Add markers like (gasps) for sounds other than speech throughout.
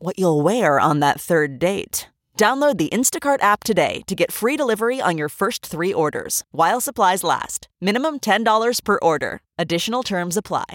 what you'll wear on that third date. Download the Instacart app today to get free delivery on your first three orders while supplies last. Minimum $10 per order. Additional terms apply.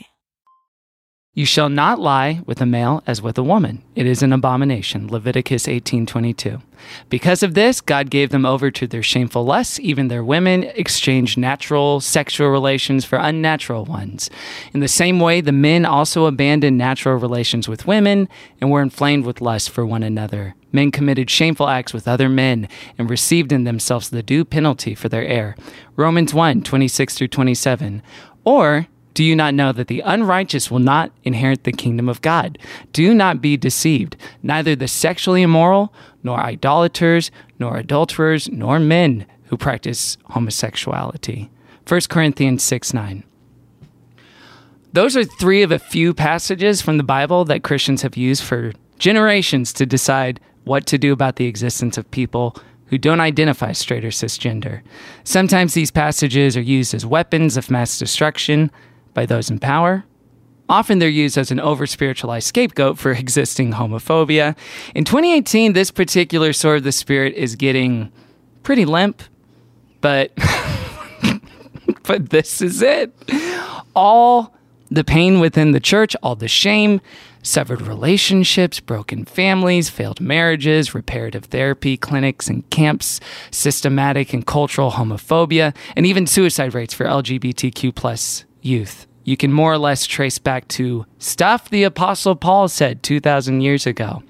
You shall not lie with a male as with a woman. It is an abomination. Leviticus 18:22. Because of this, God gave them over to their shameful lusts, even their women exchanged natural sexual relations for unnatural ones. In the same way, the men also abandoned natural relations with women and were inflamed with lust for one another. Men committed shameful acts with other men and received in themselves the due penalty for their error. Romans 1:26 through 27. Or do you not know that the unrighteous will not inherit the kingdom of God? Do not be deceived. Neither the sexually immoral, nor idolaters, nor adulterers, nor men who practice homosexuality. 1 Corinthians 6 9. Those are three of a few passages from the Bible that Christians have used for generations to decide what to do about the existence of people who don't identify straight or cisgender. Sometimes these passages are used as weapons of mass destruction by those in power. Often they're used as an over spiritualized scapegoat for (laughs) existing homophobia. In 2018, this particular sword of the spirit is getting pretty limp, but (laughs) but this is it. All the pain within the church, all the shame, severed relationships, broken families, failed marriages, reparative therapy clinics and camps, systematic and cultural homophobia, and even suicide rates for LGBTQ plus youth. You can more or less trace back to stuff the Apostle Paul said 2,000 years ago.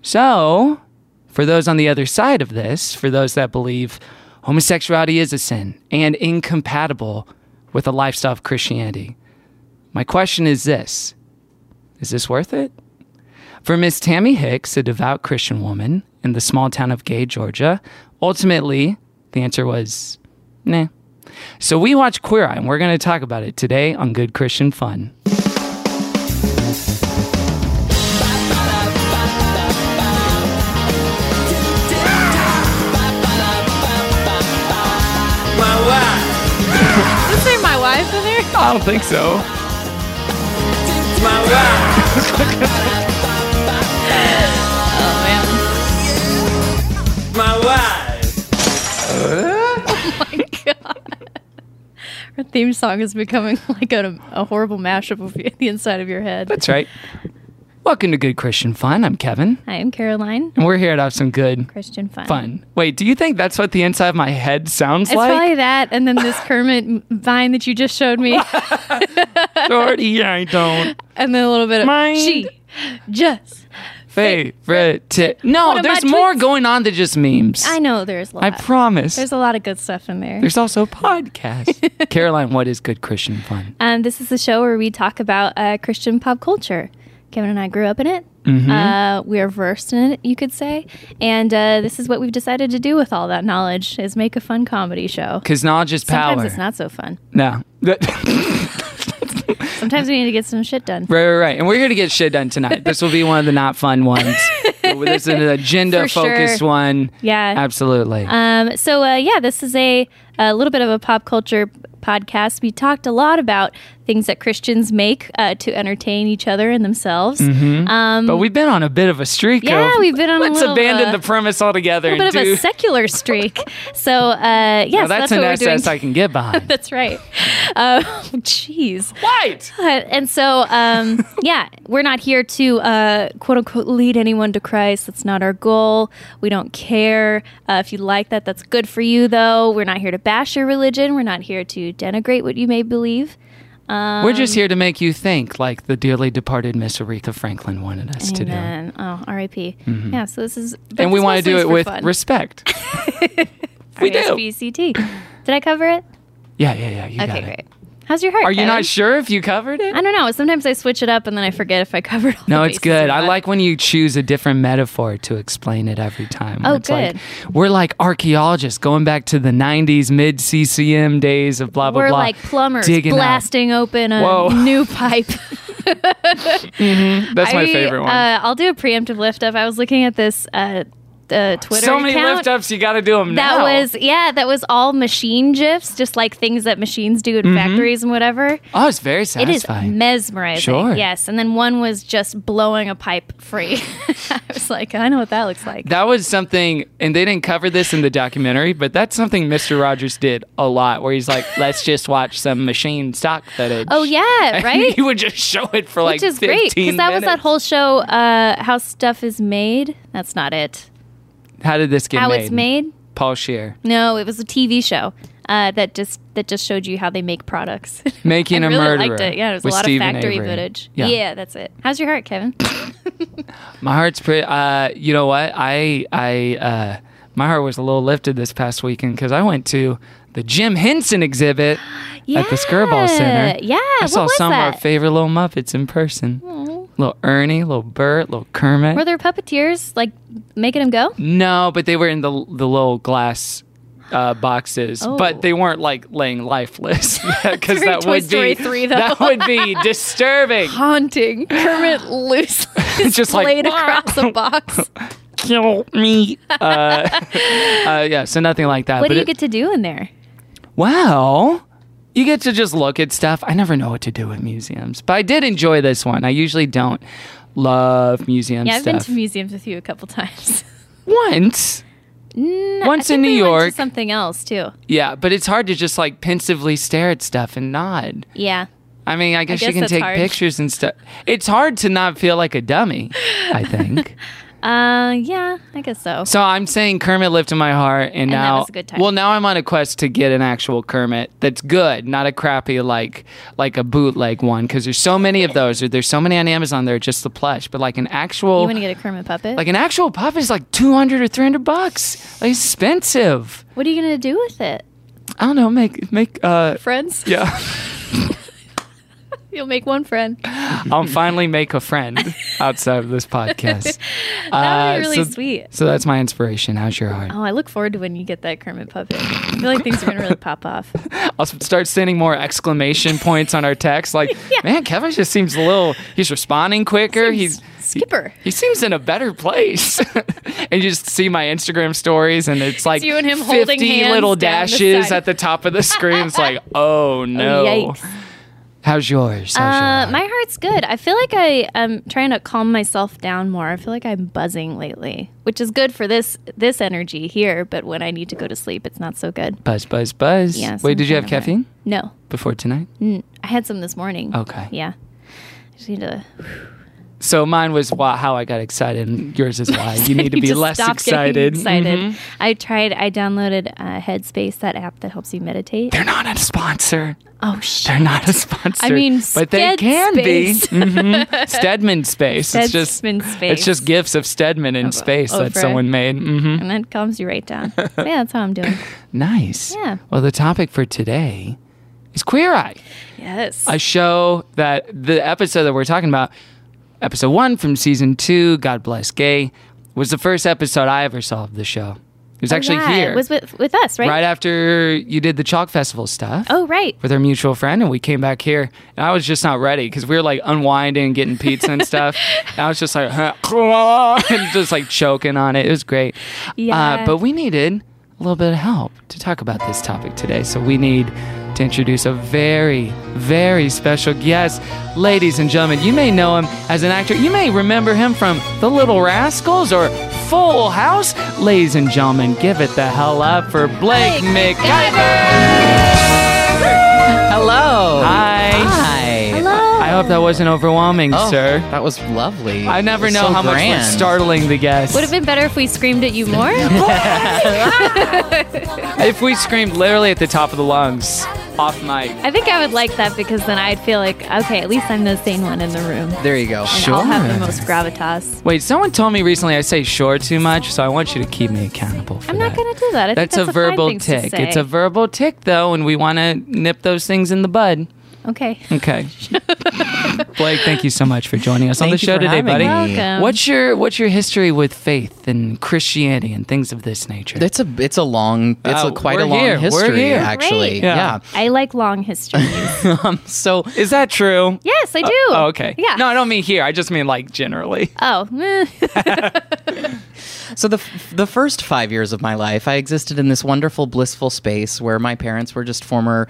So, for those on the other side of this, for those that believe homosexuality is a sin and incompatible with the lifestyle of Christianity, my question is this Is this worth it? For Miss Tammy Hicks, a devout Christian woman in the small town of Gay, Georgia, ultimately the answer was nah. So we watched Queer Eye and we're going to talk about it today on Good Christian Fun. Is there my wife in there? I don't think so. Oh man. Her theme song is becoming (laughs) like a, a horrible mashup of (laughs) the inside of your head. That's right. Welcome to Good Christian Fun. I'm Kevin, I am Caroline. and we're here to have some good Christian fun. fun. Wait, do you think that's what the inside of my head sounds It's like? probably that, and then this Kermit vine that you just showed me, Sorry, yeah, I don't. (laughs) and then a little bit of Mind. she just. Favorite tip. No, One of my there's more tweets. going on than just memes. I know there's a lot. I promise. there's a lot of good stuff in there. There's also (laughs) a podcast. Caroline, what is Good Christian Fun? Um, this is the show where we talk about uh, Christian pop culture. Kevin and I grew up in it. Mm-hmm. Uh, we are versed in it, you could say. And uh, this is what we've decided to do with all that knowledge: is make a fun comedy show. Because knowledge is power. Sometimes it's not so fun. No. (laughs) right, Sometimes we need to get some shit done. right, right. And we're here to get shit done tonight. This will be one of the not (laughs) fun ones. this is an agenda focused sure. one. Yeah. Absolutely. Um, so uh, yeah, this is a, a little bit of a pop culture podcast. We talked a lot about things that Christians make uh, to entertain each other and themselves. Um, Mm-hmm. but we've been on a bit of a streak. Yeah, of, we've been on a Let's little, abandon uh, the premise altogether a and bit of do. a secular (laughs) streak. so uh, yes, Now, that's, what an we're doing. SS I can get (laughs) behind. That's right. Uh, (laughs) Jeez. White. and so, (laughs) um, yeah, we're not here to uh, quote unquote lead anyone to Christ. That's not our goal. We don't care. Uh, if you like that, that's good for you, though. We're not here to bash your religion. We're not here to denigrate what you may believe. We're just here to make you think like the dearly departed Miss Aretha Franklin wanted us to do. Mm-hmm. Amen. Oh, R.I.P. Yeah, so this is. And we want to do it with respect. (laughs) respect. we do. Did I cover it? Yeah, yeah, yeah. You got Okay, it. great. How's your heart? Are you Kevin? not sure if you covered it? I don't know. Sometimes I switch it up and then I forget if I (laughs) covered all No, the it's bases good. or I not. like when you choose a different metaphor to explain it every time. Oh, It's like- good. we're like archaeologists going back to the 90s, mid CCM days of blah, blah, We're blah. like plumbers digging up. blasting open a Whoa. new pipe. (laughs) That's my I, favorite one. Uh, I'll do a preemptive lift up. I was looking at this uh, uh, Twitter so many account. lift ups, you got to do them That now. was yeah, that was all machine gifs, just like things that machines do in Mm-hmm. factories and whatever. Oh, it's very It is satisfying. mesmerizing. Sure. Yes, and then one was just blowing a pipe free. (laughs) I was like, I know what that looks like. That was something, and they didn't cover this in the documentary, but that's something Mr. Rogers did a lot, where he's like, "Let's just watch some machine stock footage." oh yeah, (laughs) And right. he would just show it for like Which is great because that was that whole show, uh, how stuff is made. That's not it. How did this get How made? it's made. Mm, Paul Shear No, it was a TV show uh, that just that just showed you how they make products. (laughs) making I a really murderer. liked it. Yeah, it was a with lot Stephen of factory Avery. footage. Yeah. that's it. How's your heart, Kevin? my heart's pretty. Uh, you know what? I I uh, my heart was a little lifted this past weekend because I went to the Jim Henson exhibit at the Skirball Center. Yeah, I what saw was some of our that? favorite little Muppets in person. Little Ernie, little Bert, little Kermit. Were there puppeteers like making him go? No, but they were in the the little glass uh, boxes, Oh. but they weren't like laying lifeless (laughs) because Very that Toy would Story be (laughs) 3 though. that would (laughs) be disturbing. (laughs) Haunting Kermit loose Just like, (laughs) laid across a box. Kill me. Uh, (laughs) uh, yeah, so nothing like that. What but do you it- get to do in there? Well, you get to just look at stuff. I never know what to do at museums, but I did enjoy this one. I usually don't love museum Yeah, I've stuff. been to museums with you a couple times. Once. No, (laughs) Once I in think New we went to York. something else too. Yeah, but it's hard to just like pensively stare at stuff and nod. Yeah, I mean, I guess, guess you can that's take hard. pictures and stuff. It's hard to not feel like a dummy, I think. (laughs) uh, yeah, I guess so. so I'm saying Kermit lived in my heart, and, that now, was a good time. well, now I'm on a quest to get an actual Kermit that's good, not a crappy like like a bootleg one, because there's so many of those, or there's so many on Amazon. They're just the plush, but like an You actual want to get a Kermit puppet? like an actual puppet is like 200 or 300 bucks, like expensive. what are you gonna do with it? I don't know, make make uh Friends? yeah. You'll make one friend. (laughs) I'll finally make a friend outside of this podcast. That would be Uh, (laughs) really so- sweet. So that's my inspiration. How's your heart? Oh, I look forward to when you get that Kermit puppet. I feel like things are gonna really pop (laughs) off. I'll s- start sending more exclamation points on our (laughs) text. Like, man, Kevin just seems a little. He's responding quicker. Seems he's skipper. He, he seems in a better place. (laughs) and you just see my Instagram stories, and it's like you and him holding fifty hands little down the dashes side. at the top of the screen. It's (laughs) like, oh no. Yikes. How's yours? How's Uh, your my heart's good. I feel like I am trying to calm myself down more. I feel like I'm buzzing lately, which is good for this this energy here. But when I need to go to sleep, it's not so good. buzz, buzz, buzz. Yeah. Wait, some did kind you have of a- caffeine No, before tonight? I had some this morning. Okay. Yeah. I just need to. So mine was why, how I got excited, and yours is why Uh, (laughs) you need to be just less stop getting excited. Mm-hmm. Excited. I tried. I downloaded uh, Headspace, that app that helps you meditate. They're not a sponsor. Oh shit. They're not a sponsor. I mean, but they Sked can Space. be. Mhm. Stedman Space. it's just Stedman Space. Oh, It's just gifts of Stedman in space that over. someone made. hmm And that calms you right (laughs) down. yeah, that's how I'm doing. Nice. Yeah. Well, the topic for today is Queer Eye, Yes. a show that the episode that we're talking about, episode one from season two, God Bless Gay, was the first episode I ever saw of the show. It was actually Oh, Yeah, here. It was with, with us, right? right after you did the chalk festival stuff Oh, right. with our mutual friend and we came back here and i was just not ready because we were like unwinding getting pizza and stuff (laughs) and i was just like (laughs) and just like choking on it it was great Yeah. uh, but we needed a little bit of help to talk about this topic today so we need to introduce a very very special guest ladies and gentlemen you may know him as an actor you may remember him from the little rascals or full house ladies and gentlemen give it the hell up for blake, Blake mciver Hello. Hi. Hi. Hello. I hope that wasn't overwhelming, Oh, sir. That was lovely. I never It was know so how much grand. we're startling the guests. Would have been better if we screamed at you (laughs) more. (laughs) if we screamed literally at the top of the lungs, off mic. I think I would like that because then I'd feel like, okay, at least I'm the sane one in the room. And There you go. I'll have the Sure. most gravitas. Wait, someone told me recently I say sure too much, so I want you to keep me accountable for I'm not that. going to do that. I think That's, that's a verbal fine thing to tick. say. It's a verbal tick, though, and we want to nip those things in the bud. Okay. (laughs) Okay. Blake, thank you so much for joining us on the Thank you show for today, having buddy. me. Welcome. What's your what's your history with faith and Christianity and things of this nature? That's a it's a long it's Uh, a, quite a we're long here. We're history here. actually. Great. Yeah. Yeah. I like long (laughs) histories. So Is that true? yes, I do. Oh, okay. Yeah. No, I don't mean here. I just mean like generally. Oh. (laughs) eh. So the f- the first five years of my life, I existed in this wonderful, blissful space where my parents were just former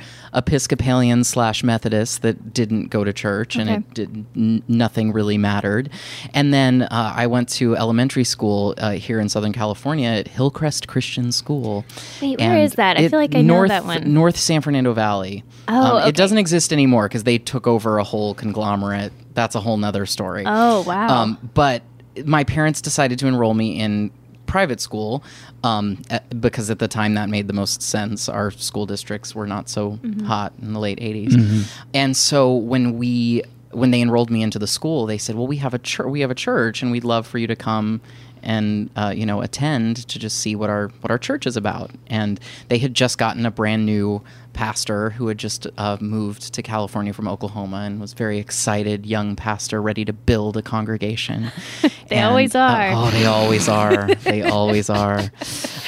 Episcopalian slash Methodists that didn't go to church, and Okay. it did n- nothing really mattered. And then uh, I went to elementary school uh, here in Southern California at Hillcrest Christian School. Wait, where And is that? I it- feel like I know north, that one. North San Fernando Valley. Um, Oh, okay. it doesn't exist anymore because they took over a whole conglomerate. That's a whole nother story. Oh, wow. Um, but my parents decided to enroll me in private school um, at- because at the time that made the most sense. Our school districts were not so hot in the late 80s. And so when we when they enrolled me into the school, they said, "Well, we have a church. We have a church, and we'd love for you to come and uh, you know attend to just see what our what our church is about." And they had just gotten a brand new pastor who had just uh, moved to California from Oklahoma and was very excited, young pastor, ready to build a congregation. (laughs) They always are. oh, they always are. they always are.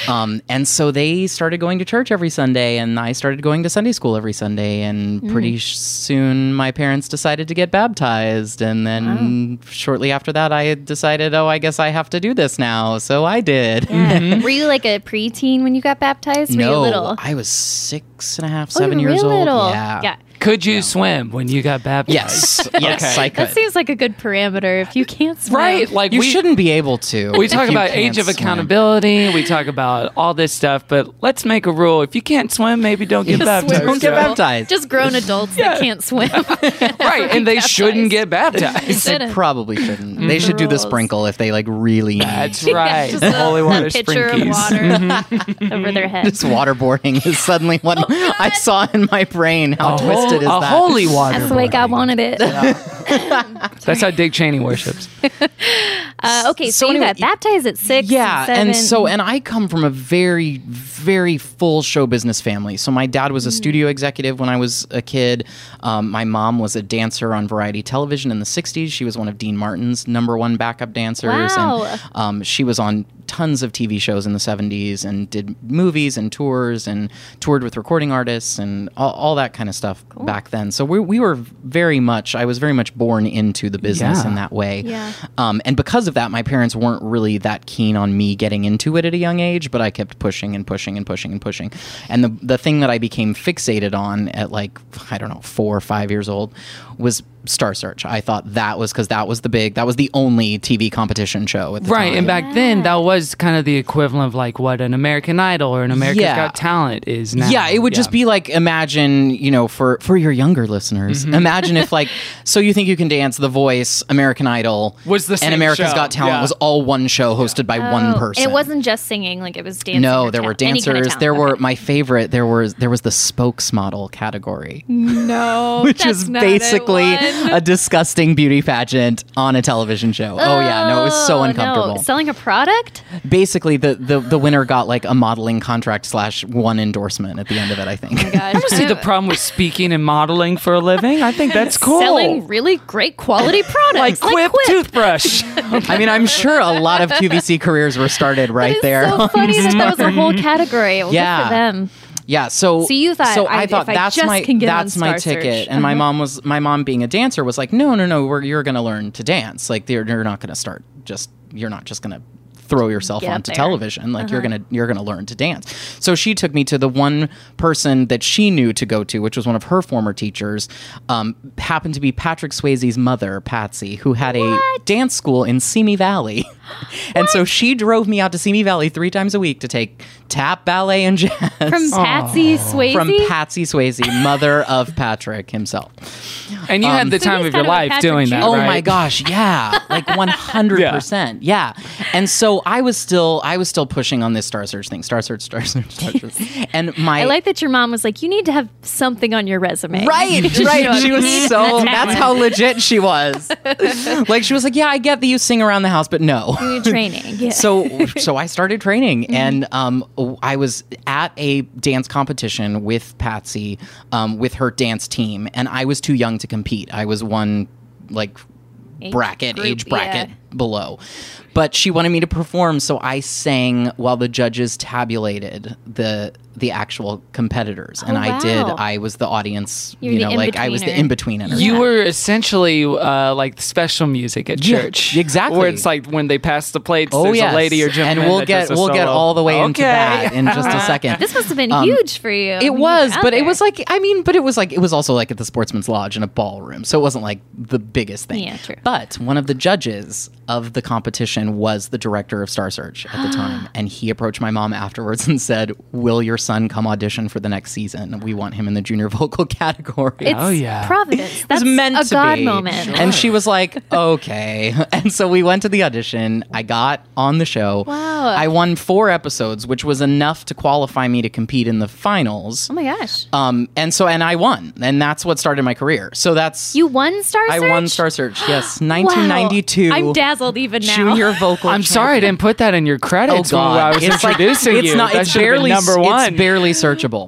Um, and so they started going to church every Sunday, and I started going to Sunday school every Sunday. And Mm. pretty sh- soon, my parents decided to get baptized. And then shortly after that, I had decided, oh, I guess I have to do this now. So I did. Yeah. mm-hmm. Were you like a preteen when you got baptized? Were you No, little? I was six and a half, Oh, you seven were years real old. little. Yeah. Could you swim when you got baptized? Yes. (laughs) yes, Okay. I could. That seems like a good parameter. If you can't swim, Right? Like you we shouldn't be able to. We if talk you about can't age of swim. accountability. We talk about all this stuff, but let's make a rule: if you can't swim, maybe don't get Just baptized. swim Don't get people. baptized. Just grown adults that can't (laughs) swim. right, and they shouldn't get baptized. (laughs) They Shouldn't. probably shouldn't. They should do the Rules. sprinkle if they like really need. That's right. Just uh, a, Holy water a pitcher of (laughs) sprinkies. Mhm. water (laughs) over their head. This waterboarding is suddenly what I saw in my brain. How Oh, A hol- twisted is a that? holy water. That's the way God wanted it. That's how Dick Cheney worships. (laughs) Oh, Uh, okay, so, So you anyway, got baptized at six. Yeah, seven. and so and I come from a very very full show business family. So my dad Mm. was a studio executive when I was a kid. Um, my mom was a dancer on variety television in the '60s. She was one of Dean Martin's number one backup dancers. Wow. And, um, she was on tons of TV shows in the '70s and did movies and tours and toured with recording artists and all, all that kind of stuff back then. So we we were very much. I was very much born into the business Yeah. in that way. Yeah. Um, and because of that, my parents weren't really that keen on me getting into it at a young age, but I kept pushing and pushing and pushing and pushing. And the, the thing that I became fixated on at like, I don't know, four or five years old was Star Search. I thought that was because that was the big, that was the only TV competition show at the Right, time. and back then that was kind of the equivalent of like what an American Idol or an America's Yeah. Got Talent is now. Yeah, it would just be like imagine, you know, for for your younger listeners, Mm-hmm. imagine if (laughs) like so you think you can dance The Voice, American Idol, Was the same and America's show, Got Talent yeah. was all one show hosted by one Oh, person. It wasn't just singing; like it was dancing. No, or there ta- were any kind of dancers. talent. there were Okay. my favorite. There was there was the spokesmodel category, (laughs) Mm, no, (laughs) which was basically a disgusting beauty pageant on a television show. Oh, yeah, no, it was so uncomfortable. Selling a product? Basically, the, the the winner got like a modeling contract slash one endorsement at the end of it. I think. Gosh, See the problem with speaking and modeling for a living? I think that's cool. selling really great (laughs) quality like products, Quip toothbrush. (laughs) I mean, I'm sure a lot of QVC careers were started right It's there. so funny that that was a (laughs) whole category. Well, good Yeah. for them. Yeah, so So you thought, so I- I, thought if I that's just my can get that's on my Star ticket, Search. Uh-huh. and my mom was my mom being a dancer was like, no, no, no, we're, you're going to learn to dance. Like you're, you're not going to start just you're not just going to throw yourself Get up onto there. Uh-huh. television. Like you're gonna you're gonna learn to dance. So she took me to the one person that she knew to go to, which was one of her former teachers. Um, happened to be Patrick Swayze's mother, Patsy, who had a dance school in Simi Valley. (laughs) and so she drove me out to Simi Valley three times a week to take tap, ballet, and jazz From Patsy Swayze. from Patsy Swayze, mother of Patrick himself. And you Um, had the So time he's of your kind of a life Patrick doing (laughs) that. Stewart. Oh right? my gosh, yeah, like 100%. Yeah. And so so I was still I was still pushing on this Star Search thing, Star Search, Star Search, Star Search, (laughs) and my I like that your mom was like, you need to have something on your resume. (laughs) Right, right. (laughs) She was That's so. That's how legit she (laughs) was. like she was like, yeah, I get that you sing around the house, but no. Your training. (laughs) Yeah. (laughs) Mm-hmm. So, so I started training, and um, I was at a dance competition with Patsy, um, with her dance team, and I was too young to compete. I was one, like. bracket group, age bracket yeah. below but she wanted me to perform so i sang while the judges tabulated the the actual competitors and i did Oh, wow. i was the audience You're you the know like i was the in-betweener. in between You were essentially uh, like special music at Yeah, church, exactly. Where it's like when they pass the plates, Oh there's yes. a lady or gentleman, and we'll that get does a we'll get solo. all the way into Okay. that in (laughs) just a second. this must have been huge for you. I um, it mean, was, you're out but it there. was like I mean, but it was like it was also like at the Sportsman's Lodge in a ballroom, so it wasn't like the biggest thing. Yeah, true. But one of the judges of the competition was the director of Star Search (gasps) at the time, and he approached my mom afterwards and said, "Will your son come audition for the next season? We want him in the junior (laughs) vocal category." It's Oh, (laughs) yeah. Providence. It That's was meant a to God be. moment. And she was like, okay. (laughs) And so we went to the audition. I got on the show. Wow. I won four episodes, which was enough to qualify me to compete in the finals. Oh my gosh. Um, and so, and I won. And that's what started my career. So that's. You won Star I Search? won Star Search, yes. (gasps) Wow. 1992. I'm dazzled even now. Junior vocal. (laughs) I'm sorry I (laughs) didn't put that in your credits Oh, God. while I was It's like- introducing it's you. not. That It's should've been barely number one. It's barely searchable.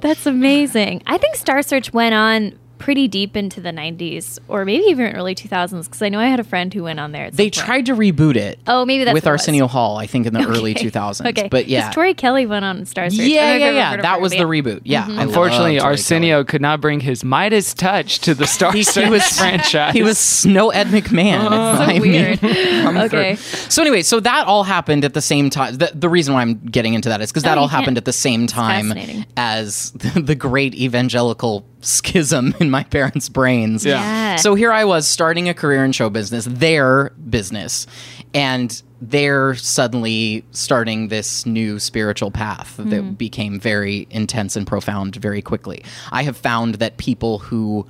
(laughs) That's amazing. I think Star Search went on pretty deep into the 90s or maybe even early 2000s because I know I had a friend who went on there. at some they point. tried to reboot it. Oh, maybe that's with what it was. Arsenio Hall, I think, in the early (laughs) Okay. 2000s. Okay. but 'Cause yeah, Tori Kelly went on Star Search. I don't know yeah, if yeah, you've ever yeah. heard of That her, was but the reboot. Yeah, I (laughs) Unfortunately, loved Tori Arsenio could not bring his Midas touch (laughs) to the Star Search franchise. Kelly. He was Snow Ed McMahon. (laughs) So I mean, (laughs) (laughs) weird. come through. okay. So anyway, so that all happened at the same time. The, the reason why I'm getting into that is because that you all can't. happened at the same time fascinating. as (laughs) the, the great evangelical schism in my parents' brains. Yeah. Yeah. So here I was starting a career in show business, their business, and they're suddenly starting this new spiritual path Mm-hmm. that became very intense and profound very quickly. I have found that people who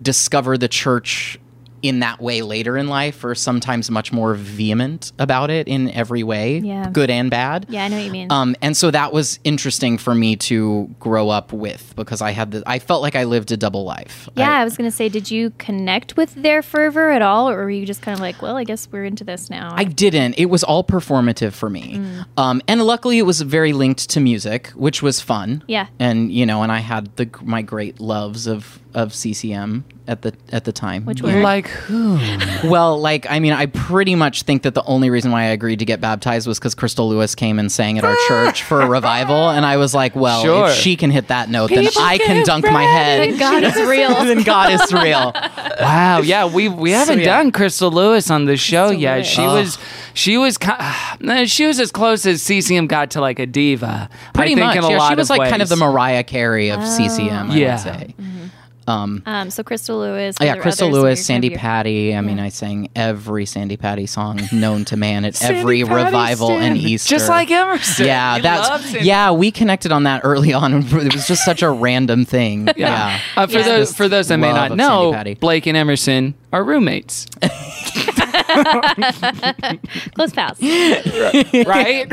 discover the church in that way later in life are sometimes much more vehement about it in every way, Yeah. good and bad. Yeah, I know what you mean. Um, and so that was interesting for me to grow up with because I had the, I felt like I lived a double life. yeah, I- I was going to say, did you connect with their fervor at all? Or were you just kind of like, well, I guess we're into this now? I didn't. It was all performative for me. Um, and luckily, it was very linked to music, which was fun. Yeah. And you know, and I had the my great loves of of CCM at the at the time. Which were? (laughs) like who? (laughs) well, like I mean, I pretty much think that the only reason why I agreed to get baptized was because Crystal Lewis came and sang at (laughs) our church for a revival, and I was like, well, Sure. if she can hit that note, then I can dunk my head. God (laughs) is real. then God is real. Wow, yeah, we (laughs) we haven't yeah. done Crystal Lewis on the show Crystal yet. Lewis. She was she was ki- (sighs) uh, she was as close as CCM got to like a diva. (laughs) Pretty I think much. in a yeah, lot she was of like kind of ways. the Mariah Carey of CCM. I Yeah. would say. Um, so Crystal Lewis. Oh, Yeah, were there Crystal others? Were Lewis, you Sandy kind of your- Patty. I mean, I sang every Sandy Patty song known to man at every Patty revival and Easter. just like Emerson. yeah, You loved that's Sandy yeah. We connected on that early on. (laughs) It was just such a random thing. Yeah, Uh, for Yeah. those for those that may love not of Sandy know, Patty. Blake and Emerson are roommates, Close pals. (laughs) right?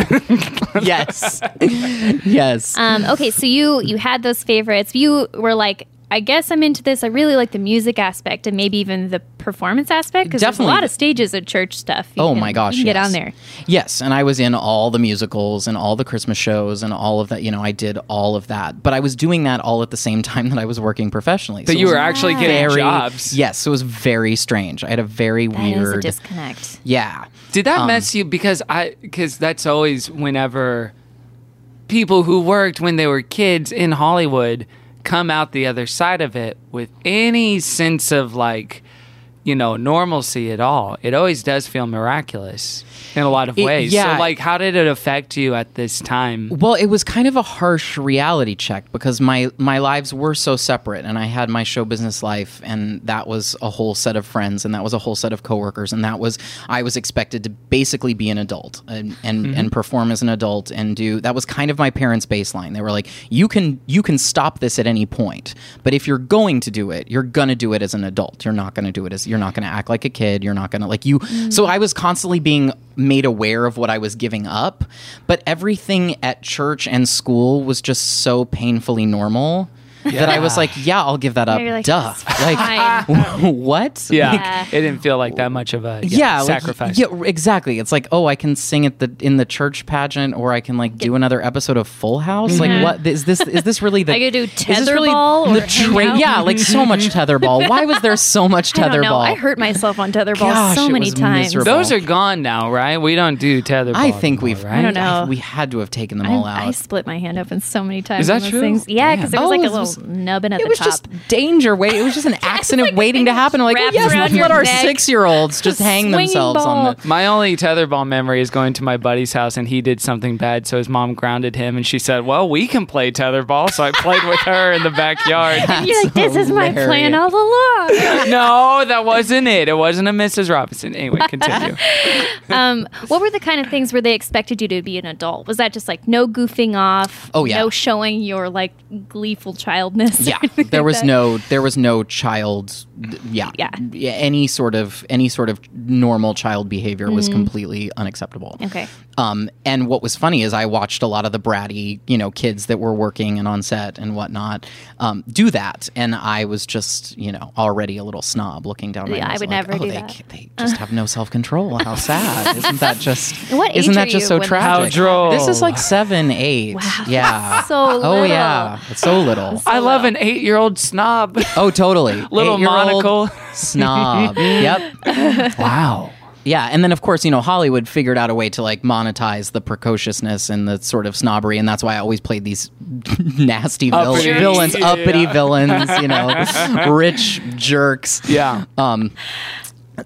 yes, yes. Um, okay, so you you had those favorites. You were like, I guess I'm into this. I really like the music aspect and maybe even the performance aspect because there's a Definitely. lot of stages of church stuff. You Oh can- my gosh! you can get yes. on there. Yes, and I was in all the musicals and all the Christmas shows and all of that. You know, I did all of that, but I was doing that all at the same (laughs) time that I was working professionally. But So it you was were actually getting very jobs. Yes, it was very strange. I had a very That is a weird. disconnect. yeah. Did Um, that mess you? Because I because that's always whenever people who worked when they were kids in Hollywood come out the other side of it with any sense of like you know normalcy at all. It always does feel miraculous in a lot of It- ways. yeah. So like, how did it affect you at this time? Well, it was kind of a harsh reality check because my my lives were so separate, and I had my show business life, and that was a whole set of friends, and that was a whole set of coworkers, and that was I was expected to basically be an adult and and, and perform as an adult and do that was kind of my parents' baseline. They were like, you can you can stop this at any point, but if you're going to do it, you're gonna do it as an adult. You're not gonna do it as you're You're not going to act like a kid. You're not going to like you. Mm. So I was constantly being made aware of what I was giving up, but everything at church and school was just so painfully normal. That I was like, yeah, I'll give that up. You're like, Duh. "It's Like, (laughs) what? Yeah. Like, it didn't feel like that much of a yeah, like, sacrifice. yeah, exactly. It's like, oh, I can sing at the in the church pageant, or I can like do another episode of Full House. Mm-hmm. Like, what is this? Is (laughs) this really the? I could do is this tetherball or the hang tra- out. Yeah, like (laughs) so much tetherball. Why was there so much I don't know. tetherball? I hurt myself on tetherball Gosh, so it many was times. miserable. Those are gone now, right? We don't do tetherball. I think anymore, we've. right? I don't know. we had to have taken them I, all I out. split my hand open so many times. Is that on those true? Things. Yeah, because there was Oh, like a it little was- nubbin at it the was top. just danger. Wait, it (laughs) was just an accident waiting to happen. I'm like, oh, wrapped yes, around let's your let our neck. six-year-olds just hang Swinging themselves ball. on (laughs) the. My only tetherball memory is going to my buddy's house and he did something bad, so his mom grounded him and she said, Well, we can play tetherball. So I played with her in the (laughs) backyard. You're like, this is my plan hilarious. all along. no, that wasn't it. It wasn't a Mrs. Robinson. Anyway, continue. um, what were the kind of things where they expected you to be an adult? Was that just like no goofing off? Oh, yeah. No showing your like gleeful childness? (laughs) or yeah anything there like was that? no there was no child yeah Yeah. any sort of any sort of normal child behavior was completely unacceptable Mm-hmm. Okay. um and what was funny is i watched a lot of the bratty you know kids that were working and on set and whatnot um do that and i was just you know already a little snob looking down my Yeah, I nose would like, never oh, do they, that." ca- they just have no (laughs) self-control how sad isn't that just What isn't age that are just you so when- tragic How droll. this is like seven eight (laughs) yeah So little. oh yeah it's so little (laughs) I love an eight year old snob. (laughs) Oh, totally. Little Eight-year-old monocle. (laughs) Snob. yep. Wow. Yeah. And then, of course, you know, Hollywood figured out a way to like monetize the precociousness and the sort of snobbery. And that's why I always played these (laughs) nasty vil- Uppity. villains, Yeah. (laughs) uppity villains, you know, rich jerks. Yeah. Um,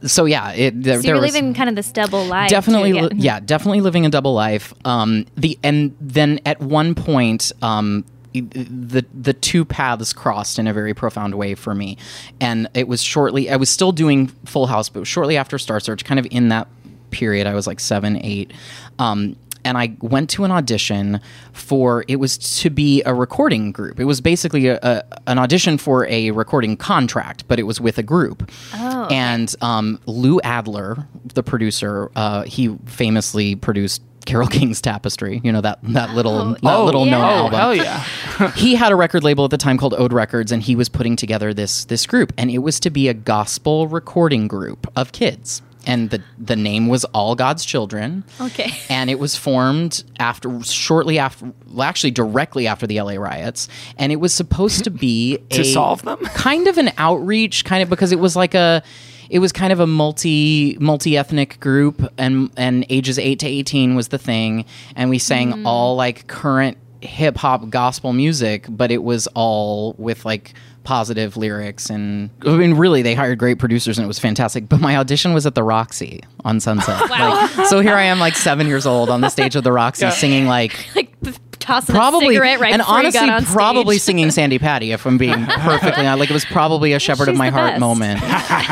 so, yeah, it, there, So there you're was, living kind of this double life. too, definitely yeah. li- yeah definitely living a double life um the and then at one point um i- the the two paths crossed in a very profound way for me and it was shortly i was still doing full house but shortly after star search kind of in that period i was like seven eight um and I went to an audition for it was to be a recording group. It was basically a, a, an audition for a recording contract, but it was with a group. Oh, and um, Lou Adler, the producer, uh, he famously produced Carol (laughs) King's Tapestry. You know that that little that little known yeah. album Oh, Hell yeah. he had a record label at the time called Ode Records, and he was putting together this this group, and it was to be a gospel recording group of kids, and the the name was All God's Children. Okay. And it was formed after shortly after, well, actually directly after the LA riots, and it was supposed to be To a- solve them? (laughs) kind of an outreach, kind of because it was like a. It was kind of a multi multi ethnic group, and and ages eight to eighteen was the thing, and we sang Mm. all like current hip hop gospel music, but it was all with like positive lyrics and I mean really they hired great producers and it was fantastic. But my audition was at the Roxy on (laughs) Sunset. Like, so here I am like seven years old on the stage of the Roxy singing like (laughs) Like p- tossing a probably cigarette right and before honestly you got on stage. probably singing Sandy Patty if (laughs) I'm being perfectly honest. Like it was probably a shepherd of She's my the heart best. moment.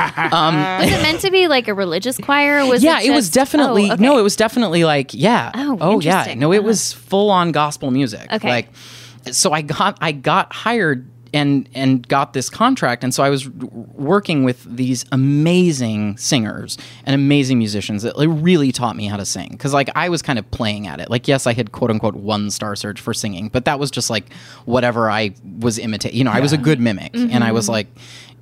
Was it meant to be like a religious choir? Was yeah, it, it was just- definitely oh, okay. no, it was definitely like yeah. Oh, yeah. interesting. No, it was full on gospel music. Okay. Like so I got I got hired and and got this contract and so I was w- working with these amazing singers and amazing musicians that like, really taught me how to sing cuz like I was kind of playing at it. Like yes, I had quote unquote one star search for singing, but that was just like whatever I was imitating. You know, I was a good mimic and I Mm-hmm. was like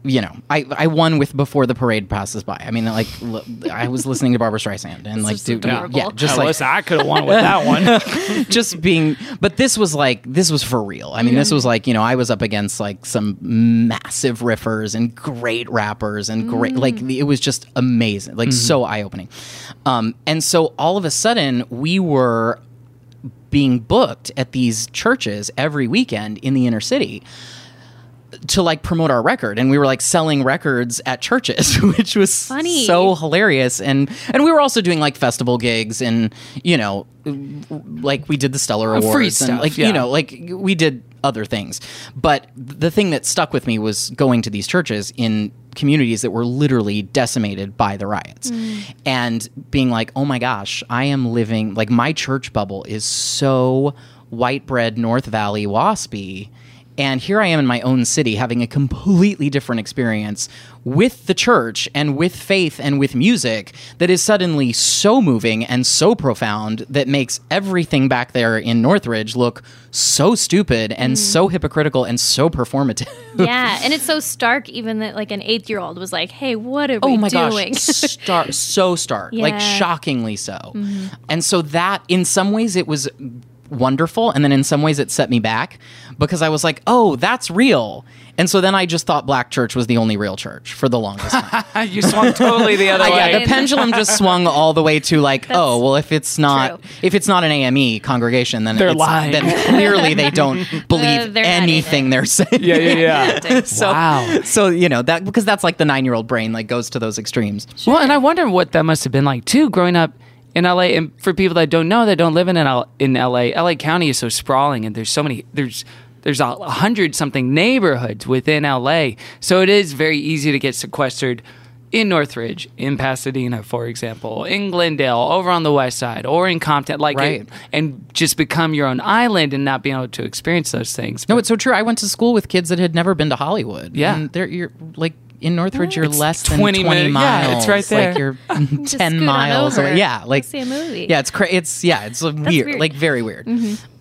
you know, I, I won with before the parade passes by. I mean, like l- I was listening to Barbara Streisand and like, is dude, adorable. yeah, just Now, like listen, I could have won with that one. (laughs) just being. But this was like this was for real. I mean, this was like you know I was up against like some massive riffers and great rappers and great like it was just amazing, like so eye opening. Um, and so all of a sudden we were being booked at these churches every weekend in the inner city to like promote our record and we were like selling records at churches (laughs) which was Funny. so hilarious and and we were also doing like festival gigs and you know like we did the Stellar Awards free and, stuff, like yeah. you know like we did other things but the thing that stuck with me was going to these churches in communities that were literally decimated by the riots Mm. and being like oh my gosh i am living like my church bubble is so white bread north valley waspy And here I am in my own city having a completely different experience with the church and with faith and with music that is suddenly so moving and so profound that makes everything back there in Northridge look so stupid and so hypocritical and so performative. (laughs) yeah, and it's so stark. Even that, like an eight-year-old was like, "Hey, what are we oh my doing?" (laughs) gosh star- so stark like Yeah. Mm-hmm. shockingly so and so that in some ways it was wonderful and then in some ways it set me back because i was like oh that's real and so then i just thought black church was the only real church for the longest time (laughs) you swung totally (laughs) the other Uh, yeah the Right. pendulum (laughs) just swung all the way to like oh well if it's not true. if it's not an ame congregation then They're it's, lying. then clearly they (laughs) don't believe they're not in anything they're saying (laughs) yeah, yeah, (laughs) yeah. so Wow. so you know that because that's like the 9 year old brain like goes to those extremes Well, and I wonder what that must have been like too, growing up in LA. And for people that don't know, that don't live in L- in LA, LA County is so sprawling, and there's so many there's there's a hundred something neighborhoods within LA. So it is very easy to get sequestered in Northridge, in Pasadena, for example, in Glendale, over on the West Side, or in Compton, like, Right. and- and just become your own island and not be able to experience those things. No, it's so true. I went to school with kids that had never been to Hollywood. Yeah. and they're you're like in Northridge, you're less than 20 twenty, minutes. miles. Yeah, it's right there. Like (laughs) you're (laughs) Just ten scoot on miles. over. Or, yeah, like see a movie. Yeah, it's cra- it's yeah, it's like, weird, weird. Mm-hmm. like very weird.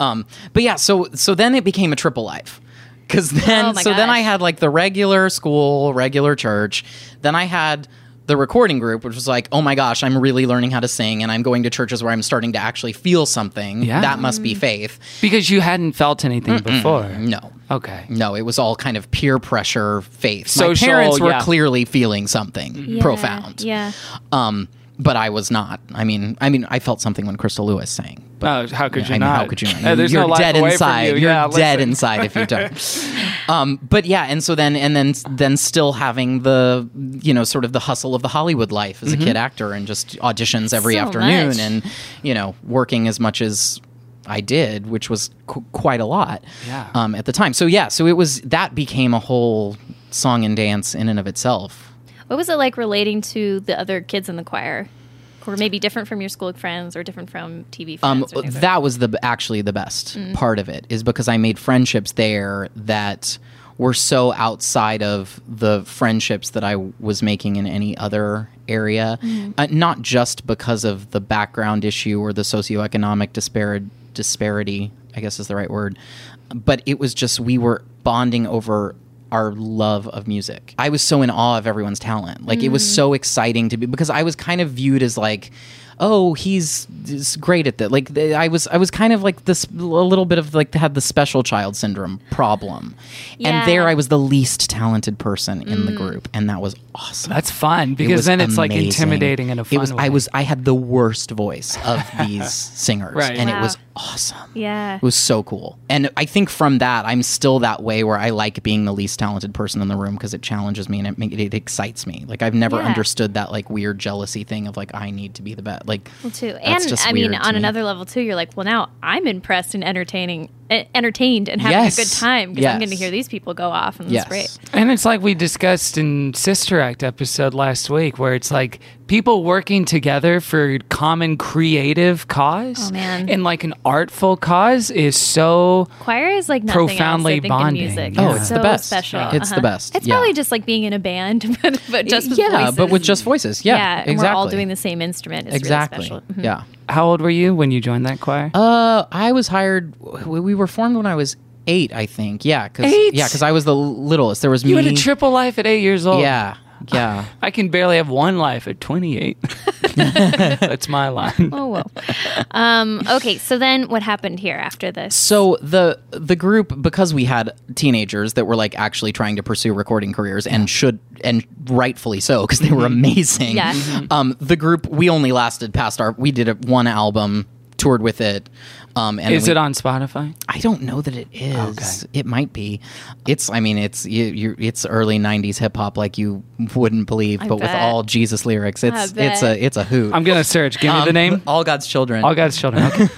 Um, but yeah, so so then it became a triple life. Because then, (laughs) Oh my so then I gosh. had like the regular school, regular church. Then I had the recording group, which was like, oh my gosh, I'm really learning how to sing, and I'm going to churches where I'm starting to actually feel something. Yeah. That must Mm. be faith. Because you hadn't felt anything before. No. Okay. No, it was all kind of peer pressure faith. Social, My parents were yeah. clearly feeling something Yeah, profound. Yeah. Um, but I was not. I mean, I mean, I felt something when Crystal Lewis sang. But Oh, how could I you mean, not? how could you? (laughs) not? Uh, there's You're no life dead away from inside. you. You're yeah, dead listen. inside if you (laughs) don't. um, but yeah, and so then, and then, then still having the, you know, sort of the hustle of the Hollywood life Mm-hmm. as a kid actor and just auditions every So afternoon much. and, you know, working as much as I did, which was qu- quite a lot Yeah. um, at the time. So yeah, so it was that became a whole song and dance in and of itself. What was it like relating to the other kids in the choir, or maybe different from your school friends, or different from TV Um, friends? or things like that was the actually the best part of it is because I made friendships there that were so outside of the friendships that I was making in any other area. Uh, not just because of the background issue or the socioeconomic disparity, disparity, I guess is the right word, but it was just we were bonding over our love of music. I was so in awe of everyone's talent. Like it was Mm. so exciting to be because I was kind of viewed as like, oh, he's, he's great at that. Like th- I was, I was kind of like this a little bit of like had the special child syndrome problem, Yeah. Mm. and there I was the least talented person in the group, and that was awesome. That's fun It because was then it's like amazing. intimidating and a fun It was. way. I was. I had the worst voice of (laughs) these singers, Right. and Wow. it was awesome. that? yeah. It was so cool. And I think from that, I'm still that way where I like being the least talented person in the room because it challenges me and it, make, it excites me. Like, I've never Yeah. understood that, like, weird jealousy thing of, like, I need to be the best. Like, Well, too. that's and just I mean, weird to on me. another level too, you're like, well, now I'm impressed and entertaining, eh, entertained and having Yes. a good time because I'm Yes. going to hear these people go off and yes. that's great. and it's like we discussed in Sister Act episode last week, where it's like people working together for common creative cause, Oh, man. and like an artful cause is so Choir is like nothing Profoundly else, I think, bonding. In music. Oh, it's so the best. Special. Uh-huh. Yeah. It's the best. It's Yeah. probably just like being in a band, (laughs) but, but just with yeah, voices. but with just voices. Yeah. yeah, and exactly. we're all doing the same instrument. It's Exactly. Really special. Mm-hmm. Yeah. How old were you when you joined that choir? Uh, I was hired, we we were formed when I was eight, I think. Yeah. Cause, Eight? Yeah, because I was the littlest. There was you me. had a triple life at eight years old. Yeah. Yeah. I can barely have one life (laughs) at 28. That's my line. Oh whoa. um, okay, so then what happened here after this? So the the group because we had teenagers that were like actually trying to pursue recording careers and should and rightfully so because they were Mm-hmm. amazing. Yeah. Mhm. Mm-hmm. Um, the group we only lasted past our we did a, one album toured with it. Um, and Is we- it on Spotify? I don't know that it is. It might be. It's. I mean, it's. You, you, it's early '90s hip hop like you wouldn't believe, but with bet. all Jesus lyrics, it's it's bet. a it's a hoot. I'm gonna search. Give me the Um, name. All God's Children All God's Children. Okay.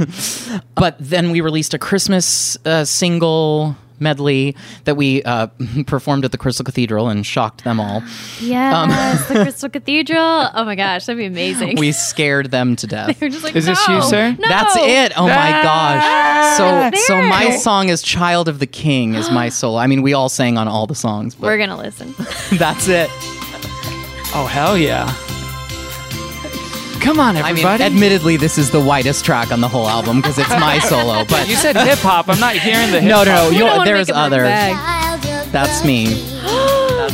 but then we released a Christmas uh, single medley that we uh, (laughs) performed at the Crystal Cathedral and shocked them all. (laughs) Yes, the Crystal Cathedral. Oh my gosh, that'd be amazing. (laughs) We scared them to death. You're just like, Is this you, "No, sir?" No. That's it. Oh my gosh. So It's so my there. song is Child of the King (gasps) is my solo. I mean, we all sang on all the songs, but We're gonna (laughs) listen. (laughs) that's it. (laughs) Oh, hell yeah. Come on, I mean, everybody. admittedly, this is the widest track on the whole album because it's my (laughs) solo, but you said hip hop. I'm not hearing the hip no, no, no, You you'll- don't wanna there's make it look others. bad. That's me.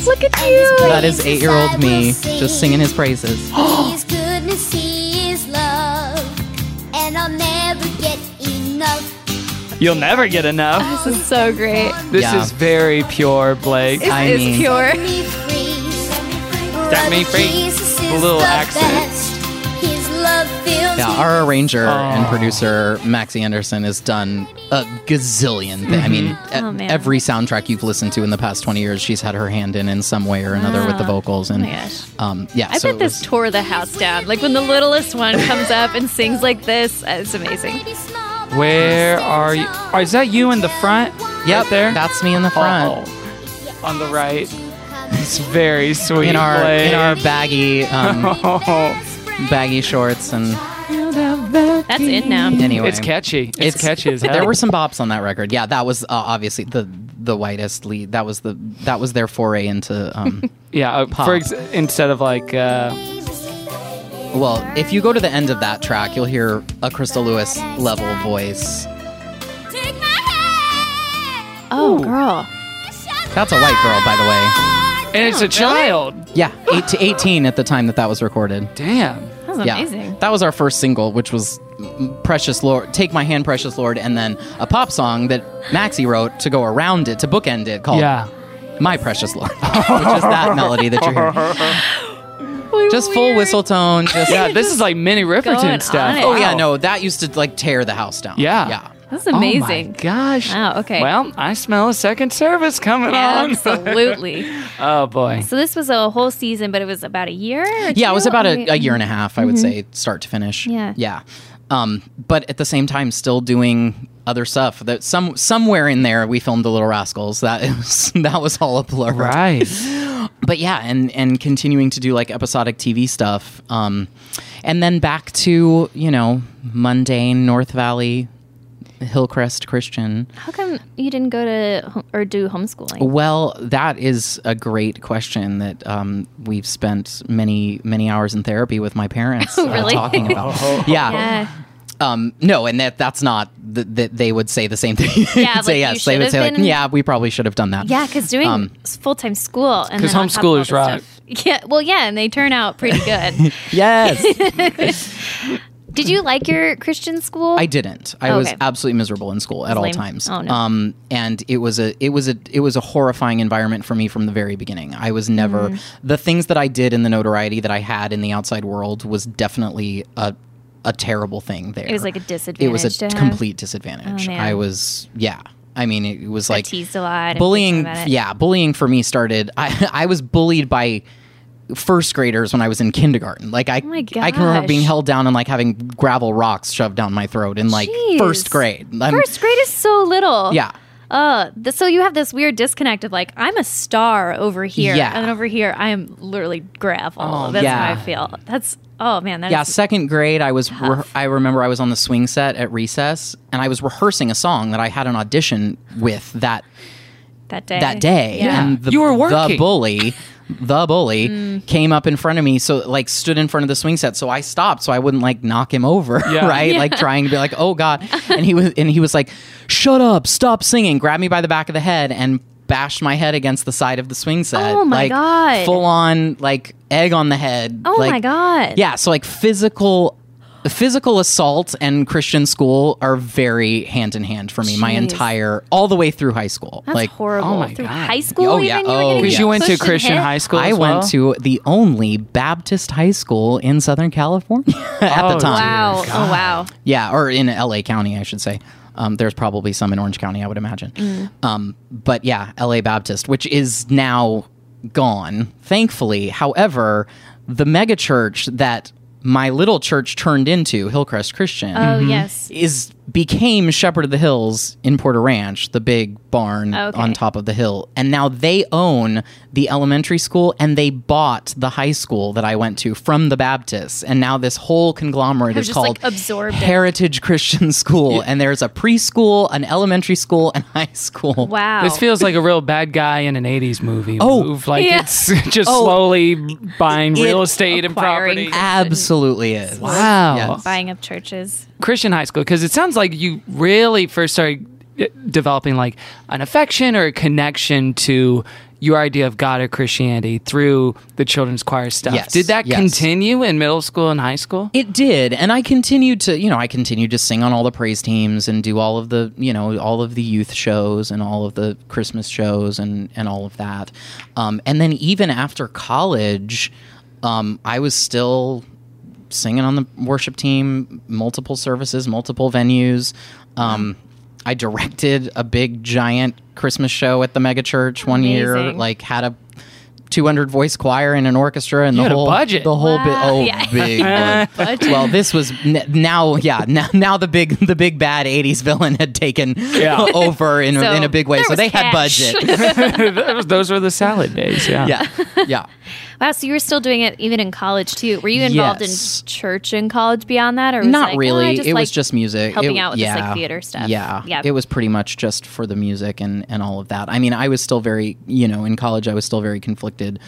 Look at you. That is eight-year-old me just singing his praises. His goodness, He is love, and I'll never get enough. hop. (laughs) You'll never get enough. This is so great. This Yeah. is very pure, Blake. I it's mean, pure. Set me free. Brother Set me free. Jesus A is little the accent. best. His love fills Yeah, me. our arranger and producer Maxie Anderson has done a gazillion. Thi- I mean, Oh, Mm-hmm. e- man. every soundtrack you've listened to in the past twenty years, she's had her hand in in some way or another Ah. with the vocals. Oh And my gosh. um, yeah, I so bet it this was- tore the house down. Like when the littlest one comes up and sings like this, uh, it's amazing. Pretty small, but Where are you? tall. Oh, is that you in the front? Yep, Right there. That's me in the front. Oh, on the right. It's very sweet. In our Blake. Oh. in our (laughs) baggy um, baggy shorts and That's it now. anyway, It's catchy. It's, catchy as hell. There were some bops on that record. Yeah, that was uh, obviously the the whitest lead. That was the that was their foray into. (laughs) Um, yeah. uh, For ex- instead of like, uh, well, if you go to the end of that track, you'll hear a Crystal Lewis level voice. Take my hand. Oh, girl. That's a white girl, by the and it's a child. way. Yeah, eight to eighteen at the time that that was recorded. Damn. That was Yeah, amazing. that was our first single, which was "Precious Lord," "Take My Hand, Precious Lord," and then a pop song that Maxie wrote to go around it, to bookend it, called Yeah. My Precious Lord, (laughs) which is that melody that you're hearing. Just full whistle tone. Just, Yeah. This is like Minnie going Riperton on stuff. it. Oh yeah, Wow. no, that used to like tear the house down. Yeah. yeah. That's Oh, my amazing. gosh. Wow, okay. Well, I smell a second service coming (laughs) on. Absolutely. oh boy. so this was a whole season, but it was about a year. or Yeah, it was two? about Wait. a, a year and a half, I would say, start to finish. Yeah. Yeah. Um, but at the same time, still doing other stuff. That some somewhere in there, we filmed The Little Rascals. That (laughs) was, that was all a blur. Right. But yeah, and and continuing to do like episodic TV stuff. Um, and then back to you know mundane North Valley, Hillcrest Christian. How come you didn't go to hom- or do homeschooling? Well, that is a great question that um, we've spent many many hours in therapy with my parents (laughs) uh, Really? talking Oh, about. yeah. Yeah. Um, no, and that that's not th- that they would say the same thing. (laughs) They'd like, say you yes. They should would have say like, been- yeah, we probably should have done that. Yeah, because doing Um, full time school and 'Cause then on top of all homeschoolers this rock. stuff- Yeah, well, yeah, and they turn out pretty (laughs) good. Yes. Did you like your Christian school? I didn't. I Oh, was okay. absolutely miserable in school at all lame. times. Oh, no. Um, and it was a it was a it was a horrifying environment for me from the very beginning. I was never Mm-hmm. the things that I did in the notoriety that I had in the outside world was definitely a a terrible thing there. It was like a It was disadvantage to a have. Oh, complete disadvantage. man. I was yeah. I mean, it was like teased a lot. and bullying bitching about it. yeah bullying for me started i i was bullied by first graders when i was in kindergarten like i Oh my i can remember being gosh. held down and like having gravel rocks shoved down my throat in like Jeez. first grade I'm- First grade is so little. yeah Uh, th- so you have this weird disconnect of like I'm a star over here, Yeah. Oh, and over here I am literally gravel. That's yeah. how I feel. That's oh man, that's yeah second grade i was re- i remember i was on the swing set at recess and i was rehearsing a song that i had an audition with that that day. that day. Yeah. And the, You were The working. bully, the bully Mm. came up in front of me, so like stood in front of the swing set. So I stopped so I wouldn't like knock him over, (laughs) Yeah. right? Like trying to be like, oh (laughs) god. And he was and he was like, shut up, stop singing. Grabbed me by the back of the head and bashed my head against the side of the swing set. Oh, my like, God. Full on like egg on the head. Oh like, my god. Yeah, so like physical. Physical assault and Christian school are very hand in hand for me. My Jeez. entire, all the way through high school. That's like, horrible. oh my Through God. high school, Oh, even yeah. you were Oh, getting Because yeah. you went to pushed and Christian hit? high school. I as well? went to the only Baptist high school in Southern (laughs) California at Oh, the time. Wow. Oh wow. Yeah, or in LA County, I should say. Um, there's probably some in Orange County, I would imagine. Mm. Um, but yeah, LA Baptist, which is now gone, thankfully. However, the megachurch that my little church turned into, Hillcrest Christian, Oh yes. is became Shepherd of the Hills in Porter Ranch, the big barn Oh, Okay. on top of the hill. And now they own the elementary school and they bought the high school that I went to from the Baptists. And now this whole conglomerate Have is just, called like, absorbed it. Heritage Christian (laughs) School. And there's a preschool, an elementary school, and (laughs) high school. Wow. This feels like a real bad guy in an 80s movie. Oh. move. like Yeah. Oh. it's (laughs) (laughs) just slowly buying It- real estate and Acquiring. property. Absolutely is. Wow. Yes. buying up churches. Christian high school because it sounds like you really first started uh, developing like an affection or a connection to your idea of God or Christianity through the children's choir stuff. Yes, Did that yes. continue in middle school and high school? It did, and I continued to, you know, I continued to sing on all the praise teams and do all of the, you know, all of the youth shows and all of the Christmas shows and and all of that. Um, and then even after college, um, I was still singing on the worship team, multiple services, multiple venues. Um, I directed a big giant Christmas show at the mega church one year. Amazing. Like had a 200 voice choir and an orchestra and You the had a whole budget. the whole bit. Wow. Oh, Yeah. (laughs) big budget. Well, this was n- now. Yeah, now, now the big the big bad '80s villain had taken (laughs) over in, So in a big way. there So was they had cash. (laughs) budget. Those those were the salad days. Yeah. yeah, yeah. Wow, so you were still doing it even in college too. Were you involved Yes. in church in college beyond that, or was Not like, really. "Oh, I just it like was just music. helping It- out with just, like, theater stuff. Yeah. Yeah. It was pretty much just for the music and, and all of that. I mean, I was still very, you know, in college, I was still very conflicted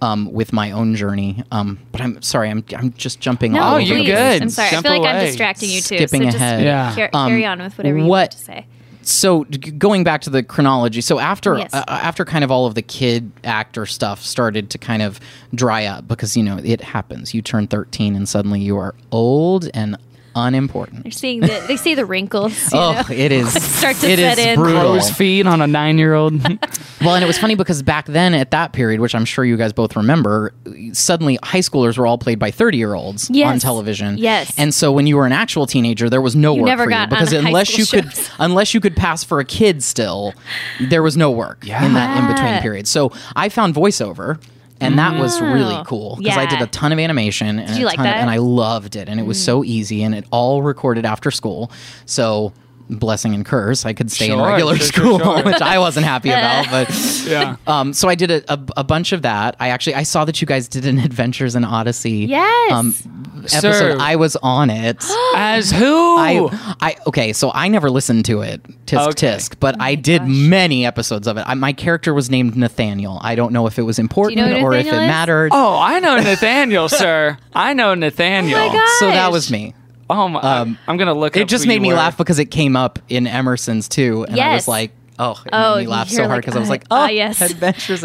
um, with my own journey. Um, but I'm sorry, I'm, I'm just jumping all No, over Oh, you're the please. good. I'm sorry. Jump I feel like I'm away. distracting you too. Skipping so just ahead. Yeah. car- Um, carry on with whatever you what- want to say. so g- going back to the chronology so after Yes. uh, after kind of all of the kid actor stuff started to kind of dry up because you know it happens you turn 13 and suddenly you are old and unimportant You're seeing the they see the wrinkles. you (laughs) oh know? (laughs) it is Start to it set is in. brutal Crow's feet on a nine-year-old. (laughs) well, and it was funny because back then at that period, which I'm sure you guys both remember, suddenly high schoolers were all played by 30 year olds Yes. on television. Yes. And so when you were an actual teenager, there was no You work never for got on you because high unless school you could shows. (laughs) unless you could pass for a kid still, there was no work in that in between period. So I found voiceover. And that was really cool because I Oh, Yeah. did a ton of animation and, Did you a like ton of- that? Mm. and I loved it. And it was so easy and it all recorded after school. So, blessing and curse, I could stay in Sure, regular sure, sure, school, sure. (laughs) which I wasn't (laughs) happy about. But yeah. um, so I did a, a, a bunch of that. I actually I saw that you guys did an Adventures in Odyssey. um, Yes. episode. Sir. I was on (gasps) it. As who? I, I okay. So I never listened to it. Tisk Okay. Oh tisk. But I did many episodes of it. I, my character was named Nathaniel. I don't know if it was important know who or if it Nathaniel is? mattered. oh, I know (laughs) Nathaniel, sir. I know Nathaniel. Oh my God. so that gosh. was me. Oh my. I'm gonna look. Um, It up just who made you me were. laugh because it came up in Emerson's too, and I was Yes. like, oh, it Oh, made me laugh you're so hard like, because I was ah, like, oh, ah, yes. Adventures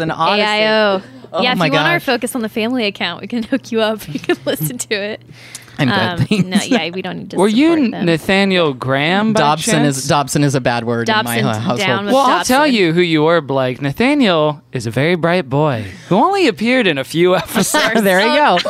(laughs) in Odyssey. AIO. Oh yeah, if my you want our gosh. focus on the family account, we can (laughs) hook you up. You can listen to (laughs) it. I'm good. thanks. Um, no, yeah, we don't need to. Were you support them. Nathaniel Graham? by (laughs) Dobson chance? is Dobson is a bad word in my Dobson's uh, household. down with Well, I'll Dobson. tell you who you were, Blake. Nathaniel is a very bright boy who only appeared in a few (laughs) episodes. there you go. (laughs)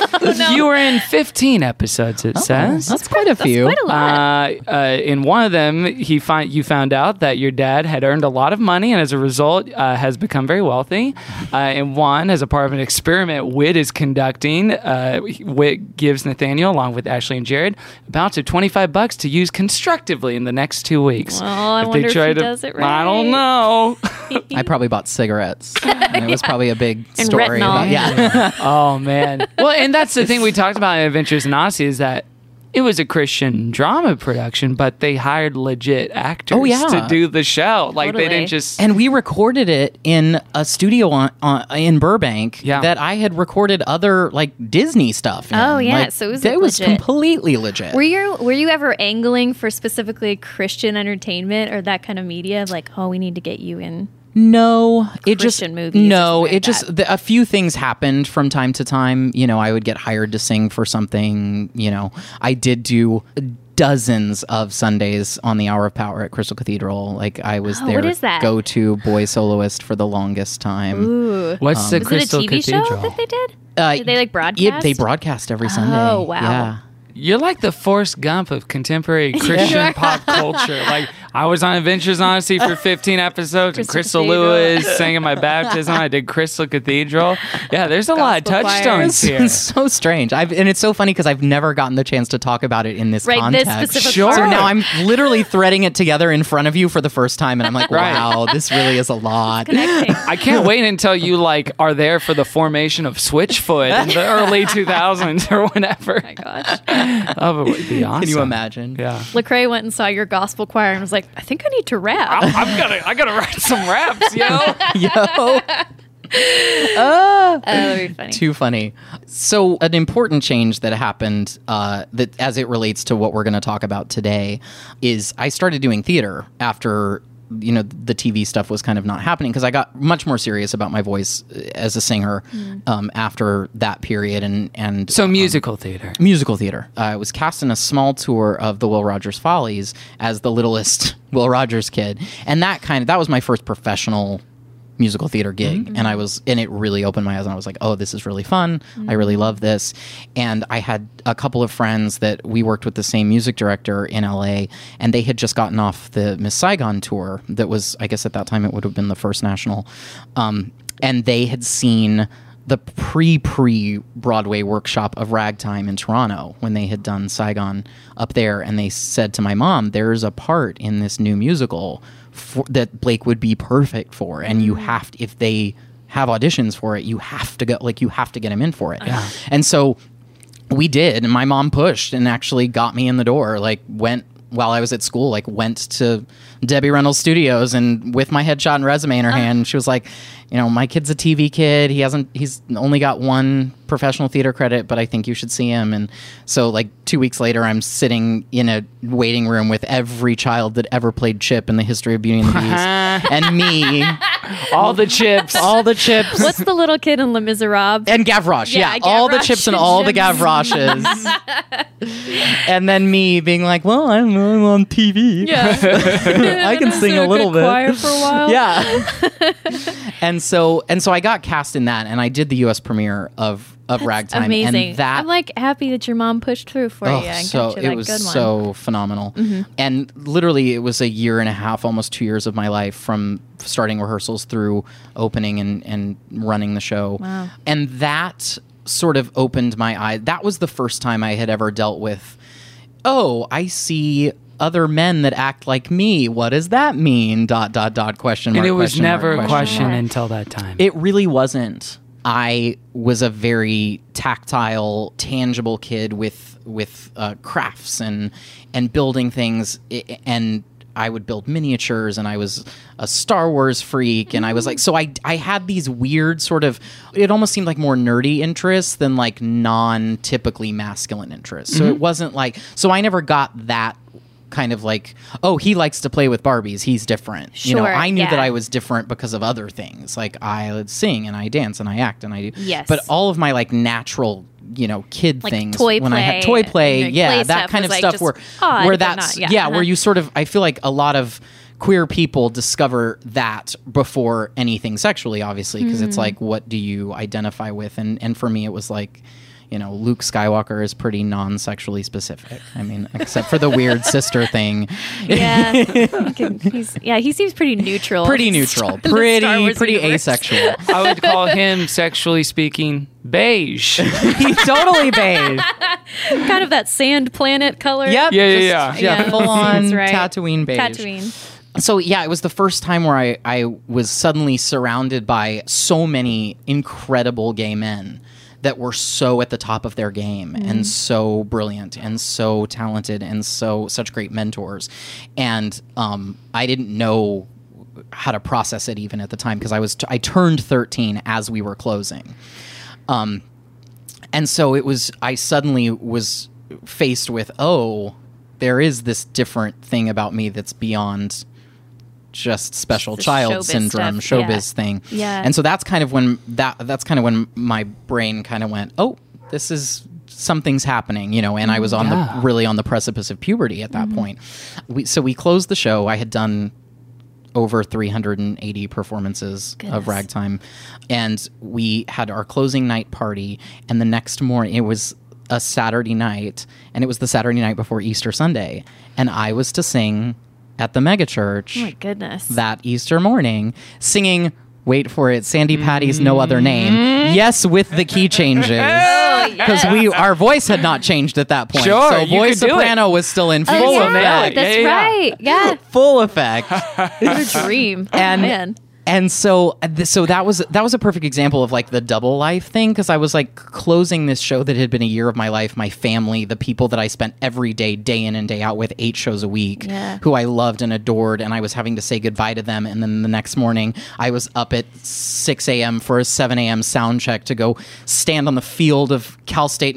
You were in 15 episodes, it says. That's quite a few. Quite a lot. Uh, uh, in one of them, he find you found out that your dad had earned a lot of money, and as a result, uh, has become very wealthy. Uh, in one, as a part of an experiment Wit is conducting, uh, Wit gives Nathaniel, along with Ashley and Jared, a bounce of twenty five bucks to use constructively in the next two weeks. Well, I wonder if he does it I don't right. know. (laughs) I probably bought (laughs) cigarettes. And it was probably a big And story. retinol. About, yeah. Oh man. Well, and that's the thing we talked about in Adventures in Odyssey is that it was a Christian drama production, but they hired legit actors Oh, yeah. to do the show. Like they Totally. didn't just and we recorded it in a studio on, on, in Burbank Yeah. that I had recorded other like Disney stuff. in. Oh, yeah, Like, so it was that was legit. completely legit. Were you were you ever angling for specifically Christian entertainment or that kind of media? Like, oh, we need to get you in. No, it Christian just movies or no, something like it just that. the, a few things happened from time to time. You know, I would get hired to sing for something. You know, I did do dozens of Sundays on the Hour of Power at Crystal Cathedral. Like I was Oh, their what is that? go-to boy soloist for the longest time. Ooh. What's the Was it a Crystal TV show Cathedral? that they did? Uh, did they like broadcast? Yeah, they broadcast every Sunday. Oh, wow. Yeah. (laughs) You're like the Forrest Gump of contemporary Christian pop culture. Like I was on Adventures in Odyssey for 15 episodes. and Crystal Crystal Cathedral. Lewis sang in my baptism. I did Crystal Cathedral. Yeah, there's a lot of Gospel choirs. touchstones (laughs) here. It's so strange. I've, and it's so funny because I've never gotten the chance to talk about it in this Right, this context. specific Sure. So part. now I'm literally threading it together in front of you for the first time, and I'm like, (laughs) Right. wow, this really is a lot. (laughs) Connecting. I can't wait until you like are there for the formation of Switchfoot in the early 2000s or whenever. Oh my gosh. Oh, it would be awesome. Can you imagine? Yeah. Lecrae went and saw your gospel choir and was like, I think I need to rap. I'm gonna, I gotta write some raps, (laughs) yo. Yo. Oh, that would be (laughs) funny. Too funny. So, an important change that happened uh, that, as it relates to what we're going to talk about today, is I started doing theater after you know the TV stuff was kind of not happening because I got much more serious about my voice uh, as a singer Mm. um, after that period and and (laughs) So musical theater. musical theater. I was cast in a small tour of the Will Rogers Follies as the littlest (laughs) Will Rogers kid, and that kind of that was my first professional musical theater gig, and I was and it really opened my eyes, and I was like, oh, this is really fun. I really love this, and I had a couple of friends that we worked with the same music director in LA, and they had just gotten off the Miss Saigon tour that was, I guess at that time it would have been the first national, um, and they had seen the pre pre Broadway workshop of ragtime in Toronto when they had done Saigon up there, and they said to my mom, "There's a part in this new musical for, that Blake would be perfect for, and you have to if they have auditions for it, you have to go like you have to get him in for it." And so we did and my mom pushed and actually got me in the door like went while i was at school like went to debbie reynolds studios and with my headshot and resume in her hand she was like you know my kid's a tv kid he hasn't he's only got one professional theater credit but i think you should see him and so like two weeks later i'm sitting in a waiting room with every child that ever played chip in the history of beauty and the Uh-huh. beast and me All the chips. all the chips What's the little kid in Les (laughs) Miserables? and Gavroche, yeah, Yeah, all the Gavroche chips and and all the chips. (laughs) Gavroches, and then me being like, "Well, I'm, I'm on TV. I can sing a little bit." Choir for a (laughs) while. Yeah. (laughs) and so and so, I got cast in that, and I did the U.S. premiere of of Ragtime, Amazing. and that Oh, I'm like happy that your mom pushed through for you and so got you it that was good one. (laughs) Mm-hmm. so phenomenal, and literally it was a year and a half, almost two years of my life from starting rehearsals through opening and and running the show, Wow. and that sort of opened my eye. That was the first time I had ever dealt with. Oh, I see other men that act like me. What does that mean? Dot dot dot question mark. and it was question mark, never a question question until that time. it really wasn't. I was a very tactile, tangible kid with with uh, crafts and and building things, I- and I would build miniatures, and I was a Star Wars freak, and I was like, so I I had these weird sort of. It almost seemed like more nerdy interests than like non typically masculine interests. So Mm-hmm. it wasn't like so I never got that kind of like oh he likes to play with barbies he's different you know Sure, i knew that yeah. i was was different because of other things. Like I sing and I dance and I act and I do. Yes. But all of my like natural, you know, kid Like things toy when I had play toy and play, your yeah, play that stuff kind was, of like, stuff just where odd, where but that's not- yeah, yeah, where uh-huh. you sort of I feel like a lot of queer people discover that before anything sexually obviously because Mm. it's like what do you identify with and and for me it was like you know, Luke Skywalker is pretty non-sexually specific. I mean, except for the weird sister thing. (laughs) (laughs) yeah. He can- he's, yeah, he seems pretty neutral. (laughs) Pretty neutral, Star pretty Wars pretty universe. asexual. I would call him, sexually speaking, beige. He's (laughs) totally beige. kind of that sand planet color. Yep. Yeah, yeah, just- yeah. Yeah, Full on seems right. Tatooine beige. Tatooine. So yeah, it was the first time where I, I was suddenly surrounded by so many incredible gay men that were so at the top of their game Mm-hmm. and so brilliant and so talented and so such great mentors. And um, I didn't know how to process it even at the time because I was t- I turned 13 as we were closing. Um, and so it was i suddenly was faced with oh there is this different thing about me that's beyond just special The child showbiz syndrome stuff, yeah. showbiz thing Yeah. and so that's kind of when that that's kind of when my brain kind of went oh this is something's happening you know and i was on the really on the precipice of puberty at that Mm-hmm. point we, so we closed the show i had done over 380 performances of ragtime and we had our closing night party and the next morning it was a saturday night and it was the saturday night before easter sunday and i was to sing at the megachurch Oh my goodness. that Easter morning singing Wait for it, Sandy Patty's no other name. Yes, with the key changes. (laughs) Because we our voice had not changed at that point. Sure, so you voice could do it. soprano was still in Oh, full yeah, effect. That's Yeah, yeah, yeah. right. Yeah. full effect. Your (laughs) dream. Oh, And- Man. and so th- so that was that was a perfect example of like the double life thing because I was like closing this show that had been a year of my life, my family, the people that I spent every day, day in and day out with, eight shows a week, Yeah. who I loved and adored, and I was having to say goodbye to them. And then the next morning, I was up at six a.m. for a seven a.m. sound check to go stand on the field of Cal State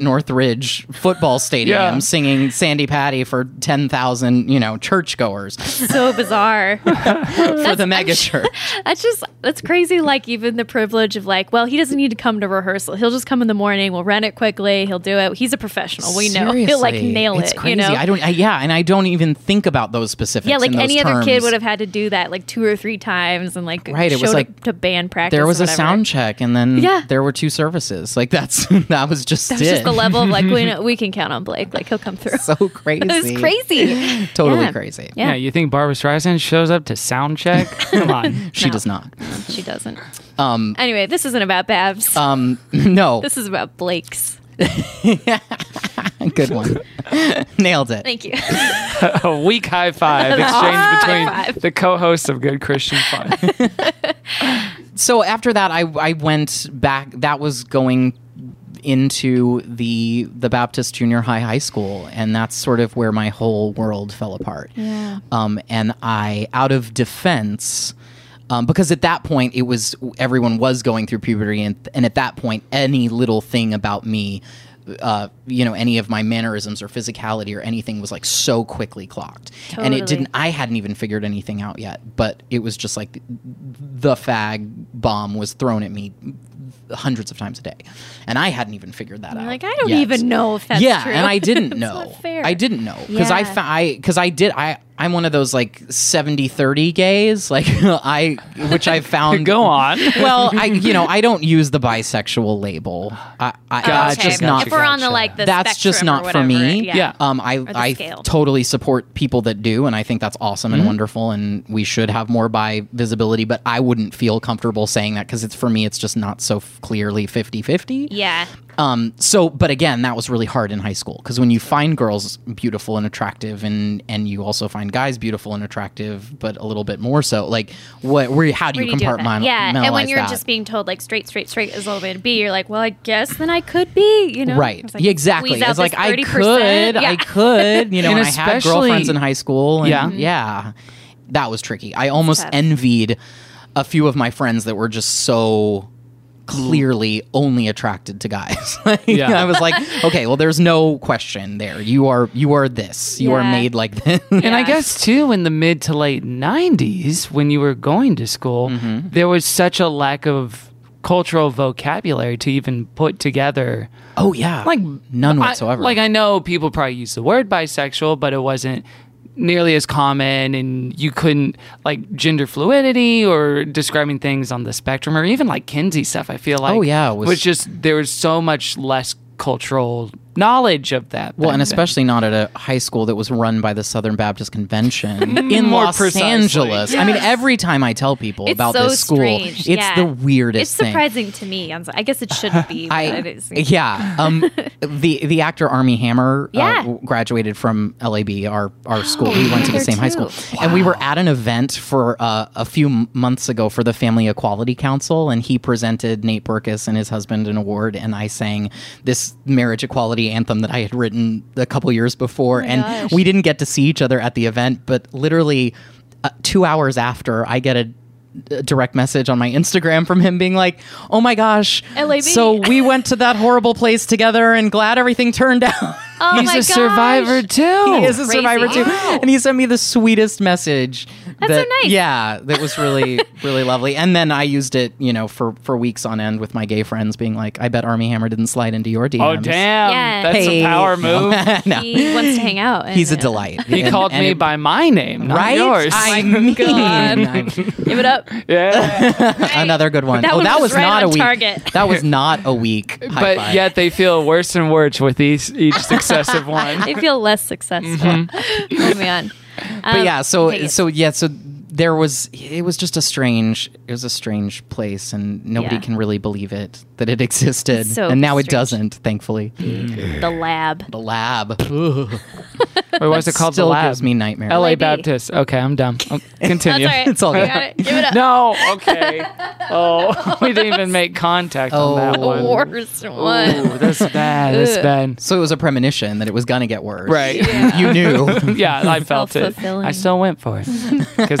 (laughs) Northridge football stadium Yeah. singing "Sandy Patty" for ten thousand, you know, churchgoers (laughs) So bizarre. for the mega church. That's just that's crazy. Like even the privilege of like, well, he doesn't need to come to rehearsal. He'll just come in the morning. We'll rent it quickly. He'll do it. He's a professional. We know he'll like Seriously. nail it's it. Crazy. You know, I don't. I, yeah, and I don't even think about those specifics. yeah, like in those any other kid terms. would have had to do that like two or three times and like Right, it was showed like- up to band practice. There or was a whatever. sound check, and then Yeah. there were two services. Like that's (laughs) that was just That it. was just (laughs) the level of like we know, we can count on Blake. Like he'll come through. (laughs) so crazy. it was (laughs) crazy. Totally Yeah. crazy. Yeah. you think Barbara Streisand shows up to sound check? Come (laughs) on. She does not. She doesn't. Um. Anyway, this isn't about Babs. Um, (laughs) no, this is about Blake's. (laughs) good one. (laughs) Nailed it. Thank you. (laughs) A weak high five exchange between five. the co-hosts of Good Christian Fun. so after that I, I went back that was going into the the Baptist junior high high school and that's sort of where my whole world fell apart yeah. um, and I out of defense um, because at that point it was everyone was going through puberty and, and at that point any little thing about me uh, you know any of my mannerisms or physicality or anything was like so quickly clocked and it Totally. didn't I hadn't even figured anything out yet, but it was just like the fag bomb was thrown at me hundreds of times a day, and I hadn't even figured that out. like I don't yet. even know if that's yeah, true. and (laughs) I didn't It's know. not fair. I didn't know because I Yeah. found I because I did I I'm one of those like 70-30 gays like (laughs) I which I found (laughs) Go on. Well, I you know I don't use the bisexual label. I, I that's Okay. just not If we're on the like the that's just spectrum not or for whatever, me. Yeah. Um, I the I scale. totally support people that do, and I think that's awesome and wonderful, and we should have more bi visibility. But I wouldn't feel comfortable saying that because it's for me, it's just not so f- clearly 50-50. Yeah. Um, so, but again, that was really hard in high school because when you find girls beautiful and attractive, and and you also find guys beautiful and attractive, but a little bit more so, like what? Where? How do Where you do you do that? compartmentalize yeah, and when you're that? just being told like straight, straight, straight is all the way to be, you're like, well, I guess then I could be, you know? Right. It's like, Yeah, exactly. squeeze out It's like this I 30%. could, Yeah. I could, (laughs) you know, And and I had especially- girlfriends in high school. And yeah. Yeah. Mm-hmm. Yeah. That was tricky. I almost envied a few of my friends that were just so clearly only attracted to guys. (laughs) Like, Yeah. I (laughs) was like, okay, well there's no question there. You are you are this. You are Yeah. made like this. And I Yeah. guess too, in the mid to late '90s, when you were going to school, Mm-hmm. there was such a lack of cultural vocabulary to even put together. (laughs) oh yeah. Like none I- whatsoever. like I know people probably use the word bisexual, but it wasn't nearly as common, and you couldn't like gender fluidity or describing things on the spectrum, or even like Kinsey stuff. I feel like Oh, yeah, it was- was just there was so much less cultural knowledge of that. Well, back and then. especially not at a high school that was run by the Southern Baptist (laughs) Convention in More Los precisely. Angeles. I mean, every time I tell people It's about so this school, strange. it's Yeah. the weirdest It's thing. surprising to me. I'm so- I guess it shouldn't be, but (sighs) I, it is. (laughs) yeah. (laughs) Um, the the actor Army Hammer uh, Yeah. w- graduated from LAB, our our school. we went to the there same high too. school, and we were at an event for uh, a few m- months ago for the Family Equality Council, and he presented Nate Burkus and his husband an award, and I sang this marriage equality anthem that I had written a couple years before, and we didn't get to see each other at the event, but literally uh, two hours after, I get a a direct message on my Instagram from him being like, "Oh my gosh, LAB. so we went to that horrible place together, and glad everything turned (laughs) out." Oh he's my a gosh. survivor too. he is a Oh, Crazy. survivor too, Wow. and he sent me the sweetest message. That's so nice. Yeah, that (laughs) was really really lovely. And then I used it, you know, for for weeks on end with my gay friends, being like, "I bet Army Hammer didn't slide into your DMs." Oh damn! Yeah. That's Hey. a power move. He wants to hang out. and- (laughs) uh, He's a delight. He And- called and me it- by my name, not right. yours. I mean, (laughs) Give it up. yeah. another good one. That oh, one that was was, right not on a week. target. That was not a week. but yet they feel (laughs) worse and worse with each, each successive one. Mm-hmm. They feel less successful. (laughs) Oh, man. but yeah, so okay, yes. so yeah, so there was it was just a strange it was a strange place and nobody Yeah. can really believe it that it existed. So and now it strange. Mm. doesn't, thankfully. the lab. The lab Wait, what was it called? still the lab. gives me nightmares. L.A. LAB. Baptist. Okay, I'm dumb. Oh, (laughs) That's Continue. all right. (laughs) It's all You good. (laughs) got it. Give it up. No. (laughs) Okay. Oh, (laughs) we didn't even make contact on that Oh. one. (laughs) Worst one. Ooh, that's (laughs) bad. That's bad. So it was a premonition that it was gonna get worse. Right. You (laughs) knew. Yeah, I felt it. Self-fulfilling. I still went for it because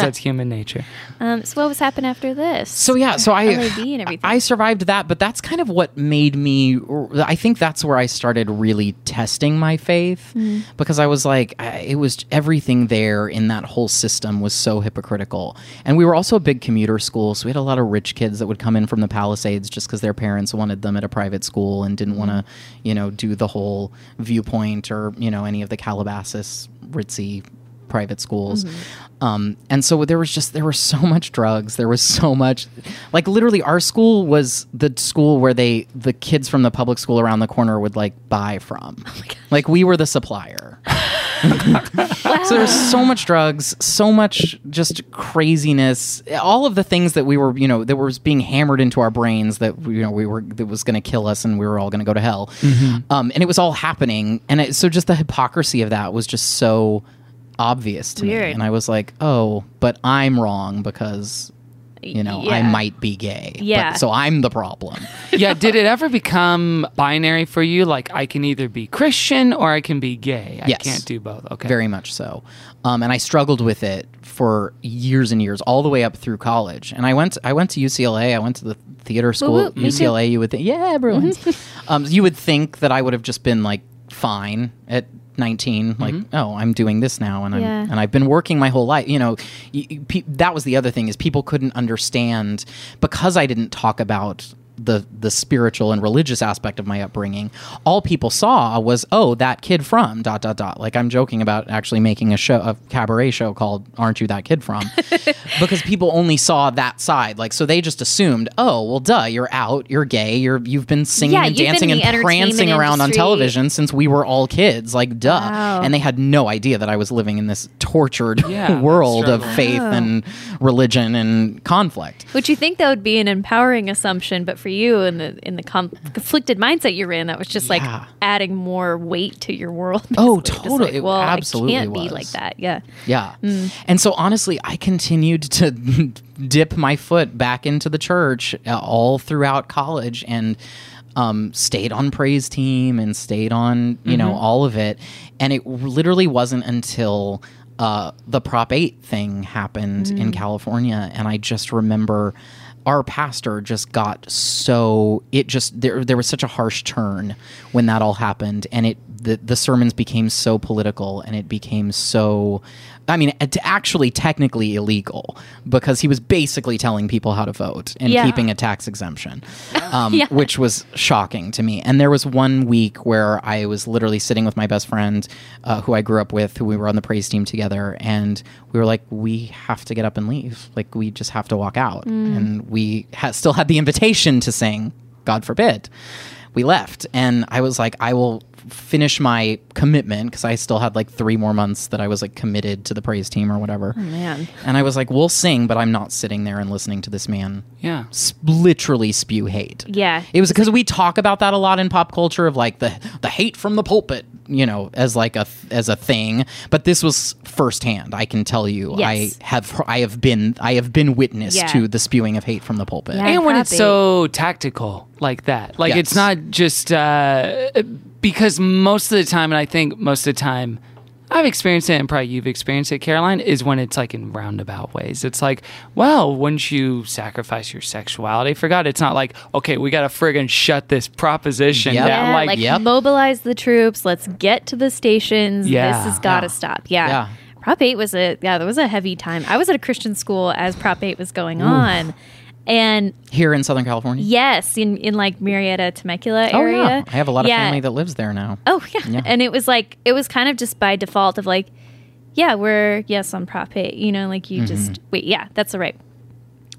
(laughs) that's human nature. Um, so what was happened after this? So yeah, so I LAB and everything. I survived that, but that's kind of what made me. I think that's where I started really testing my faith Mm-hmm. because I was like, I, it was everything there in that whole system was so hypocritical, and we were also a big commuter school, so we had a lot of rich kids that would come in from the Palisades just because their parents wanted them at a private school and didn't want to, Mm-hmm. you know, do the whole viewpoint or you know any of the Calabasas ritzy private schools. Um, and so there was just there was so much drugs. There was so much, like literally, our school was the school where they the kids from the public school around the corner would like buy from. like we were the supplier. So there's (sighs) so much drugs, so much just craziness, all of the things that we were, you know, that was being hammered into our brains that you know we were that was going to kill us and we were all going to go to hell, Mm-hmm. um, and it was all happening, and it, so just the hypocrisy of that was just so obvious to me, Weird. and I was like, oh, but I'm wrong because you know I Yeah. might be gay, but- Yeah. so I'm the problem. Yeah, did it ever become binary for you? Like I can either be Christian or I can be gay. I Yes. can't do both. Okay. Very much so. Um, and I struggled with it for years and years, all the way up through college. And I went, I went to UCLA. I went to the theater school at woo, me UCLA. You would think, yeah, everyone's. (laughs) um, you would think that I would have just been like fine at 19 like oh i'm doing this now and i'm Yeah. and i've been working my whole life you know y- y- pe- that was the other thing is people couldn't understand because i didn't talk about the the spiritual and religious aspect of my upbringing all people saw was oh that kid from dot dot dot like i'm joking about actually making a show a cabaret show called aren't you (laughs) that kid from because people only saw that side like so they just assumed oh well duh you're out you're gay you're you've been singing Yeah, and you've been in dancing and the entertainment prancing around on industry. television since we were all kids like duh Wow. and they had no idea that i was living in this tortured (laughs) Yeah, world of struggle. faith and religion and conflict Would you think that would be an empowering assumption, but for you in the in the com- conflicted mindset you're in, that was just Yeah. like adding more weight to your world. (laughs) Oh, basically. Just totally. It Like, well, absolutely I can't be was. like that. Yeah. Yeah. And so honestly, I continued to (laughs) dip my foot back into the church uh, all throughout college and um, stayed on praise team and stayed on, you know, all of it. And it literally wasn't until uh, the Prop 8 thing happened in California. And I just remember our pastor just got so it just there there was such a harsh turn when that all happened and it the, the sermons became so political and it became so i mean it- actually technically illegal because he was basically telling people how to vote and Yeah. keeping a tax exemption um, which was shocking to me and there was one week where i was literally sitting with my best friend uh, who i grew up with who we were on the praise team together and we were like we have to get up and leave like we just have to walk out and we ha- still had the invitation to sing god forbid we left and i was like i will finish my commitment because i still had like three more months that i was like committed to the praise team or whatever Man. and i was like we'll sing but i'm not sitting there and listening to this man Yeah. s- literally spew hate Yeah. it was because we talk about that a lot in pop culture of like the the hate from the pulpit, you know, as like a as a thing. But this was firsthand. I can tell you, Yes. I have I have been I have been witness Yeah. to the spewing of hate from the pulpit. Yeah. and when it's happy. so tactical like that like it's Yes. not just uh, because most of the time and i think most of the time i've experienced it and probably you've experienced it caroline is when it's like in roundabout ways it's like well once you sacrifice your sexuality for god it's not like okay we gotta friggin' shut this proposition Yep. down Yeah, like, Uh, like, Yep. mobilize the troops. Let's get to the stations. Yeah. This has got to Yeah. stop. Yeah. Yeah. Prop 8 was a, yeah, that was a heavy time. I was at a Christian school as Prop 8 was going on. And Here in Southern California. yes, in, in like Marietta, Temecula Oh area. yeah, I have a lot of Yeah. family that lives there now. Oh yeah. And it was like it was kind of just by default of Mm-hmm. like, yeah, we're yes on Prop 8, you know, like you just wait, yeah, that's the right.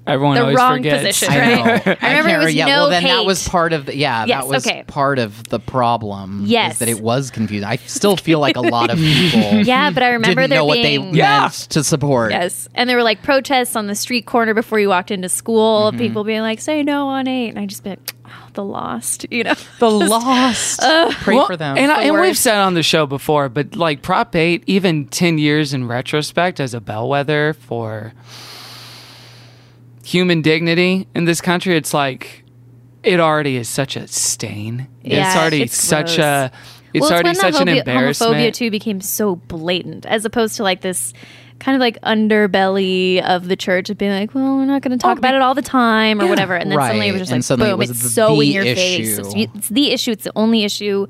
Everyone the always wrong forgets. position, I right? know. (laughs) remember can't it was re- yeah, no well, then that was hate. part of the, yeah, Yes, that was okay. part of the problem. is Yes. that it was confusing. I still feel like a (laughs) lot of people Yeah, but I remember (laughs) didn't there know what they being meant Yeah. to support. Yes. And there were like protests on the street corner before you walked into school, Mm-hmm. people being like, say no on eight. And I just be like, oh, the lost, you know? The lost. Pray uh, Well, for them. And, I, The and we've worst. said on the show before, but like Prop 8, even 10 years in retrospect, as a bellwether for human dignity in this country, it's like it already is such a stain. it's Yeah, already it's such gross. a. It's well, already it's when such the an homo- embarrassment. homophobia too became so blatant as opposed to like this kind of like underbelly of the church of being like, well, we're not going to talk about it all the time or whatever. And then suddenly it was Oh, right. just And like, suddenly it boom, was it's the so in your face. issue. It's, it's the issue. It's the only issue.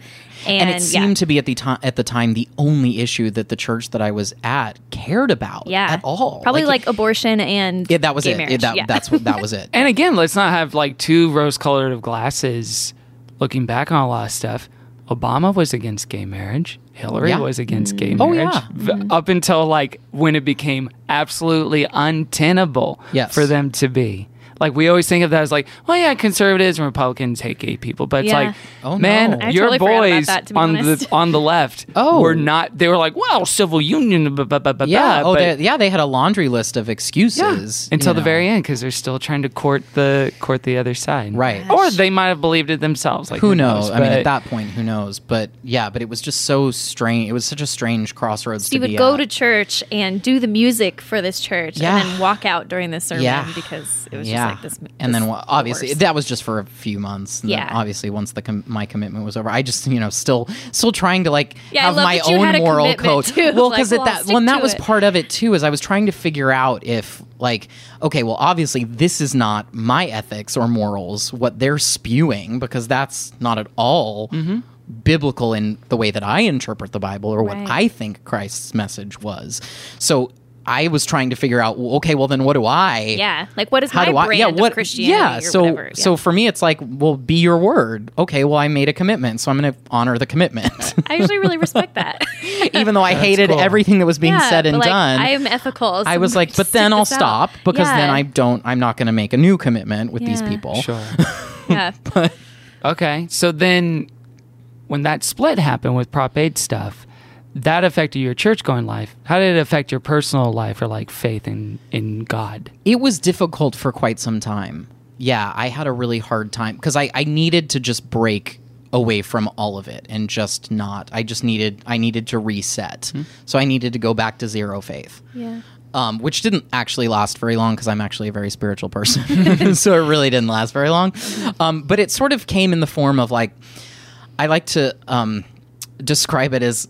And, and it seemed yeah. to be at the time at the time the only issue that the church that I was at cared about yeah. at all. Probably like, abortion and it, that was gay it. It- marriage. that, yeah. That's what that (laughs) was it. (laughs) And again, let's not have like two rose colored of glasses looking back on a lot of stuff. Obama was against gay marriage. Hillary Yeah. was against gay Oh, marriage. yeah. V- Up until like when it became absolutely untenable Yes. for them to be. Like we always think of that as like, well, yeah, conservatives and Republicans hate gay people, but it's Yeah. like, Oh, man, no. I your totally forgot about boys that, to be on the honest. on the left (laughs) Oh. were not. They were like, well, civil union, blah, blah, blah, blah, yeah. blah, oh, but- they, yeah. They had a laundry list of excuses until you the know. very end because they're still trying to court the court the other side, Right. Or they might have believed it themselves. Like Who knows? I mean, But at that point, who knows? But yeah, but it was just so strange. It was such a strange crossroads. So you to would be go at. to church and do the music for this church Yeah. and then walk out during the sermon Yeah. because it was just yeah, like this. and then this- wa- obviously worst. that was just for a few months. And then Yeah. obviously once the com- my commitment was over, I just you know still still trying to like Yeah, I have love my that you had own a moral code. commitment, too. (laughs) Well, Like, because well, at I'll that stick well, and to that was it. part of it too. Is I was trying to figure out if like okay, well obviously this is not my ethics or morals what they're spewing because that's not at all. Mm-hmm. Biblical in the way that I interpret the Bible or what Right. I think Christ's message was. So I was trying to figure out, well, okay, well, then what do I yeah, like what is my brand of Christianity? yeah or so whatever? Yeah. so for me it's like well be your word okay well i made a commitment so i'm gonna honor the (laughs) commitment (laughs) I actually really respect that. even though i hated cool. everything that was (laughs) being Yeah, said but, and like, done I am ethical. so I was (laughs) I'm like, gonna but stick then I'll this out." stop because then Yeah. I don't. I'm not going to make a new commitment with these Yeah. people. sure. (laughs) Yeah. okay, so then when that split happened with Prop Eight stuff, that affected your church going life. How did it affect your personal life or like faith in in God? It was difficult for quite some time. Yeah, I had a really hard time because I, I needed to just break away from all of it and just not. I just needed. I needed to reset. Hmm. So I needed to go back to zero faith. yeah. um, which didn't actually last very long because I'm actually a very spiritual (laughs) person. (laughs) so it really didn't last very long. Um, but it sort of came in the form of like, I like to um, describe it as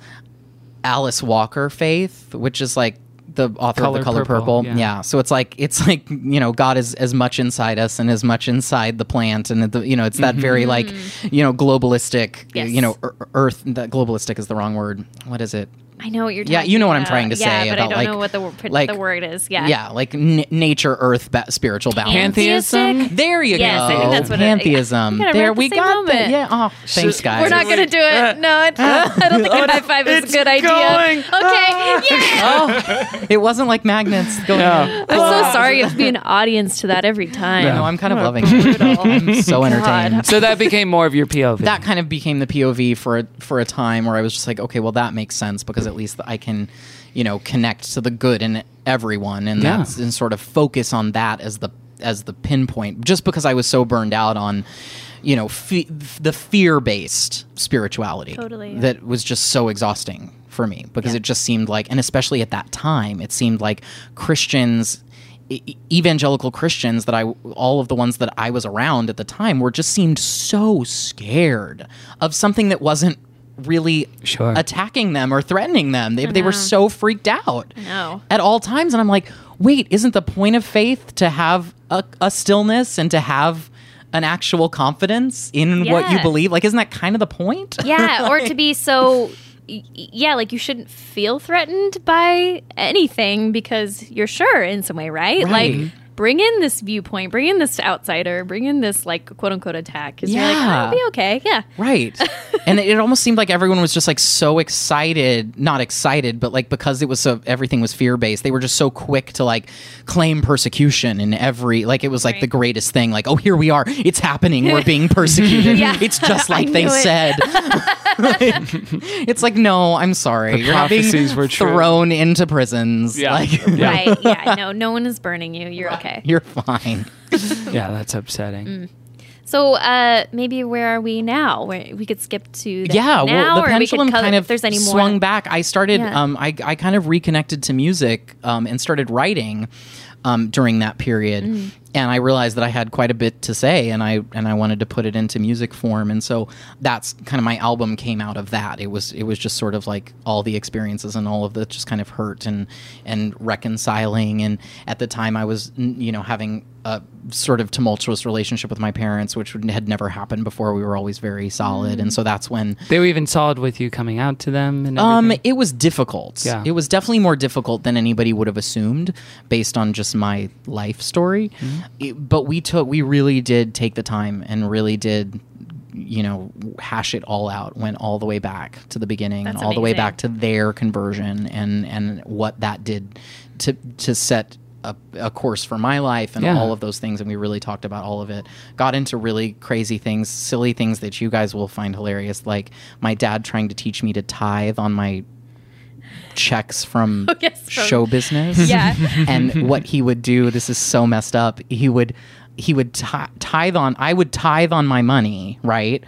Alice Walker faith, which is like the author Color of the color Purple, purple. yeah. yeah. So it's like it's like you know God is as much inside us and as much inside the plant and the you know it's that Mm-hmm. very like you know globalistic Yes. you know ear- earth that globalistic is the wrong word. What is it? I know what you're. Yeah, talking you know what I'm about. trying to yeah, say but about, I don't like- know what the, wor- like- the word is. Yeah. like n- nature, earth, ba- spiritual balance. Pantheism? There you Yes, go. I think that's what it- Pantheism. I got it right there at the we same got that. moment. Yeah. Oh, thanks, guys. We're not gonna do (laughs) it. No, I I don't think a high five is a good idea. going. (laughs) Okay. Yeah. it wasn't like magnets. Go ahead. I'm so sorry. You have to be an audience to that every time. No, I'm kind (laughs) of loving it. I'm so entertained. So that became more of your POV. That kind of became the POV for a, for a time where I was just like, okay, well that makes sense because at least I can, you know, connect to the good in everyone and Yeah. that's and sort of focus on that as the as the pinpoint just because I was so burned out on you know fe- the fear-based spirituality Totally, yeah. that was just so exhausting for me because it just seemed like and especially at that time it seemed like Christians e- e- evangelical Christians that I all of the ones that I was around at the time were just seemed so scared of something that wasn't really Sure. attacking them or threatening them they, they Mm-hmm. were so freaked out know. at all times. And I'm like, wait, isn't the point of faith to have a, a stillness and to have an actual confidence in what you Yeah. believe? Like, isn't that kind of the point? (laughs) Yeah, or to be so. y- Yeah, like you shouldn't feel threatened by anything because you're sure in some way, right? Right. Like bring in this viewpoint, bring in this outsider, bring in this like quote unquote attack. Yeah, (laughs) Yeah. you're like, oh, it'll be okay. Yeah, right. and it, it almost seemed like everyone was just like so excited, not excited, but like because it was so everything was fear based, they were just so quick to like claim persecution in every like it was like the greatest thing. Like, oh, here we are, it's happening, (laughs) we're being persecuted. Yeah. It's just I like they knew it. (laughs) said. (laughs) Like, it's like no, I'm sorry, The you're not prophecies being were true. thrown into prisons. Yeah. Like, Yeah. Right. Yeah. No, no one is burning you. You're okay. (laughs) you're fine. yeah, that's upsetting. So uh, maybe where are we now? Where we could skip to the now, yeah well the or we could pendulum color- kind if of there's any more swung than- back i started Yeah. um I, I kind of reconnected to music um and started writing um during that period Mm. and i realized that i had quite a bit to say and i and i wanted to put it into music form and so that's kind of my album came out of that it was it was just sort of like all the experiences and all of the just kind of hurt and and reconciling and at the time i was n- you know having a sort of tumultuous relationship with my parents which would- had never happened before we were always very solid Mm. and so that's when They were even solid with you coming out to them and um, everything? it was difficult. Yeah. It was definitely more difficult than anybody would have assumed based on just my life story. Mm-hmm. It- but we took, we really did take the time and really did, you know, hash it all out. Went all the way back to the beginning and That's all the way amazing. back to their conversion and and what that did to to set. A, a course for my life and Yeah. all of those things and we really talked about all of it got into really crazy things silly things that you guys will find hilarious like my dad trying to teach me to tithe on my checks from (laughs) yes, from- show business. Yeah. and what he would do, this is so messed up. He would he would ti- tithe on I would tithe on my money, right?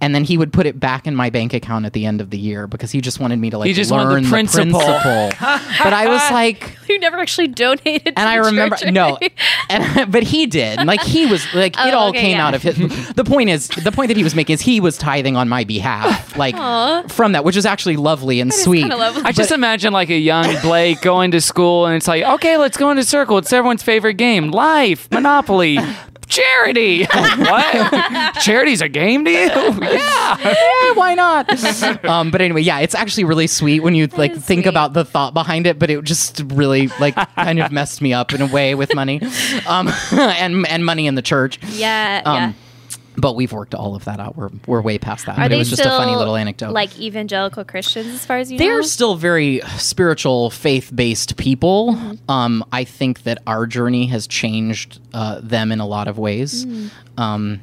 And then he would put it back in my bank account at the end of the year because he just wanted me to like He just learn wanted the principle. principle. but I was like (laughs) You never actually donated. to and I the remember church, no, right? (laughs) and, but he did. Like he was like it Oh, all okay, came yeah. out of his. The point is, the point that he was making is he was tithing on my behalf, like from that, which is actually lovely and (laughs) sweet. kinda lovely. I just imagine like a young Blake going to school and it's like, okay, let's go into circle. It's everyone's favorite game. Life, (laughs) Monopoly, charity. (laughs) what? Charity's a game to you? (laughs) yeah. Eh, why not? (laughs) um, but anyway, yeah, it's actually really sweet when you like is think sweet. about the thought behind it. But it just (laughs) really like kind of messed me up in a way with money, um, (laughs) and and money in the church. Yeah. Um, yeah. But we've worked all of that out. We're we're way past that. Are but they it was just a still funny little anecdote. like evangelical Christians, as far as you know? they're still very spiritual, faith based people. Mm-hmm. Um, I think that our journey has changed uh, them in a lot of ways, Mm. um,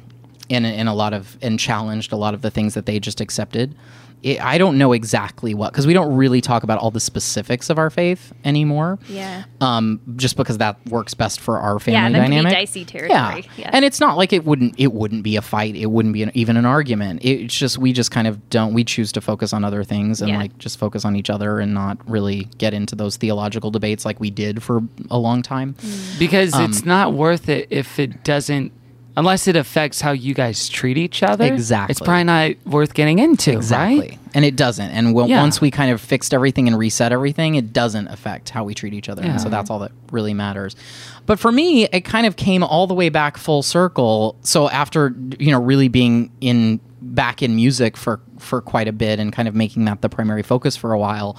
in, in a lot of and challenged a lot of the things that they just accepted. It, I don't know exactly what because we don't really talk about all the specifics of our faith anymore. Yeah. Um, just because that works best for our family Yeah, that can be dynamic. dicey territory. Yeah. Yeah. and it's not like it wouldn't it wouldn't be a fight. It wouldn't be an, even an argument. It- It's just we just kind of don't. We choose to focus on other things and Yeah. like just focus on each other and not really get into those theological debates like we did for a long time. Mm. Because Um, it's not worth it if it doesn't unless it affects how you guys treat each other. Exactly. It's probably not worth getting into, Exactly. right? And it doesn't. And w- Yeah. once we kind of fixed everything and reset everything, it doesn't affect how we treat each other. Yeah. And so that's all that really matters. But for me, it kind of came all the way back full circle. So after, you know, really being in back in music for for quite a bit and kind of making that the primary focus for a while,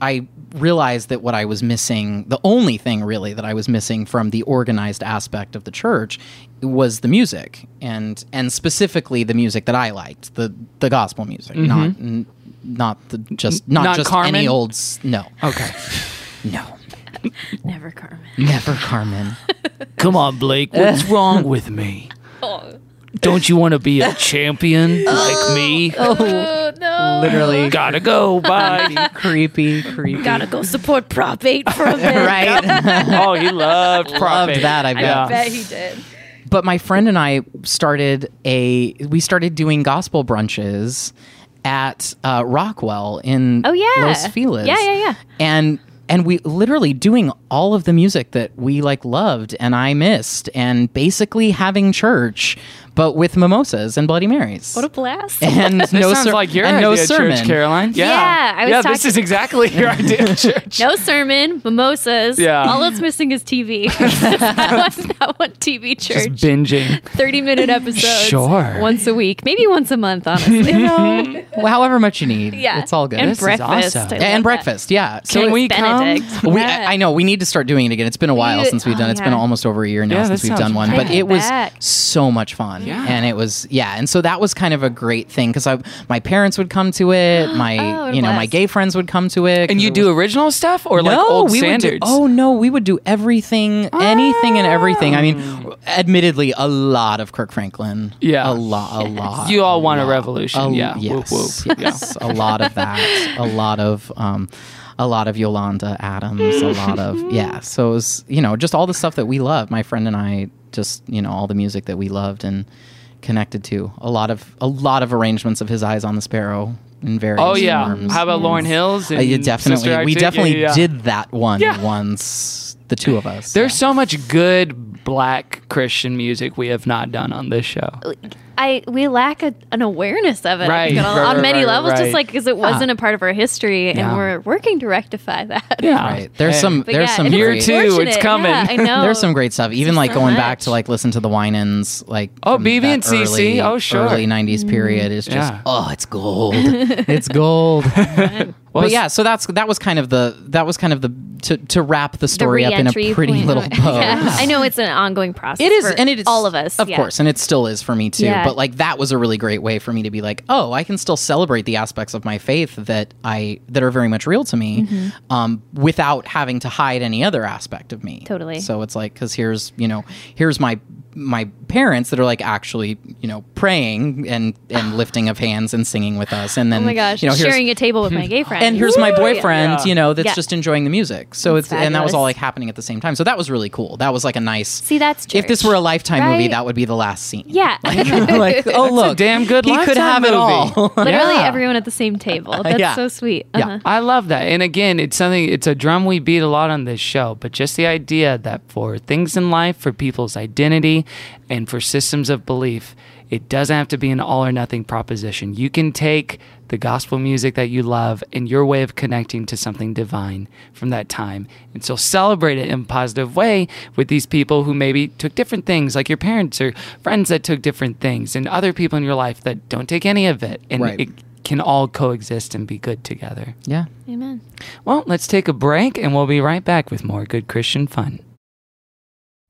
I realized that what I was missing, the only thing really that I was missing from the organized aspect of the church was the music and and specifically the music that I liked, the the gospel music, not n- not the just not, not just Carmen? any old s- no. Okay. No. Never Carmen. Never Carmen. Come on, (laughs) Blake. What's wrong with me? Oh, Don't you want to (laughs) be a champion like me? oh, no. Literally Gotta go. Bye. creepy, creepy. Gotta go support Prop 8 for a bit. (laughs) right. oh, he loved Loved that, I bet. Yeah. Bet he did. (laughs) But my friend and I started a we started doing gospel brunches at uh, Rockwell in Oh, yeah. Los Feliz. Yeah, yeah, yeah. And and we literally doing all of the music that we like loved and I missed and basically having church but with mimosas and bloody marys. What a blast. and This no sounds ser- like your and idea no of sermon. church, Caroline. Yeah, Yeah, I was yeah. This talking- (laughs) is exactly your idea of (laughs) church. No sermon, mimosas. Yeah. All that's missing is (laughs) TV. that, one, that one TV Just church. binging. 30 minute episodes. Sure. Once a week. Maybe once a month, honestly. Well, however much you need. yeah. It's all good. And This is breakfast. I awesome. And love And that. breakfast, yeah. So Can it- we (laughs) come? Benedict. We, Yeah. I, I know we need to start doing it again. It's been a while You- since we've oh, done. it. It's yeah. been almost over a year now Yeah, since that we've sounds done one, fun. but Take it it was back. so much fun. Yeah. and it was yeah and so that was kind of a great thing because i my parents would come to it (gasps) my Oh, you know my blessed. gay friends would come to it And you do original stuff or like no, old we standards? Would do, oh no, we would do everything, anything, and everything. I mean, admittedly, a lot of Kirk Franklin. Ah. Yeah. a lot, a lot. You all a want a lot. revolution, yeah. Whoop, Yes, whoop. Yeah. yes, a lot of that. A lot of, um, a lot of Yolanda Adams. A lot of (laughs) yeah. So it was you know just all the stuff that we love. My friend and I just you know all the music that we loved and connected to. A lot of a lot of arrangements of his eyes on the sparrow. In various Oh, yeah. forms. How about Lauren Hills? And Uh, yeah, definitely. Sister Act we Two? definitely Yeah, yeah, yeah. did that one Yeah. once, the two of us. There's so much good black Christian music we have not done on this show. I we lack a, an awareness of it I Right, think, right, on, on right, many right, levels, right. just like because it wasn't a part of our history, Yeah. and we're working to rectify that. Yeah. right. There's Hey. some. But there's yeah, some. and Year great, two, it's unfortunate. coming. Yeah, I know. There's some great stuff. Even like so going back much. to like listen to the Winans, like Oh, from BB that and CC. early- Oh, sure. early Mm. '90s period is just Yeah. oh, (laughs) it's gold. it's gold. Well, but yeah, so that's that was kind of the that was kind of the to, to wrap the story up in a re-entry pretty point. little bow. (laughs) (laughs) Yeah. I know it's an ongoing process. It is, for and it is all of us, of yeah. course, and it still is for me too. Yeah. But like that was a really great way for me to be like, oh, I can still celebrate the aspects of my faith that I that are very much real to me, Mm-hmm. um, without having to hide any other aspect of me. Totally. So it's like, because here's you know, here's my my parents that are like actually you know praying and (sighs) and lifting of hands and singing with us, and then Oh my gosh, you know here's- sharing a table with my gay friend. (laughs) and here's my Woo! boyfriend, Yeah. you know, that's Yeah. just enjoying the music. So it's and that was fabulous. all like happening at the same time. So that was really cool. That was like a nice. See, that's if this church, were a lifetime movie, right? that would be the last scene. Yeah. (laughs) like (laughs) oh That's a look, damn good He could Lifetime have it movie. all. Literally (laughs) Yeah. everyone at the same (laughs) table. That's Yeah. so sweet. Yeah. Uh-huh. I love that. And again, it's something, it's a drum we beat a lot on this show, but just the idea that for things in life, for people's identity, and for systems of belief, it doesn't have to be an all or nothing proposition. You can take the gospel music that you love and your way of connecting to something divine from that time and so celebrate it in a positive way with these people who maybe took different things like your parents or friends that took different things and other people in your life that don't take any of it and Right. it can all coexist and be good together yeah. (laughs) Amen. well, let's take a break and we'll be right back with more good Christian fun.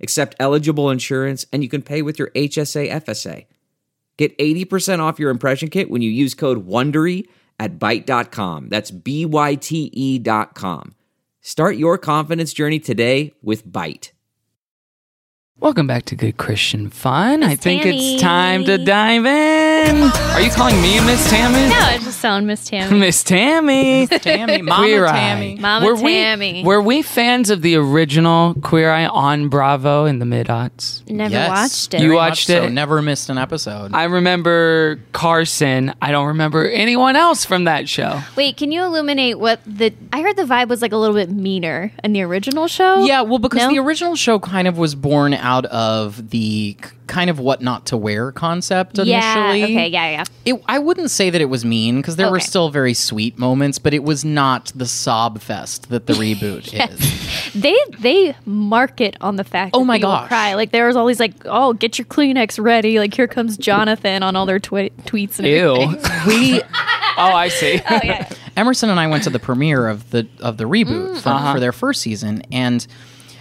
accept eligible insurance, and you can pay with your HSA FSA. Get 80% off your impression kit when you use code WONDERY at Byte.com. That's B-Y-T-E E dot com. Start your confidence journey today with Byte. Welcome back to Good Christian Fun. I Miss think Tammy. it's time to dive in. (laughs) Are you calling me Miss Tammy? No, Oh, I just sound Miss (laughs) Tammy. Miss Tammy. Tammy, Mama Queer Eye. Tammy. Mama were Tammy. We, were we fans of the original Queer Eye on Bravo in the mid aughts? Never Yes. watched it. You Very watched much so. it? Never missed an episode. I remember Carson. I don't remember anyone else from that show. Wait, can you illuminate what the? I heard the vibe was like a little bit meaner in the original show. Yeah, well, because No? the original show kind of was born out of the k- kind of what not to wear concept initially. Yeah. Okay. Yeah. Yeah. It, I wouldn't say that it was mean because there were Okay. still very sweet moments, but it was not the sob fest that (laughs) the reboot is. They they market on the fact. Oh that my people gosh. Cry like there was all these like oh get your Kleenex ready like here comes Jonathan on all their twi- tweets and Ew. everything. We Oh, I see. Emerson and I went to the premiere of the of the reboot Mm, for, uh-huh. for their first season, and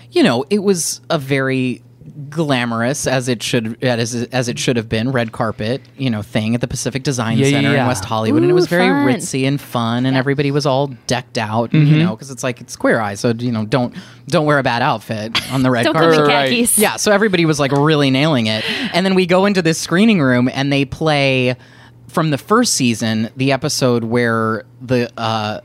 you know it was a very glamorous as it should as as it should have been red carpet you know thing at the Pacific Design Yeah, yeah, Center yeah. in West Hollywood, and it Ooh, was very fun. ritzy and fun, and everybody was all decked out, and, Mm-hmm. you know, because it's like it's queer eye, so you know don't don't wear a bad outfit on the red Don't come carpet. in Right. khakis. Yeah, so everybody was like really nailing it. And then we go into this screening room and they play from the first season, the episode where the uh,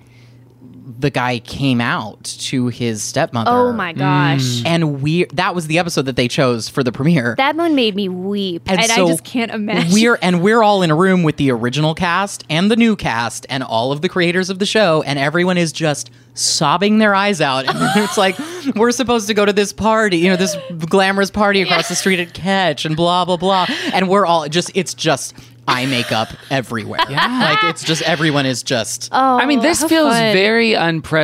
the guy came out to his stepmother. Oh my gosh. And we that was the episode that they chose for the premiere. That one made me weep. And, I so just can't imagine. We're and we're all in a room with the original cast and the new cast and all of the creators of the show, and everyone is just sobbing their eyes out. And (laughs) it's like we're supposed to go to this party, you know, this glamorous party across the street at Catch, and blah blah blah. And we're all just it's just eye makeup everywhere. Like it's just everyone is just Oh, I mean, this feels fun. very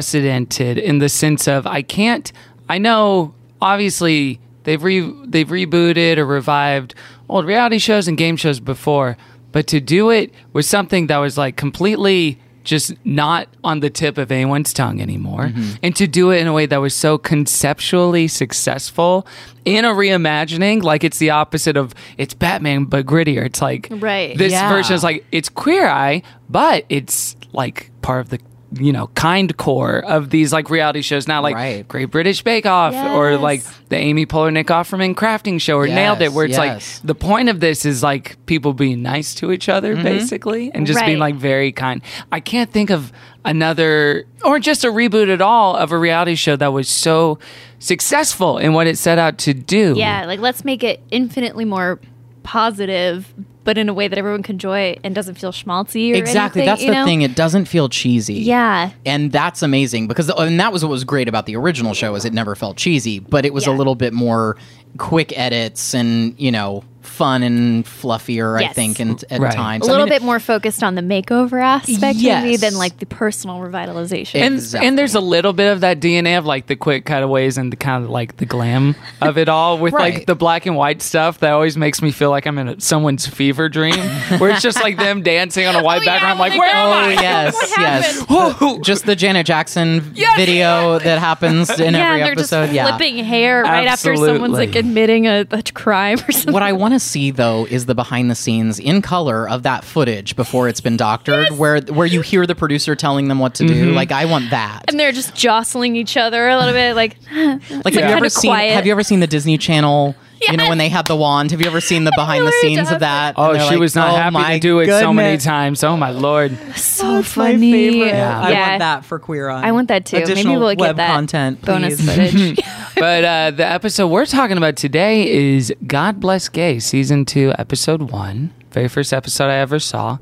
unprecedented in the sense of I can't. I know, obviously, they've re, they've rebooted or revived old reality shows and game shows before, but to do it with something that was like completely just not on the tip of anyone's tongue anymore, and to do it in a way that was so conceptually successful in a reimagining, like it's the opposite of it's Batman but grittier. It's like Right. this Yeah. version is like it's queer eye but it's like part of the you know kind core of these like reality shows now like Right. great british bake off or Yes. like the amy polarnik offerman crafting show or Yes, nailed it where yes. it's like the point of this is like people being nice to each other Mm-hmm. basically and just being Right. like very kind i can't think of another or just a reboot at all of a reality show that was so successful in what it set out to do (laughs) yeah, like let's make it infinitely more positive, but in a way that everyone can enjoy and doesn't feel schmaltzy or Exactly. anything, That's you the know? thing. It doesn't feel cheesy. Yeah. And that's amazing because uh, and that was what was great about the original show is it never felt cheesy, but it was a Yeah. little bit more quick edits and, you know, fun and fluffier, I Yes. think, and at Right. times. A I little mean, bit more focused on the makeover aspect maybe Yes. than like the personal revitalization. And, Exactly. and there's a little bit of that DNA of like the quick cutaways and the kind of like the glam of it all with Right. like the black and white stuff that always makes me feel like I'm in a, someone's (laughs) fever dream where it's just like them dancing on a white background. I'm like, where am Oh I? yes, yes. Whoa. Just the (laughs) Janet Jackson video that happens in yeah, every they're episode. just yeah. flipping (laughs) hair right after someone's like Absolutely. admitting a, a crime or something. What I want to see though is the behind the scenes in color of that footage before it's been doctored, where where you hear the producer telling them what to Mm-hmm. do. Like I want that. and they're just jostling each other a little bit, like Like Yeah. have you ever Kinda seen quiet. have you ever seen the Disney Channel? You know when they had the wand. Have you (laughs) ever seen the behind the Hillary scenes Duff. of that? Oh, And she they're like, was not "Oh happy my to do it so many goodness." times. Oh my lord. so Oh, funny. Yeah. I Yeah. want that for queer eye. I want that too. Maybe Additional we'll get web that content. bonus please. (laughs) footage. but uh, the episode we're talking about today is God Bless Gay, season two, episode one. Very first episode I ever saw.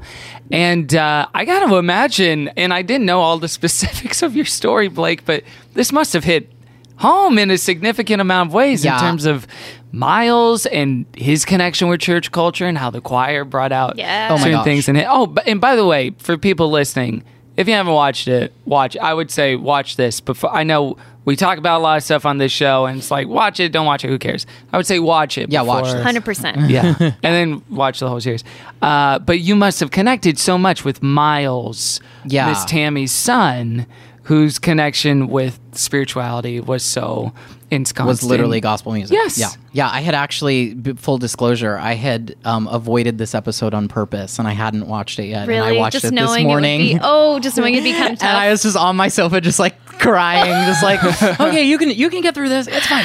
And uh, I got to imagine, and I didn't know all the (laughs) specifics of your story, Blake, but this must have hit home in a significant amount of ways Yeah. in terms of Miles and his connection with church culture and how the choir brought out Yeah. Oh my certain gosh. things. And it, oh, b- and by the way, for people listening, if you haven't watched it, watch. I would say watch this before. I know we talk about a lot of stuff on this show, and it's like watch it, don't watch it, who cares? I would say watch it. Yeah, watch before- this. Hundred percent. Yeah, and then watch the whole series. Uh, but you must have connected so much with Miles, Yeah. Miss Tammy's son, whose connection with spirituality was so ensconced. was literally in- gospel music. Yes. Yeah. Yeah. I had actually, b- full disclosure, I had um, avoided this episode on purpose and I hadn't watched it yet. And I Really, watched just it knowing this morning. it would be, oh, just knowing it'd be kind of tough. (laughs) and I was just on my sofa, just like crying, (laughs) just like, okay, you can you can get through this. It's fine.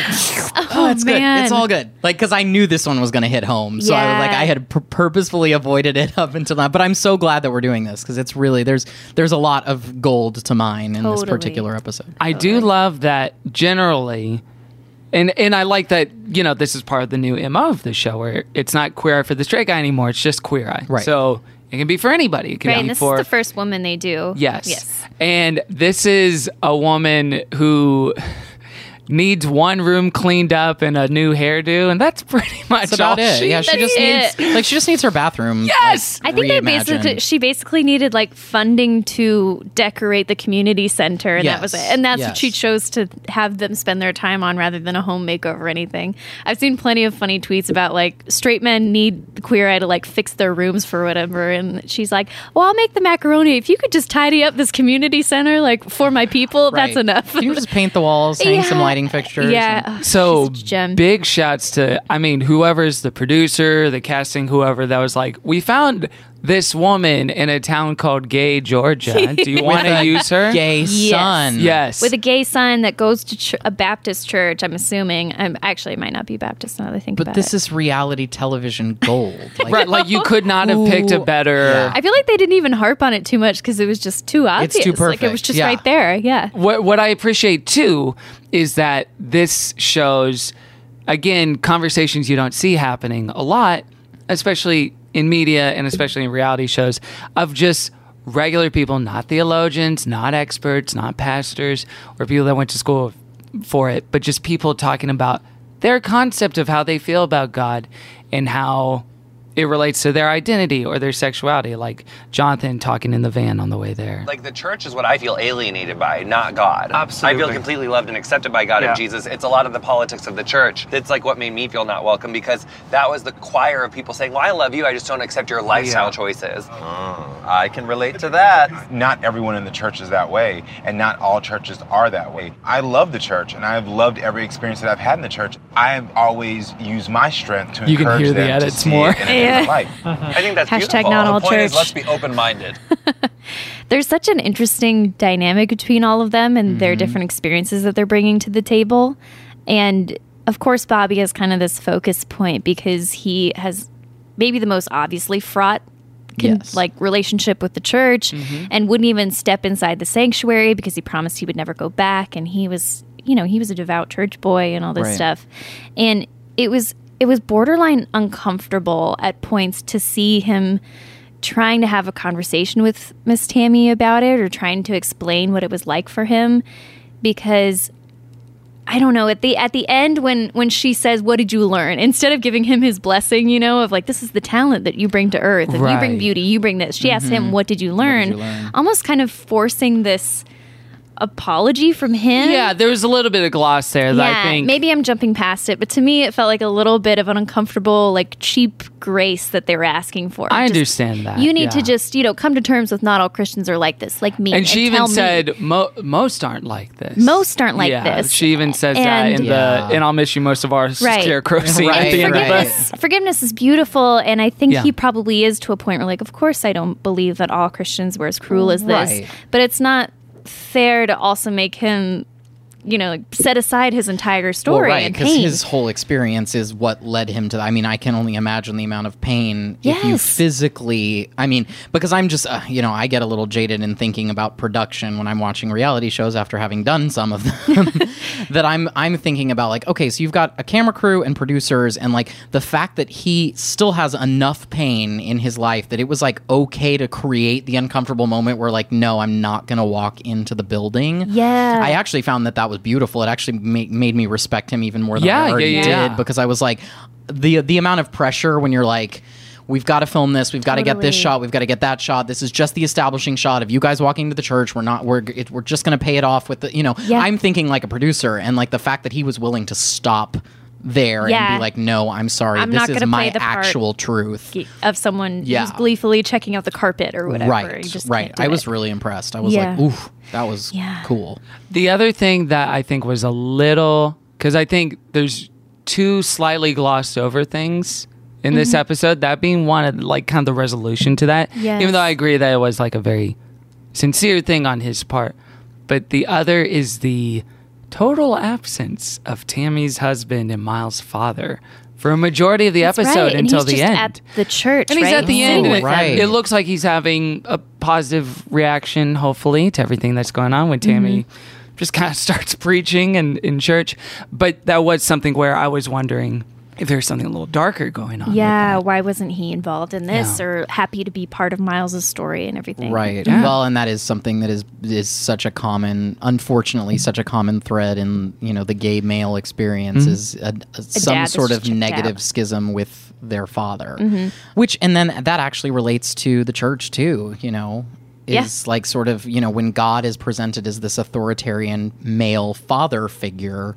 Oh, it's good. man. It's all good. Like, because I knew this one was going to hit home, so I was like, Yeah. I had pur- purposefully avoided it (laughs) up until now. But I'm so glad that we're doing this because it's really there's there's a lot of gold to mine in this Totally. particular episode. I do love that generally, and and I like that you know this is part of the new mo of the show where it's not queer eye for the straight guy anymore. It's just queer eye. Right. So it can be for anybody. It can right, be and this for is the first woman they do. yes, Yes. And this is a woman who. (laughs) Needs one room cleaned up and a new hairdo, and that's pretty (laughs) much That's about all it. she yeah, she just That's needs like she just needs her bathroom. Yes! like, I think they reimagined. basically she basically needed like funding to decorate the community center, and that was it. Yes, And that's what she yes. chose to have them spend their time on rather than a home makeover or anything. I've seen plenty of funny tweets about like straight men need the queer eye to like fix their rooms for whatever, and she's like, "Well, I'll make the macaroni if you could just tidy up this community center like for my people. That's Right. enough." Can (laughs) you just paint the walls, hang some Yeah. lighting fixtures? yeah. and- Ugh, So she's a gem. big shouts to I mean whoever's the producer, the casting, whoever that was like we found this woman in a town called Gay, Georgia. (laughs) Do you want to use her? Gay Yes. son. Yes. With a gay son that goes to ch- a Baptist church, I'm assuming. I'm actually it might not be Baptist now that I think But about this it. is reality television gold. Like, right, like you could not have picked a Ooh. better. Yeah. I feel like they didn't even harp on it too much because it was just too obvious. too Like it was perfect. just Yeah. right there. Yeah. what what I appreciate too is that this shows again conversations you don't see happening a lot, especially in media and especially in reality shows of just regular people, not theologians, not experts, not pastors, or people that went to school for it, but just people talking about their concept of how they feel about God and how it relates to their identity or their sexuality, like Jonathan talking in the van on the way there. Like the church is what I feel alienated by, not God. I Absolutely. feel completely loved and accepted by God Yeah. and Jesus. It's a lot of the politics of the church that's like what made me feel not welcome because that was the choir of people saying, "Well, I love you. I just don't accept your lifestyle Yeah. choices." Oh. I can relate to that. Not everyone in the church is that way, and not all churches are that way. I love the church, and I've loved every experience that I've had in the church. I've always used my strength to You can encourage hear the them to edits see it more. in a different Yeah. light. I think that's Hashtag beautiful. not all the point is, church. let's be open-minded. There's such an interesting dynamic between all of them and Mm-hmm. their different experiences that they're bringing to the table. And of course, Bobby is kind of this focus point because he has maybe the most obviously fraught con- Yes. Mm-hmm. like relationship with the church and wouldn't even step inside the sanctuary because he promised he would never go back and he was you know he was a devout church boy and all this Right. stuff and it was it was borderline uncomfortable at points to see him trying to have a conversation with Miss Tammy about it or trying to explain what it was like for him because I don't know at the at the end when when she says what did you learn instead of giving him his blessing you know of like this is the talent that you bring to earth and you Right. Mm-hmm. bring beauty you bring this she asked him what did you learn? almost kind of forcing this apology from him Yeah, there was a little bit of gloss there that I think. Eh? maybe I'm jumping past it, but to me, it felt like a little bit of an uncomfortable, like cheap grace that they were asking for. I Just, understand that. You need to yeah. just, you know, come to terms with not all Christians are like this, like me. And she tell even me- said Mo- most aren't like this. Most aren't like yeah, this. She even says And- that in Yeah. the "And I'll miss you most of our Right. scarecrow scene at Right, the end of right. the forgiveness, forgiveness is beautiful, and I think Yeah. he probably is to a point where, like, of course, I don't believe that all Christians were as cruel as this, Right. but it's not fair to also make him, you know, like, set aside his entire story Well, right, and because pain. his whole experience is what led him to. I mean, I can only imagine the amount of pain if you Yes. physically. I mean, because I'm just, uh, you know, I get a little jaded in thinking about production when I'm watching reality shows after having done some of them. that I'm, I'm thinking about like, okay, so you've got a camera crew and producers, and like the fact that he still has enough pain in his life that it was like okay to create the uncomfortable moment where like, no, I'm not gonna walk into the building. Yeah. I actually found that that was beautiful. It actually made, made me respect him even more than Yeah, I already yeah, yeah, yeah. did because I was like, the the amount of pressure when you're like. We've got to film this. We've got to get this Totally. shot. We've got to get that shot. This is just the establishing shot of you guys walking to the church. We're not. We're it, we're just going to pay it off with the. You know, Yeah. I'm thinking like a producer, and like the fact that he was willing to stop there and Yeah. be like, "No, I'm sorry. I'm this not is gonna my play the part." actual truth." of someone Yeah. just gleefully checking out the carpet or whatever. Right. You just Right. can't do I was it. really impressed. I was like, Yeah. "Oof, that was Yeah. cool." The other thing that I think was a little because I think there's two slightly glossed over things in Mm-hmm. this episode. That being one of like kind of the resolution to that. Yes. Even though I agree that it was like a very sincere thing on his part, but the other is the total absence of Tammy's husband and Miles' father for a majority of the That's episode right, and until he's the just end. at the church, and he's right? at the end. singing and Ooh, with it- them. right. It looks like he's having a positive reaction, hopefully, to everything that's going on when Tammy Mm-hmm. just kind of (laughs) starts preaching and in church. But that was something where I was wondering if there's something a little darker going on. with Yeah, that. why wasn't he involved in this Yeah. or happy to be part of Miles's story and everything? Right. Well, and that is something that is is such a common, unfortunately, such a common thread in you know the gay male experience is a, a- some that's sort of checked out. Mm-hmm. negative schism with their father, which and then that actually relates to the church too. You know. Yeah. Is like sort of, you know, when God is presented as this authoritarian male father figure,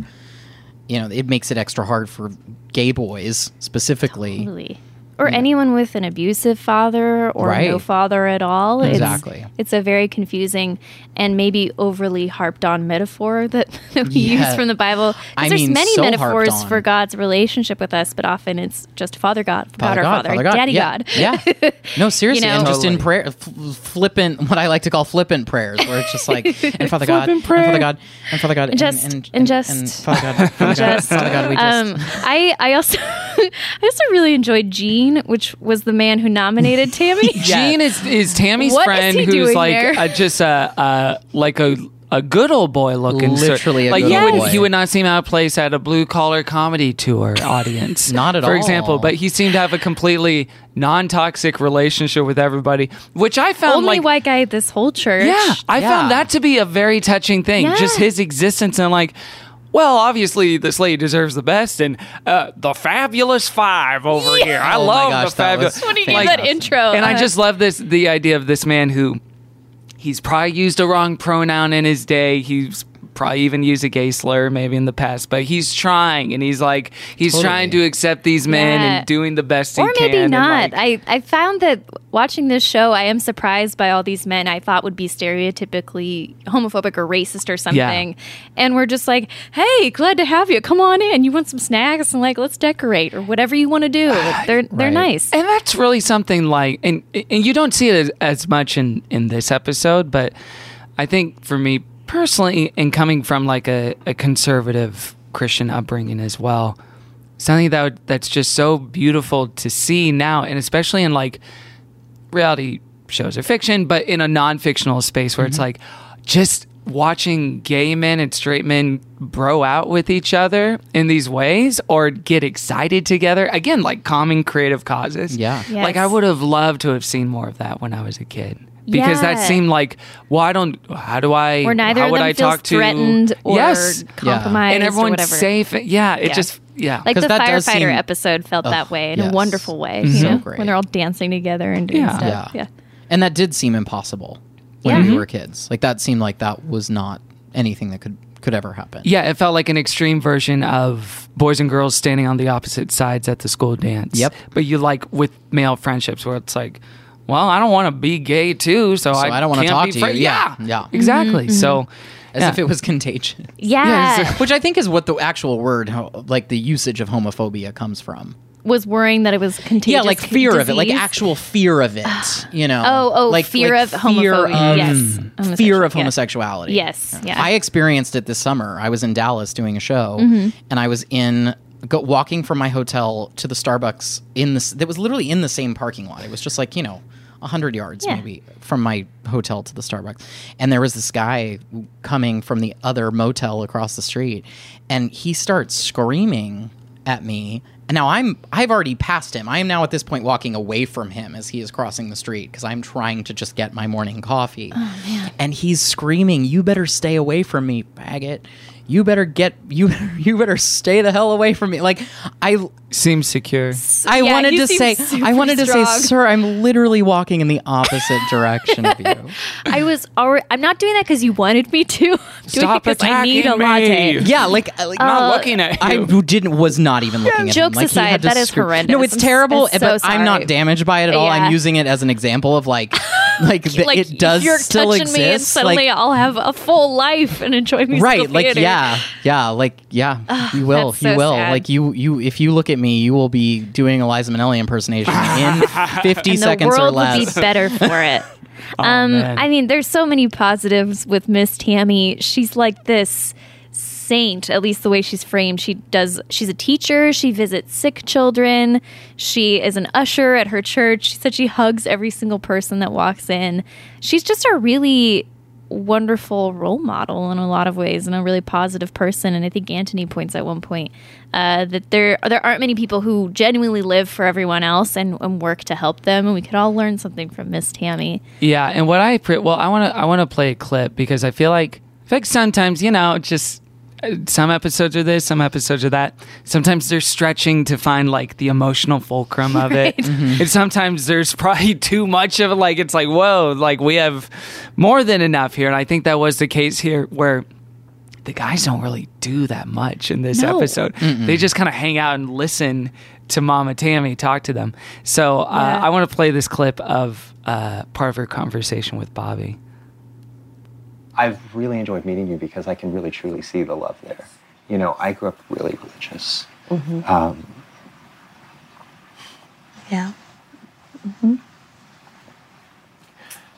you know, it makes it extra hard for gay boys specifically Really. or anyone with an abusive father or Hmm. Right. no father at all. It's- Exactly. It's, a very confusing and maybe overly harped on metaphor (laughs) that, that we use Yeah. from the Bible. 'Cause I there's mean, many so harped metaphors on. for God's relationship with us, but often it's just Father God, God, our Father, Daddy yeah. God. (laughs) yeah. No, seriously, know? and just in prayer, f- flippant, what I like to call flippant prayers, where it's just (laughs) like, and Father God, and Flippant prayer. Father God, and Father God, and- Just- and, and just- Father God, (laughs) Father God, Just, Father God, we um, just, I, I also (laughs) I also really enjoyed Gene, which was the man who nominated (laughs) Tammy. Gene is is Tammy's What is friend he who's doing like there? uh, just a uh, like a a good old boy looking sir. Literally a like good he old would boy. he would not seem out of place at a blue collar comedy tour audience (laughs) Not at for all. example but he seemed to have a completely non toxic relationship with everybody which I found Only like white guy at this whole church. yeah I Yeah. found that to be a very touching thing Yeah. just his existence and like. Well, obviously, this lady deserves the best, and uh, the Fabulous Five over here. I Oh my love gosh, the that was Fabulous. What do you Like- need that intro? And I Uh, just love this the idea of this man who he's probably used a wrong pronoun in his day. He's probably even used a gay slur maybe in the past, but he's trying and he's like he's Totally. trying to accept these men Yeah. and doing the best or he can. maybe and, not. like- I, I found that watching this show, I am surprised by all these men I thought would be stereotypically homophobic or racist or something. And we're just like, hey, glad to have you. Come on in. You want some snacks? And like, let's decorate or whatever you want to do. They're, they're Ah, Right. nice. and that's really something like and and you don't see it as, as much in in this episode but i think for me personally and coming from like a, a conservative christian upbringing as well something that would, that's just so beautiful to see now and especially in like reality shows are fiction, but in a non fictional space where it's like just watching gay men and straight men bro out with each other in these ways or get excited together. Again, like common creative causes. Yeah. Yes. Like I would have loved to have seen more of that when I was a kid. Because that Yeah. seemed like, well, I don't. How do I? or neither how of would them I feels talk to? threatened or yes, compromised and or everyone's whatever. safe. Yeah, it just yeah. Like 'Cause the that firefighter does seem- episode felt that way in a yes. Mm-hmm. wonderful way. You So know? great. When they're all dancing together and doing Yeah. stuff. Yeah. Yeah. and that did seem impossible when Yeah. Mm-hmm. we were kids. Like that seemed like that was not anything that could could ever happen. Yeah, it felt like an extreme version of boys and girls standing on the opposite sides at the school dance. Yep. But you like with male friendships where it's like, well, I don't want to be gay too, so, I don't wanna can't talk be to fri- you. Yeah. Yeah. Exactly. So, As yeah. if it was contagion. Yeah. Which I think is what the actual word, ho- like the usage of homophobia, comes from. Was worrying that it was contagious. yeah, like fear of it, like disease. actual fear (sighs) of it. You know, Oh, oh, like fear like of homophobia. of- mm, yes. fear of Homosexual- yeah. homosexuality. Yes, yeah. I experienced it this summer. I was in Dallas doing a show, Mm-hmm. and I was in go, walking from my hotel to the Starbucks in this that was literally in the same parking lot. It was just like you know. 100 yards Yeah. maybe from my hotel to the Starbucks. And there was this guy coming from the other motel across the street and he starts screaming at me. And now I'm I've already passed him. I am now at this point walking away from him as he is crossing the street because I'm trying to just get my morning coffee. Oh, And he's screaming, "You better stay away from me, faggot. You better get you (laughs) better, you better stay the hell away from me." Like I seems secure. I Yeah, wanted you to seem say, super I wanted to strong. say, sir, I'm literally walking in the opposite direction of (laughs) you. I was already. I'm not doing that because you wanted me to. (laughs) I'm doing Stop it because I need a attacking latte. me. Yeah, like, I- like uh, Not looking at Uh, I you. didn't was not even looking at him. Jokes Like, he had aside, to that is scream. horrendous. No, it's I'm s- terrible, I'm so but I'm sorry. not damaged by it at all. Yeah. I'm using it as an example (laughs) of like, like, that Like, it does you're still touching exist. Me and suddenly, like, I'll have a full life and enjoy musical right like theater. yeah yeah like yeah you will that's you so will sad. like you you if you look at me you will be doing eliza minnelli impersonation in (laughs) 50 And the seconds world or would less be better for it. (laughs) um, man. I mean, there's so many positives with Miss Tammy. She's like this saint, at least the way she's framed. She does. She's a teacher. She visits sick children. She is an usher at her church. She said she hugs every single person that walks in. She's just a really wonderful role model in a lot of ways and a really positive person and i think anthony points at one point uh, that there there aren't many people who genuinely live for everyone else and, and work to help them and we could all learn something from miss tammy Yeah, and what I pre- well, I want to I want to play a clip because I feel like I feel like sometimes you know just uh, some episodes are this, some episodes are that. Sometimes they're stretching to find like the emotional fulcrum of it, and sometimes there's probably (laughs) too much of it. Like it's like whoa, like we have more than enough here, and I think that was the case here where the guys don't really do that much in this No. episode. They just kind of hang out and listen to Mama Tammy talk to them. So uh, I want to play this clip of uh, part of her conversation with Bobby. I've really enjoyed meeting you because I can really truly see the love there. You know, I grew up really religious. Mhm. Um, Yeah. hmm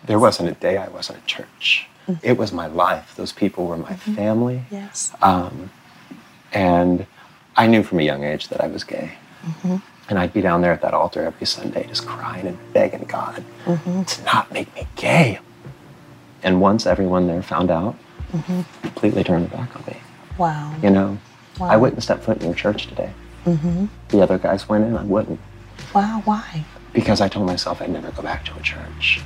there wasn't a day I wasn't at church. It was my life. Those people were my family. Mm-hmm. Yes. Um, and I knew from a young age that I was gay. hmm And I'd be down there at that altar every Sunday just crying and begging God hmm to not make me gay. And once everyone there found out, hmm completely turned their back on me. Wow. You know, Wow. I wouldn't step foot in your church today. hmm The other guys went in, I wouldn't. Wow. Why? because I told myself I'd never go back to a church.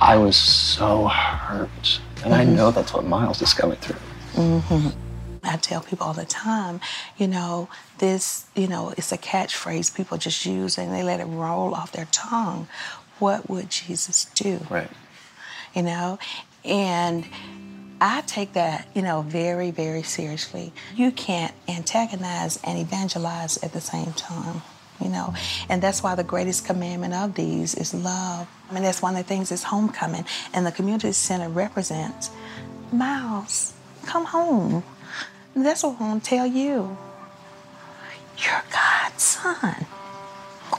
I was so hurt. And I Mhm. know that's what Miles is going through. hmm I tell people all the time, Um, you know, this, you know, it's a catchphrase people just use and they let it roll off their tongue. What would Jesus do? Right. You know, and I take that, you know, very, very seriously. You can't antagonize and evangelize at the same time, you know. And that's why the greatest commandment of these is love. I mean, that's one of the things is homecoming. And the community center represents Miles, come home. That's what I'm gonna tell you. You're God's son.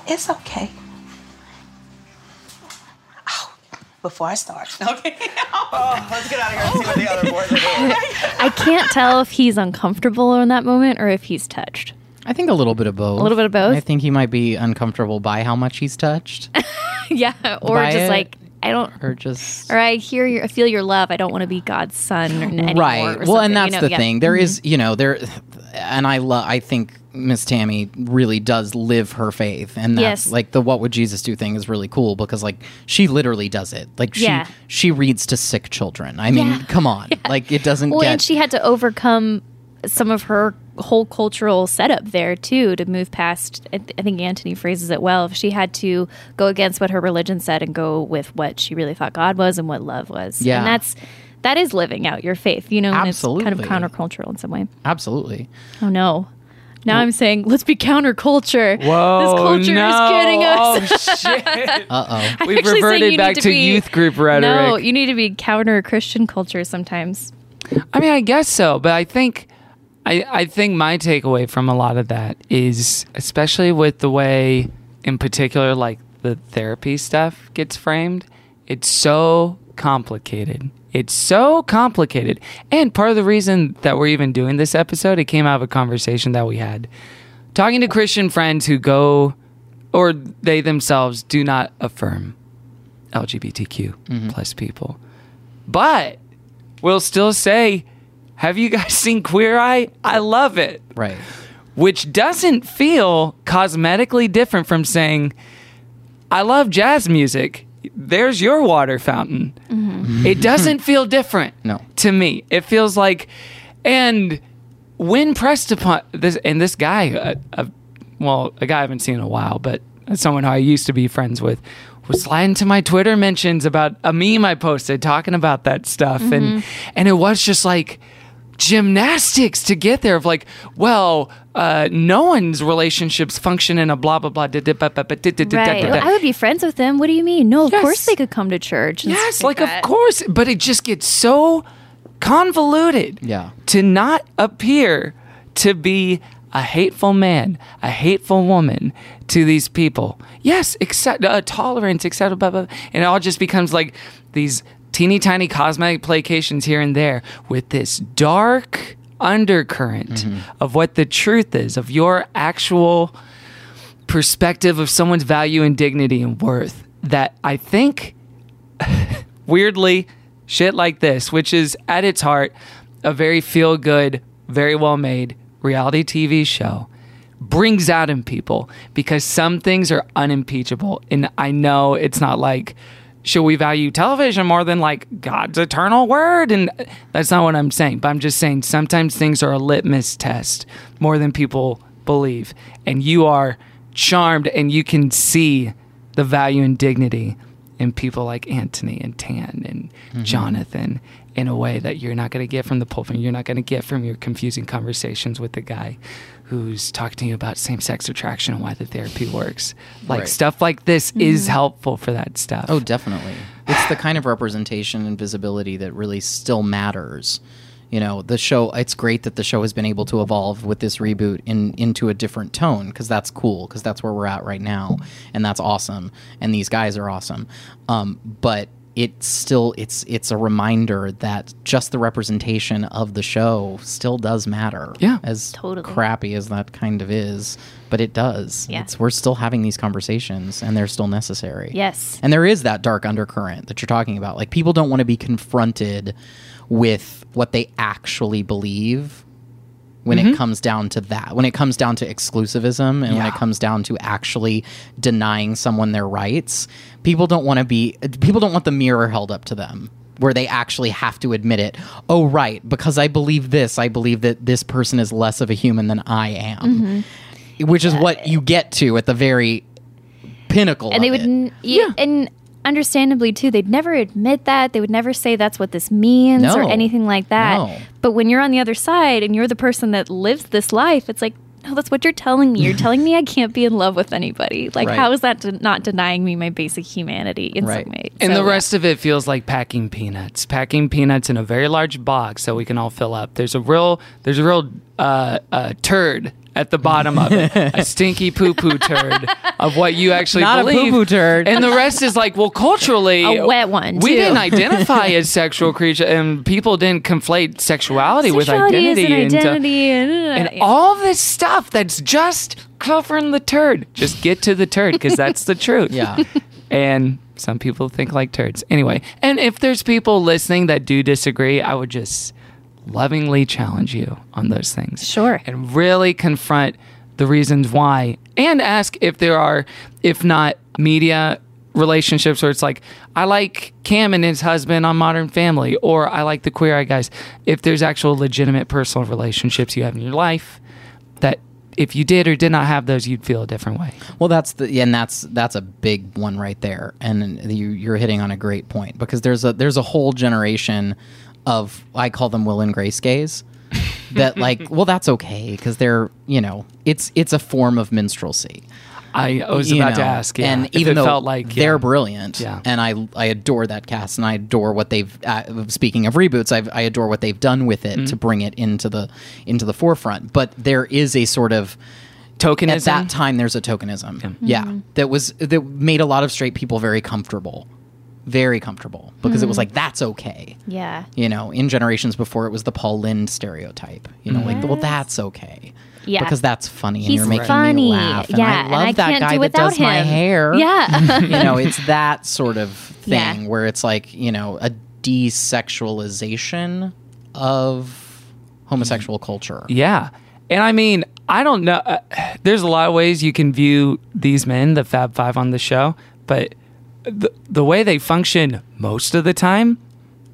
It's okay. Oh, before I start. (laughs) Okay. oh, let's get out of here and see what the other boys I can't tell if he's uncomfortable in that moment or if he's touched. I think a little bit of both. A little bit of both? I think he might be uncomfortable by how much he's touched, (laughs) yeah, or Buy just it. like I don't, or just or I hear your, I feel your love. I don't want to be God's son, or anymore right. or well, something, and that's you know, the yeah. Mm-hmm. thing. There is, you know, there, and I love. I think Miss Tammy really does live her faith, and that's Yes. like the "What would Jesus do?" thing is really cool because like she literally does it. Like she Yeah. she reads to sick children. I mean, (laughs) Yeah. come on, like it doesn't Well, get. and she had to overcome some of her whole cultural setup there too to move past. I th- I think Antony phrases it well. If she had to go against what her religion said and go with what she really thought God was and what love was, Yeah. and that's that is living out your faith. You know, and it's Absolutely. kind of countercultural in some way. Absolutely. Oh no. Now I'm saying let's be counterculture. Whoa, this culture no. is getting us. (laughs) Oh, (laughs) shit. Uh oh. I'm We've actually saying reverted you back need to, be- youth group No, rhetoric. you need to be counter Christian culture sometimes. I mean, I guess so, but I think I, I think my takeaway from a lot of that is especially with the way in particular like the therapy stuff gets framed, it's so complicated. It's so complicated. And part of the reason that we're even doing this episode, it came out of a conversation that we had talking to Christian friends who go or they themselves do not affirm LGBTQ plus people. But will still say, Have you guys (laughs) seen Queer Eye? I love it. Right. Which doesn't feel cosmetically different from saying, I love jazz music. There's your water fountain. Mm-hmm. It doesn't feel different No. to me. It feels like, and when pressed upon this, and this guy, uh, uh, well, a guy I haven't seen in a while, but someone I used to be friends with, was sliding to my Twitter mentions about a meme I posted talking about that stuff, and Mm-hmm. and it was just like gymnastics to get there of like well uh no one's relationships function in a blah blah blah da, da, ba, ba, ba, da, da, da, da, Right. da, da. I would be friends with them. What do you mean? No, of Yes. course they could come to church. and Yes, stuff like that. of course, but it just gets so convoluted. Yeah. To not appear to be a hateful man, a hateful woman to these people. Yes, except uh, tolerance, except blah, blah, blah. and it all just becomes like these teeny tiny cosmetic placations here and there with this dark undercurrent of what the truth is of your actual perspective of someone's value and dignity and worth that I think weirdly shit like this, which is at its heart a very feel good, very well made reality TV show, brings out in people because some things are unimpeachable. And I know it's not like, should we value television more than like God's eternal word? And uh, that's not what I'm saying, but I'm just saying sometimes things are a litmus test more than people believe. And you are charmed and you can see the Mm-hmm. value and dignity in people like Anthony and Tan and Jonathan in a way that you're not going to get from the pulpit. You're not going to get from your confusing conversations with the guy who's talking to you about same sex attraction and why the therapy works. Like Right. stuff like this is Mhm. helpful for that stuff. Oh, definitely. It's the kind of representation and visibility that really still matters. You know, the show, it's great that the show has been able to evolve with this reboot in, into a different tone because that's cool, because that's where we're at right now. And that's awesome. And these guys are awesome. Um, but it still it's it's a reminder that just the representation of the show still does matter. Yeah. As Totally. crappy as that kind of is, but it does. Yeah. It's we're still having these conversations and they're still necessary. Yes. And there is that dark undercurrent that you're talking about. Like people don't want to be confronted with what they actually believe when Mhm. Mm-hmm. it comes down to that. When it comes down to exclusivism and when it Yeah. comes down to actually denying someone their rights, people don't want to be people don't want the mirror held up to them where they actually have to admit it. Oh right, because I believe this, I believe that this person is less of a human than I am. Mhm. Which is what you get to at the very pinnacle Uh, and of they would it. n- yeah. and understandably too they'd never admit that they would never say that's what this means or No. anything like that No. but when you're on the other side and you're the person that lives this life it's like no that's what you're telling me you're telling me i can't be in love with anybody like Right. how is that de- not denying me my basic humanity in some way And So, the rest of it feels like packing peanuts, packing peanuts in a very large box that we can all fill up. There's a real, there's a real uh, uh, turd at the bottom (laughs) of it, a stinky poo poo turd of what you actually Not a believe. poo-poo turd. And the rest is like, well, culturally, A wet one, We too. (laughs) didn't identify as sexual creature, and people didn't conflate sexuality, with sexuality is identity. an into- identity and, uh, and all this stuff that's just covering the turd. Just get to the turd because that's the truth. Yeah. (laughs) And some people think like turds. Anyway, and if there's people listening that do disagree, I would just lovingly challenge you on those things. Sure. And really confront the reasons why and ask if there are, if not media relationships where it's like, I like Cam and his husband on Modern Family, or I like the Queer Eye guys. If there's actual legitimate personal relationships you have in your life that if you did or did not have those, you'd feel a different way. Well, that's the and that's that's a big one right there, and you, you're hitting on a great point because there's a there's a whole generation of I call them Will and Grace (laughs) gays that like well that's okay because they're you know it's it's a form of minstrelsy. I was about to ask, yeah, and if even it though felt like, they're yeah. brilliant, Yeah. and I I adore that cast and I adore what they've uh, speaking of reboots I've, I adore what they've done with it Mhm. to bring it into the into the forefront but there is a sort of tokenism at that time there's a tokenism yeah, Hmm. Mhm. that was that made a lot of straight people very comfortable very comfortable because it was Hmm. Mhm. like that's okay yeah you know in generations before it was the Paul Lind stereotype you know like well that's okay Hmm. Yeah. because that's funny and He's you're making funny. me laugh and Yeah, I and love I that can't guy do that does without my him. hair (laughs) Yeah. (laughs) you know it's that sort of (laughs) Yeah. thing where it's like you know a desexualization of homosexual culture Yeah. And I mean, I don't know. Uh, there's a lot of ways you can view these men, the Fab Five on the show, but the, the way they function most of the time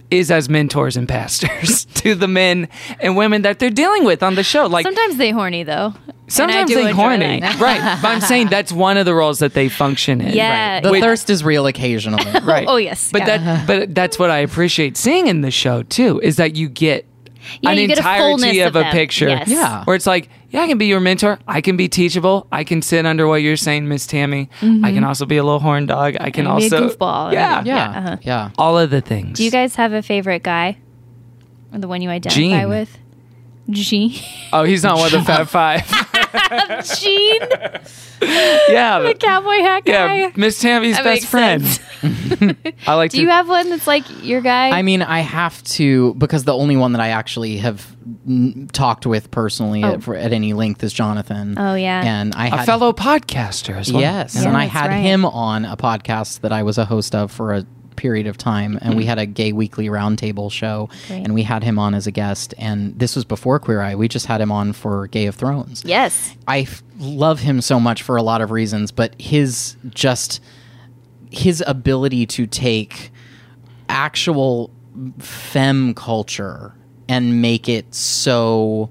is as mentors and pastors (laughs) to the men and women that they're dealing with on the show. Like, sometimes they horny though And I sometimes do they enjoy horny. (laughs) that. right. But (laughs) I'm saying that's one of the roles that they function in. Yeah, Right. the Which- thirst is (laughs) real occasionally right. oh yes But yeah. that but that's what I appreciate seeing in the show too is that you get Yeah, an you get a entirety fullness of, of a them. picture. Yes. Yeah. Where it's like, yeah, I can be your mentor. I can be teachable. I can sit under what you're saying, Miss Tammy. I Mhm. can also be a little horn dog. I can And be a also goofball. Yeah. Yeah, Yeah, uh-huh. yeah. All of the things. Do you guys have a favorite guy? Or the one you identify Gene. with? Gene. (laughs) Oh, he's not one of the Fab Five. Gene. (laughs) yeah. The cowboy hat guy. yeah. Miss Tammy's That best makes friend. (laughs) I like Do to- you have one that's like your guy? I mean, I have to because the only one that I actually have n- talked with personally Oh. at, for, at any length is Jonathan. Oh, yeah. and I A had, fellow podcaster as well. Yes, Yeah. and I That's had right. him on a podcast that I was a host of for a period of time, and we had a gay weekly roundtable show, Mm-hmm. Great. and we had him on as a guest. And this was before Queer Eye. We just had him on for Gay of Thrones. yes. I f- love him so much for a lot of reasons, but his just his ability to take actual femme culture and make it so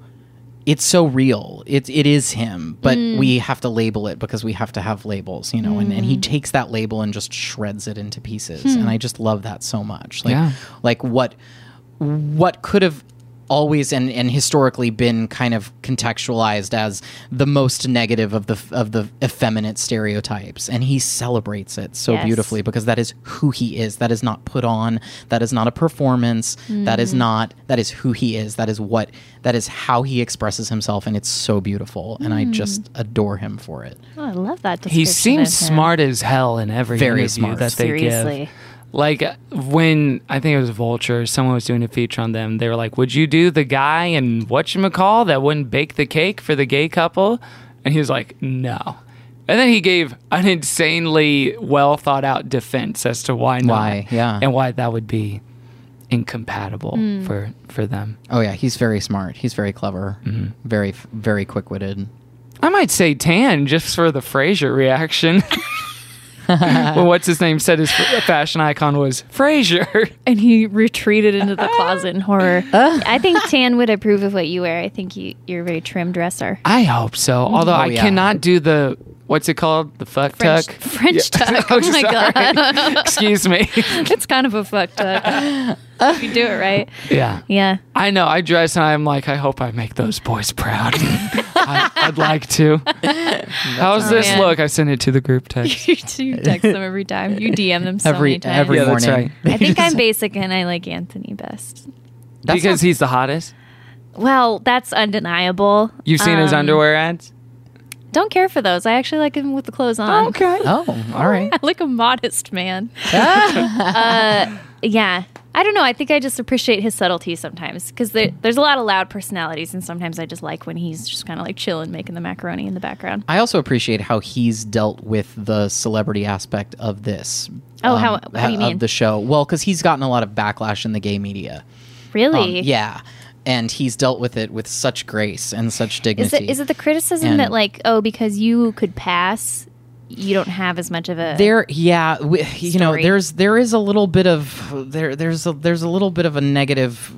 it's so real. It it is him, but Mm. we have to label it because we have to have labels, you know. And, and he takes that label and just shreds it into pieces, Hmm. and I just love that so much. Like Yeah. like what what could have always and, and historically been kind of contextualized as the most negative of the of the effeminate stereotypes and he celebrates it so Yes. beautifully because that is who he is that is not put on that is not a performance that is Mm-hmm. Mm. not that is who he is that is what that is how he expresses himself and it's so beautiful and I Mm. just adore him for it Oh, I love that. Description He seems of him. smart as hell in every Very interview smart. that they Seriously. give. Like uh, when I think it was Vulture, someone was doing a feature on them. They were like, "Would you do the guy and whatchamacall that wouldn't bake the cake for the gay couple?" And he was like, "No." And then he gave an insanely well thought out defense as to why not, Why, yeah. and why that would be incompatible Hmm. Mm. for for them. oh yeah he's very smart he's very clever Mm-hmm. very f- very quick witted I might say tan just for the Frasier (laughs) reaction. when what's his name said his f- fashion icon was Frasier. And he retreated into (laughs) the closet in horror. I think Tan would approve of what you wear. I think you, you're a very trim dresser. I hope so. Although Oh, I yeah. cannot do the what's it called? The fuck French, tuck. French Yeah. tuck. (laughs) Oh, Oh, (laughs) my god. Excuse me. it's kind of a fuck tuck. (laughs) if you do it right. Yeah. Yeah. I know. I dress and I'm like, I hope I make those boys (laughs) proud. I, I'd like to. How's Oh, this man. look? I sent it to the group text. (laughs) you text them every time. You DM them so Every- many times. every Yeah, that's morning. (laughs) right. I think I'm basic and I like Anthony best. because he's the hottest. Well, that's undeniable. You've seen his Um, underwear ads? Don't care for those. I actually like him with the clothes on. Okay. Oh, all right. (laughs) I like a modest (laughs) man. Ah. uh, yeah. I don't know. I think I just appreciate his subtlety sometimes because there, there's a lot of loud personalities, and sometimes I just like when he's just kind of like chilling, making the macaroni in the background. I also appreciate how he's dealt with the celebrity aspect of this. um, Oh, how- how do you of mean? the show? Well, because he's gotten a lot of backlash in the gay media. Really? Um, yeah, and he's dealt with it with such grace and such Is dignity. it is it the criticism And- that like oh because you could pass, you don't have as much of a there yeah we, you know Story. there's there is a little bit of there there's a there's a little bit of a negative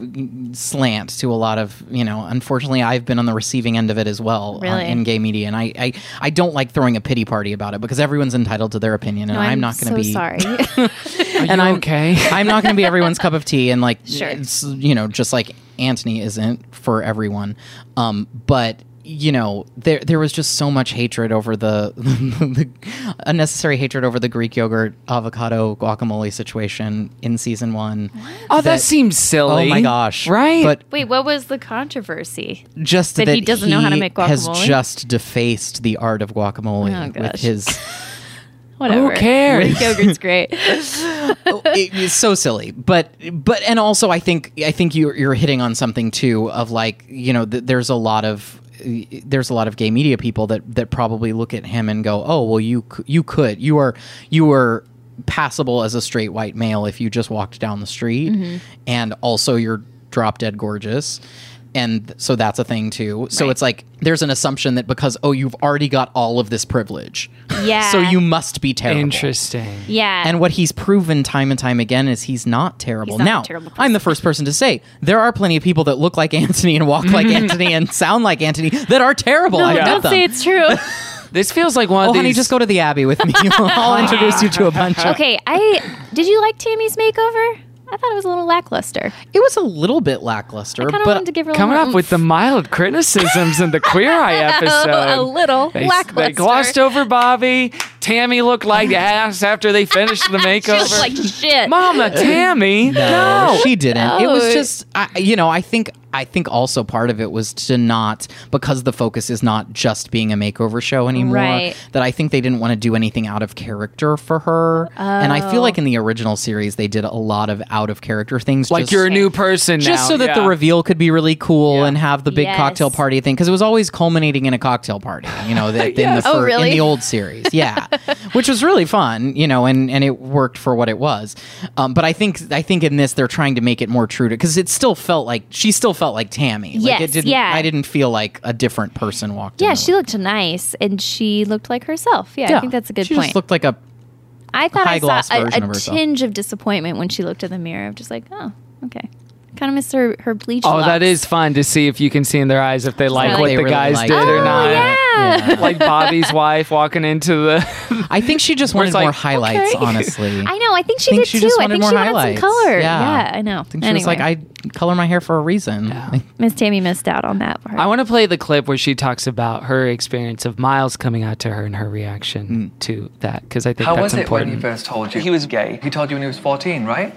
slant to a lot of you know unfortunately i've been on the receiving end of it as well uh, Really? in gay media and I, I i don't like throwing a pity party about it because everyone's entitled to their opinion and No, i'm, not going to so be (laughs) sorry. and I'm okay. I'm not going to be everyone's cup of tea, and like, Sure. it's, you know, just like Anthony isn't for everyone. Um, but you know, there there was just so much hatred over the, (laughs) the unnecessary hatred over the Greek yogurt avocado guacamole situation in season one. Oh, that seems silly. Oh my gosh, Right? But Wait, what was the controversy? just that, he doesn't know how to he make guacamole. has just defaced the art of guacamole Oh, with gosh. his. Whatever. cares? Greek yogurt's great. (laughs) it- it's so silly but but and also i think i think you're, you're hitting on something too of like you know th- there's a lot of there's a lot of gay media people that that probably look at him and go oh well you c- you could you are you are passable as a straight white male if you just walked down the street Mhm. and also you're drop dead gorgeous and th- so that's a thing too so it's like there's an assumption that because oh you've already got all of this privilege Yeah. so you must be terrible interesting Yeah. and what he's proven time and time again is he's not terrible. He's not a now, terrible I'm the first person to say there are plenty of people that look like Anthony and (laughs) walk like Anthony and sound like Anthony that are terrible. No, I've met don't them. say it's (laughs) true. This feels like one oh, of honey, these- just go to the Abbey with me. (laughs) I'll introduce you to a bunch of. (laughs) okay, I did you like Tammy's makeover? I thought it was a little lackluster. It was a little bit lackluster, kinda but wanted to give her a Coming little up with the mild criticisms in the (laughs) Queer Eye episode. A little They, they lackluster. glossed over Bobby. Tammy looked like ass after they finished (laughs) the She makeover. looked like shit. (laughs) Mama, Tammy. No, she didn't. It was No. just, I, you know, I think, I think also part of it was to not because the focus is not just being a makeover show anymore. Right. That I think they didn't want to do anything out of character for her. And I Oh. feel like in the original series they did a lot of out of character things, Like just- you're a new person just now, so that yeah. the reveal could be really cool and have the big Yes. cocktail party thing because it was always culminating in a cocktail party. You (laughs) know, that in the Yes. Oh, fir- really? in the old series, yeah, which was really fun. You know, and and it worked for what it was. Um, but I think I think in this they're trying to make it more true to because it still felt like she still felt like Tammy. like Yes, it didn't, yeah. I didn't feel like a different person walked. Yeah, she looked nice and she looked like herself. Yeah, I think that's a good she point. Just looked like a I thought I saw high-gloss a, version a of herself. tinge of disappointment when she looked in the mirror of just like, oh, okay. Kind of miss her her bleach. Oh, looks. that is fun to see if you can see in their eyes if they like like what they the really guys like did it. or Oh, not. yeah. Yeah. (laughs) like Bobby's wife walking into the. I think she just Where wanted it's more like, highlights, okay. honestly. (laughs) I know. I think she think did she too. just I wanted think more she wanted highlights. some color. Yeah. Yeah, I know. I think she anyway, was like, I color my hair for a reason. Like, Miss Tammy missed out on that part. I want to play the clip where she talks about her experience of Miles coming out to her and her reaction to that because I think How that's was it important. when he first told you he was gay? He told you when he was 14, right?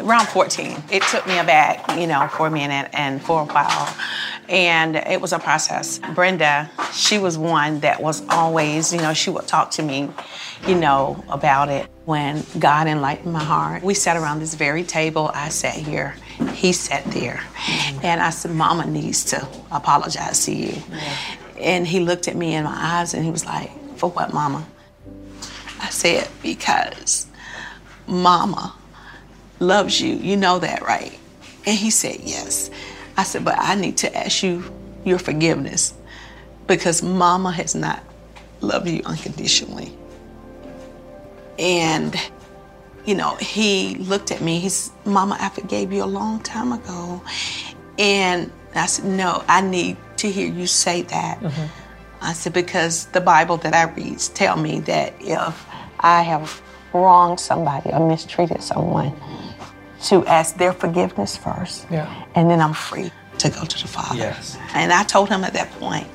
around 14. It took me aback, you know, for a minute and for a while. And it was a process. Brenda, she was one that was always, you know, she would talk to me, you know, about it. When God enlightened my heart, we sat around this very table. I sat here, he sat there. And I said, Mama needs to apologize to you. And he looked at me in my eyes and he was like, For what, Mama? I said, Because Mama loves you. You know that, right? And he said, Yes. I said, But I need to ask you your forgiveness because mama has not loved you unconditionally. And, you know, he looked at me. He's, Mama, I forgave you a long time ago. And I said, No, I need to hear you say that. I said, because the Bible that I read tell me that if I have wronged somebody or mistreated someone, to ask their forgiveness first. Yeah. And then I'm free to go to the Father. Yes. And I told him at that point,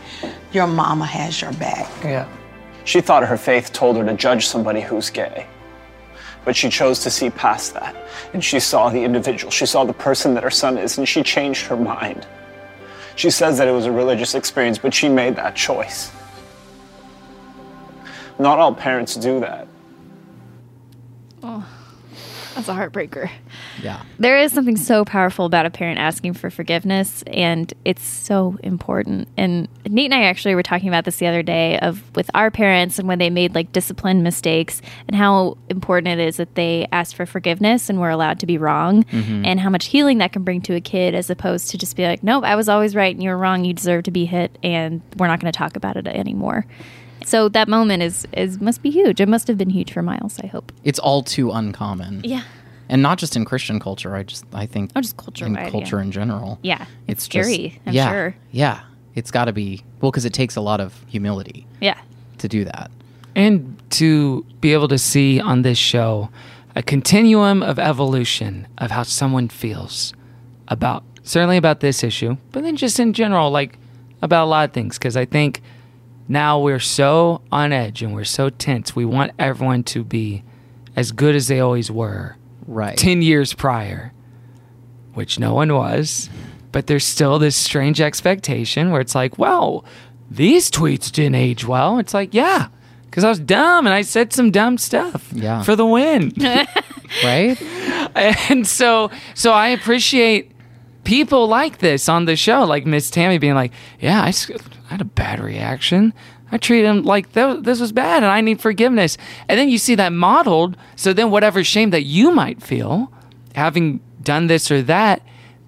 your mama has your back. Yeah. She thought her faith told her to judge somebody who's gay. But she chose to see past that. And she saw the individual. She saw the person that her son is, and she changed her mind. She says that it was a religious experience, but she made that choice. Not all parents do that. Oh, that's a heartbreaker. (laughs) Yeah. There is something so powerful about a parent asking for forgiveness, and it's so important. And Nate and I actually were talking about this the other day of with our parents and when they made like discipline mistakes, and how important it is that they asked for forgiveness and were allowed to be wrong, Mhm. and how much healing that can bring to a kid as opposed to just be like, nope, I was always right and you were wrong. You deserve to be hit, and we're not going to talk about it anymore. So that moment is is must be huge. It must have been huge for Miles. I hope. it's all too uncommon. Yeah. And not just in Christian culture. I just I think Oh, just culture in wide, culture yeah. in general. Yeah, it's just- scary, I'm yeah, sure. Yeah. It's got to be well because it takes a lot of humility Yeah. to do that. and to be able to see on this show a continuum of evolution of how someone feels about certainly about this issue, but then just in general, like about a lot of things. Because I think now we're so on edge and we're so tense. We want everyone to be as good as they always were, right? (laughs) Ten years prior, which no one was, but there's still this strange expectation where it's like, well, these tweets didn't age well. It's like, yeah, because I was dumb and I said some dumb stuff. Yeah. For the win. right? And so so I appreciate people like this on the show, like Miss Tammy being like, "Yeah, I, s- I had a bad reaction. I treated him like tho- this was bad, and I need forgiveness." And then you see that modeled. So then, whatever shame that you might feel having done this or that,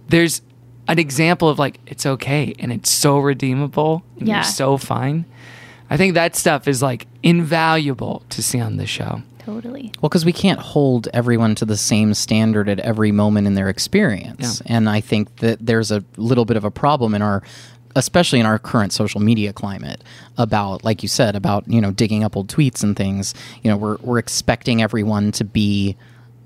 there's an example of like it's okay and it's so redeemable and Yeah. you're so fine. I think that stuff is like invaluable to see on the show. Totally. Well, because we can't hold everyone to the same standard at every moment in their experience. And I think that there's a little bit of a problem in our, especially in our current social media climate, about, like you said, about, you know, digging up old tweets and things. You know, we're, we're expecting everyone to be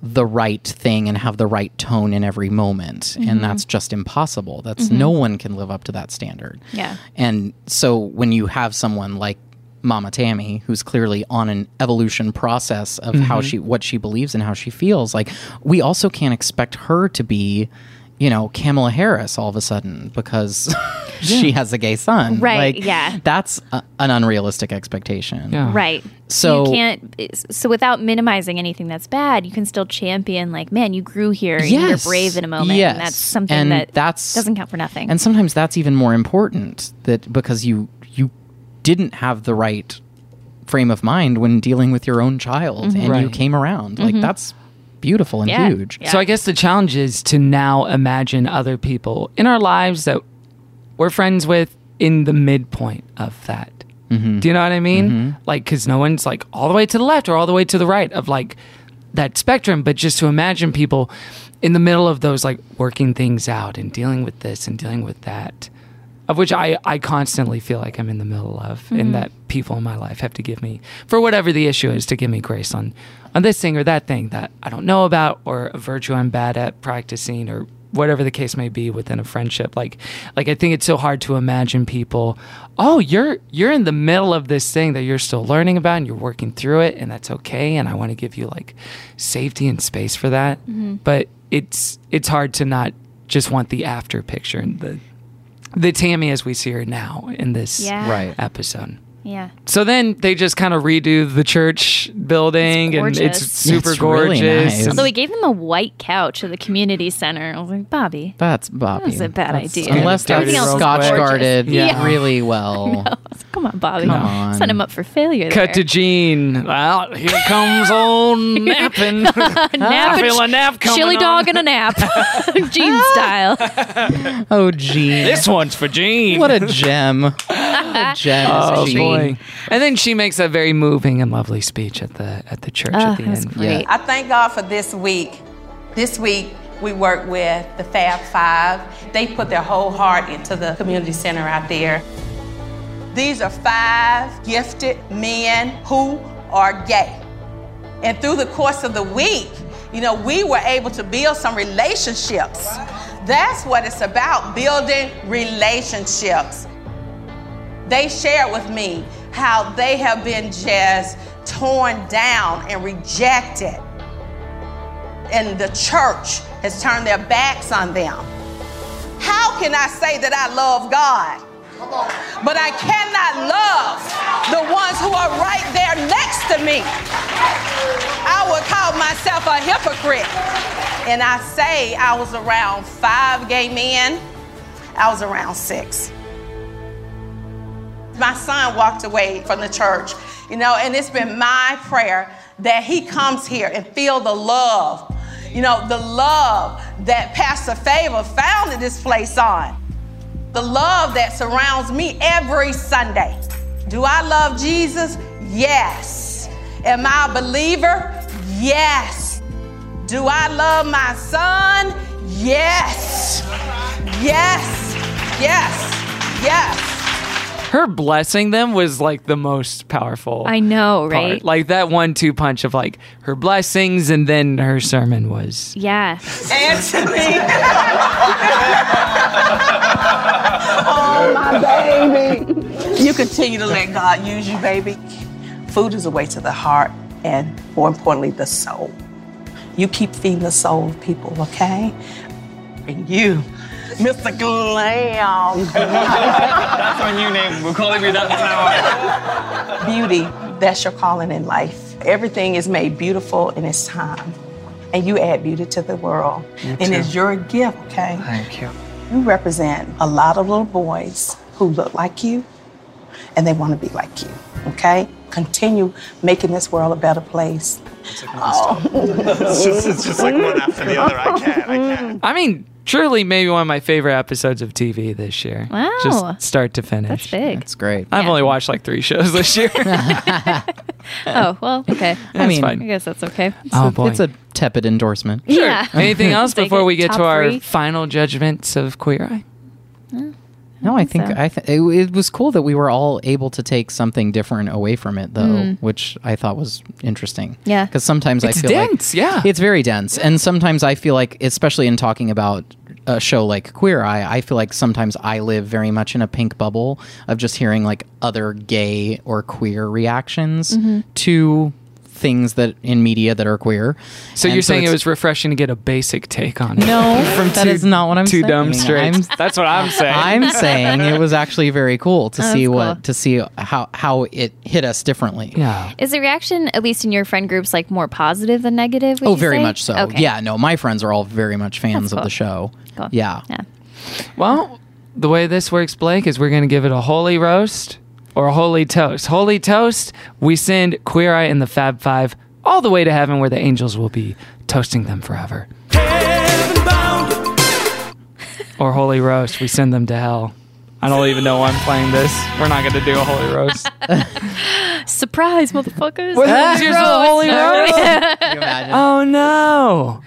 the right thing and have the right tone in every moment. Mhm. And that's just impossible. That's no Mhm. one can live up to that standard. Yeah. And so when you have someone like Mama Tammy, who's clearly on an evolution process of Mm-hmm. how Mhm. she what she believes and how she feels, like we also can't expect her to be, you know, Kamala Harris all of a sudden because (laughs) she has a gay son. Right, Like, yeah. That's a, an unrealistic expectation. Right. So- you can't. So without minimizing anything that's bad, you can still champion like, man, you grew here. and You're Yes, brave in a moment. yes, And that's something and that that's- doesn't count for nothing. And sometimes that's even more important that because you you didn't have the right frame of mind when dealing with your own child Mm-hmm. Mhm. and you Right. came around. Like Mhm. that's beautiful and huge. So I guess the challenge is to now imagine other people in our lives that we're friends with in the midpoint of that. Do you know what I mean? Like, because no one's like all the way to the left or all the way to the right of like that spectrum, but just to imagine people in the middle of those like working things out and dealing with this and dealing with that, of which I, I constantly feel like I'm in the middle of, Mhm. and that people in my life have to give me for whatever the issue is to give me grace on on this thing or that thing that I don't know about or a virtue I'm bad at practicing or whatever the case may be within a friendship like like I think it's so hard to imagine people oh you're you're in the middle of this thing that you're still learning about and you're working through it and that's okay and I want to give you like safety and space for that Mhm. but it's it's hard to not just want the after picture and the the Tammy as we see her now in this Yeah. Right. episode Yeah. so then they just kind of redo the church building and it's Gorgeous. super It's really gorgeous. nice. and- Although we gave them a white couch at the community center. I was like, Bobby, That's Bobby. That was a bad That's- idea. Unless they're Everything else is scotch gorgeous. guarded Yeah. Yeah. (laughs) really (laughs) well. come on, Bobby. Come on. Set him up for failure. Cut to there. Gene. Well, here (laughs) comes old napping. nap I feel a ch- nap coming Chili on. dog and a nap. (laughs) Gene style. (laughs) Oh, Gene. This one's for Gene. (laughs) What a gem. What a gem Oh, is Gene. boy. And then she makes a very moving and lovely speech at the at the church at the end. I thank God for this week. This week, we worked with the Fab Five. They put their whole heart into the community center out there. These are five gifted men who are gay. And through the course of the week, you know, we were able to build some relationships. That's what it's about building relationships they shared with me how they have been just torn down and rejected. And the church has turned their backs on them. How can I say that I love God? But I cannot love the ones who are right there next to me. I would call myself a hypocrite. And I say I was around five gay men, I was around six. My son walked away from the church, you know, and it's been my prayer that he comes here and feel the love, you know, the love that Pastor Favor founded this place on, the love that surrounds me every Sunday. Do I love Jesus? Yes. Am I a believer? Yes. Do I love my son? Yes. Yes. Yes. Yes. Her blessing them was like the most powerful. I know, part. right? Like that one two punch of like her blessings and then her sermon was Yeah. Anthony. oh, my baby. You continue to let God use you, baby. Food is a way to the heart and, more importantly, the soul. You keep feeding the soul of people, okay? And you, Mr. Glam. That's on you, name. We're calling you that from now on. Beauty, that's your calling in life. Everything is made beautiful in its time. And you add beauty to the world. You and it's too. your gift, okay? Thank you. You represent a lot of little boys who look like you and they want to be like you, okay? Continue making this world a better place. It's just- it's just like one after the other. I can't. I can't. I mean, truly maybe one of my favorite episodes of TV this year. Wow. Just start to finish. That's big. That's great. I've only watched like three shows this (laughs) year. (laughs) Oh, well, okay. I mean- I guess that's okay. It's Oh, a- boy. It's a tepid endorsement. Sure. Yeah. (laughs) Anything else Take before it. we get to Top our three. final judgments of Queer Eye? No, I think so. I th- it, it was cool that we were all able to take something different away from it, though, Mm. which I thought was interesting. Yeah. because sometimes It's I feel like- dense, yeah. it's very dense, and sometimes I feel like, especially in talking about a show like Queer Eye, I feel like sometimes I live very much in a pink bubble of just hearing like other gay or queer reactions Mhm. to things that in media that are queer. So And you're saying it it's- was refreshing to get a basic take on it? No, from that two, is not what I'm two saying. dumb straights. I'm- That's what I'm saying. (laughs) I'm saying it was actually very cool to Oh, see that's what cool. to see how how it hit us differently. Yeah. Is the reaction, at least in your friend groups, like more positive than negative? would oh, you very say? much so. Okay. Yeah. No, my friends are all very much fans That's of cool. the show. Cool. Yeah. Well, the way this works, Blake, is we're going to give it a holy roast or a holy toast. Holy toast, we send Queer Eye and the Fab Five all the way to heaven where the angels will be toasting them forever. Or holy roast, we send them to hell. I don't even know why I'm playing this. We're not going to do a holy roast. Surprise, motherfuckers. Well, that was your Oh. Gross. holy roast? Yeah. oh no.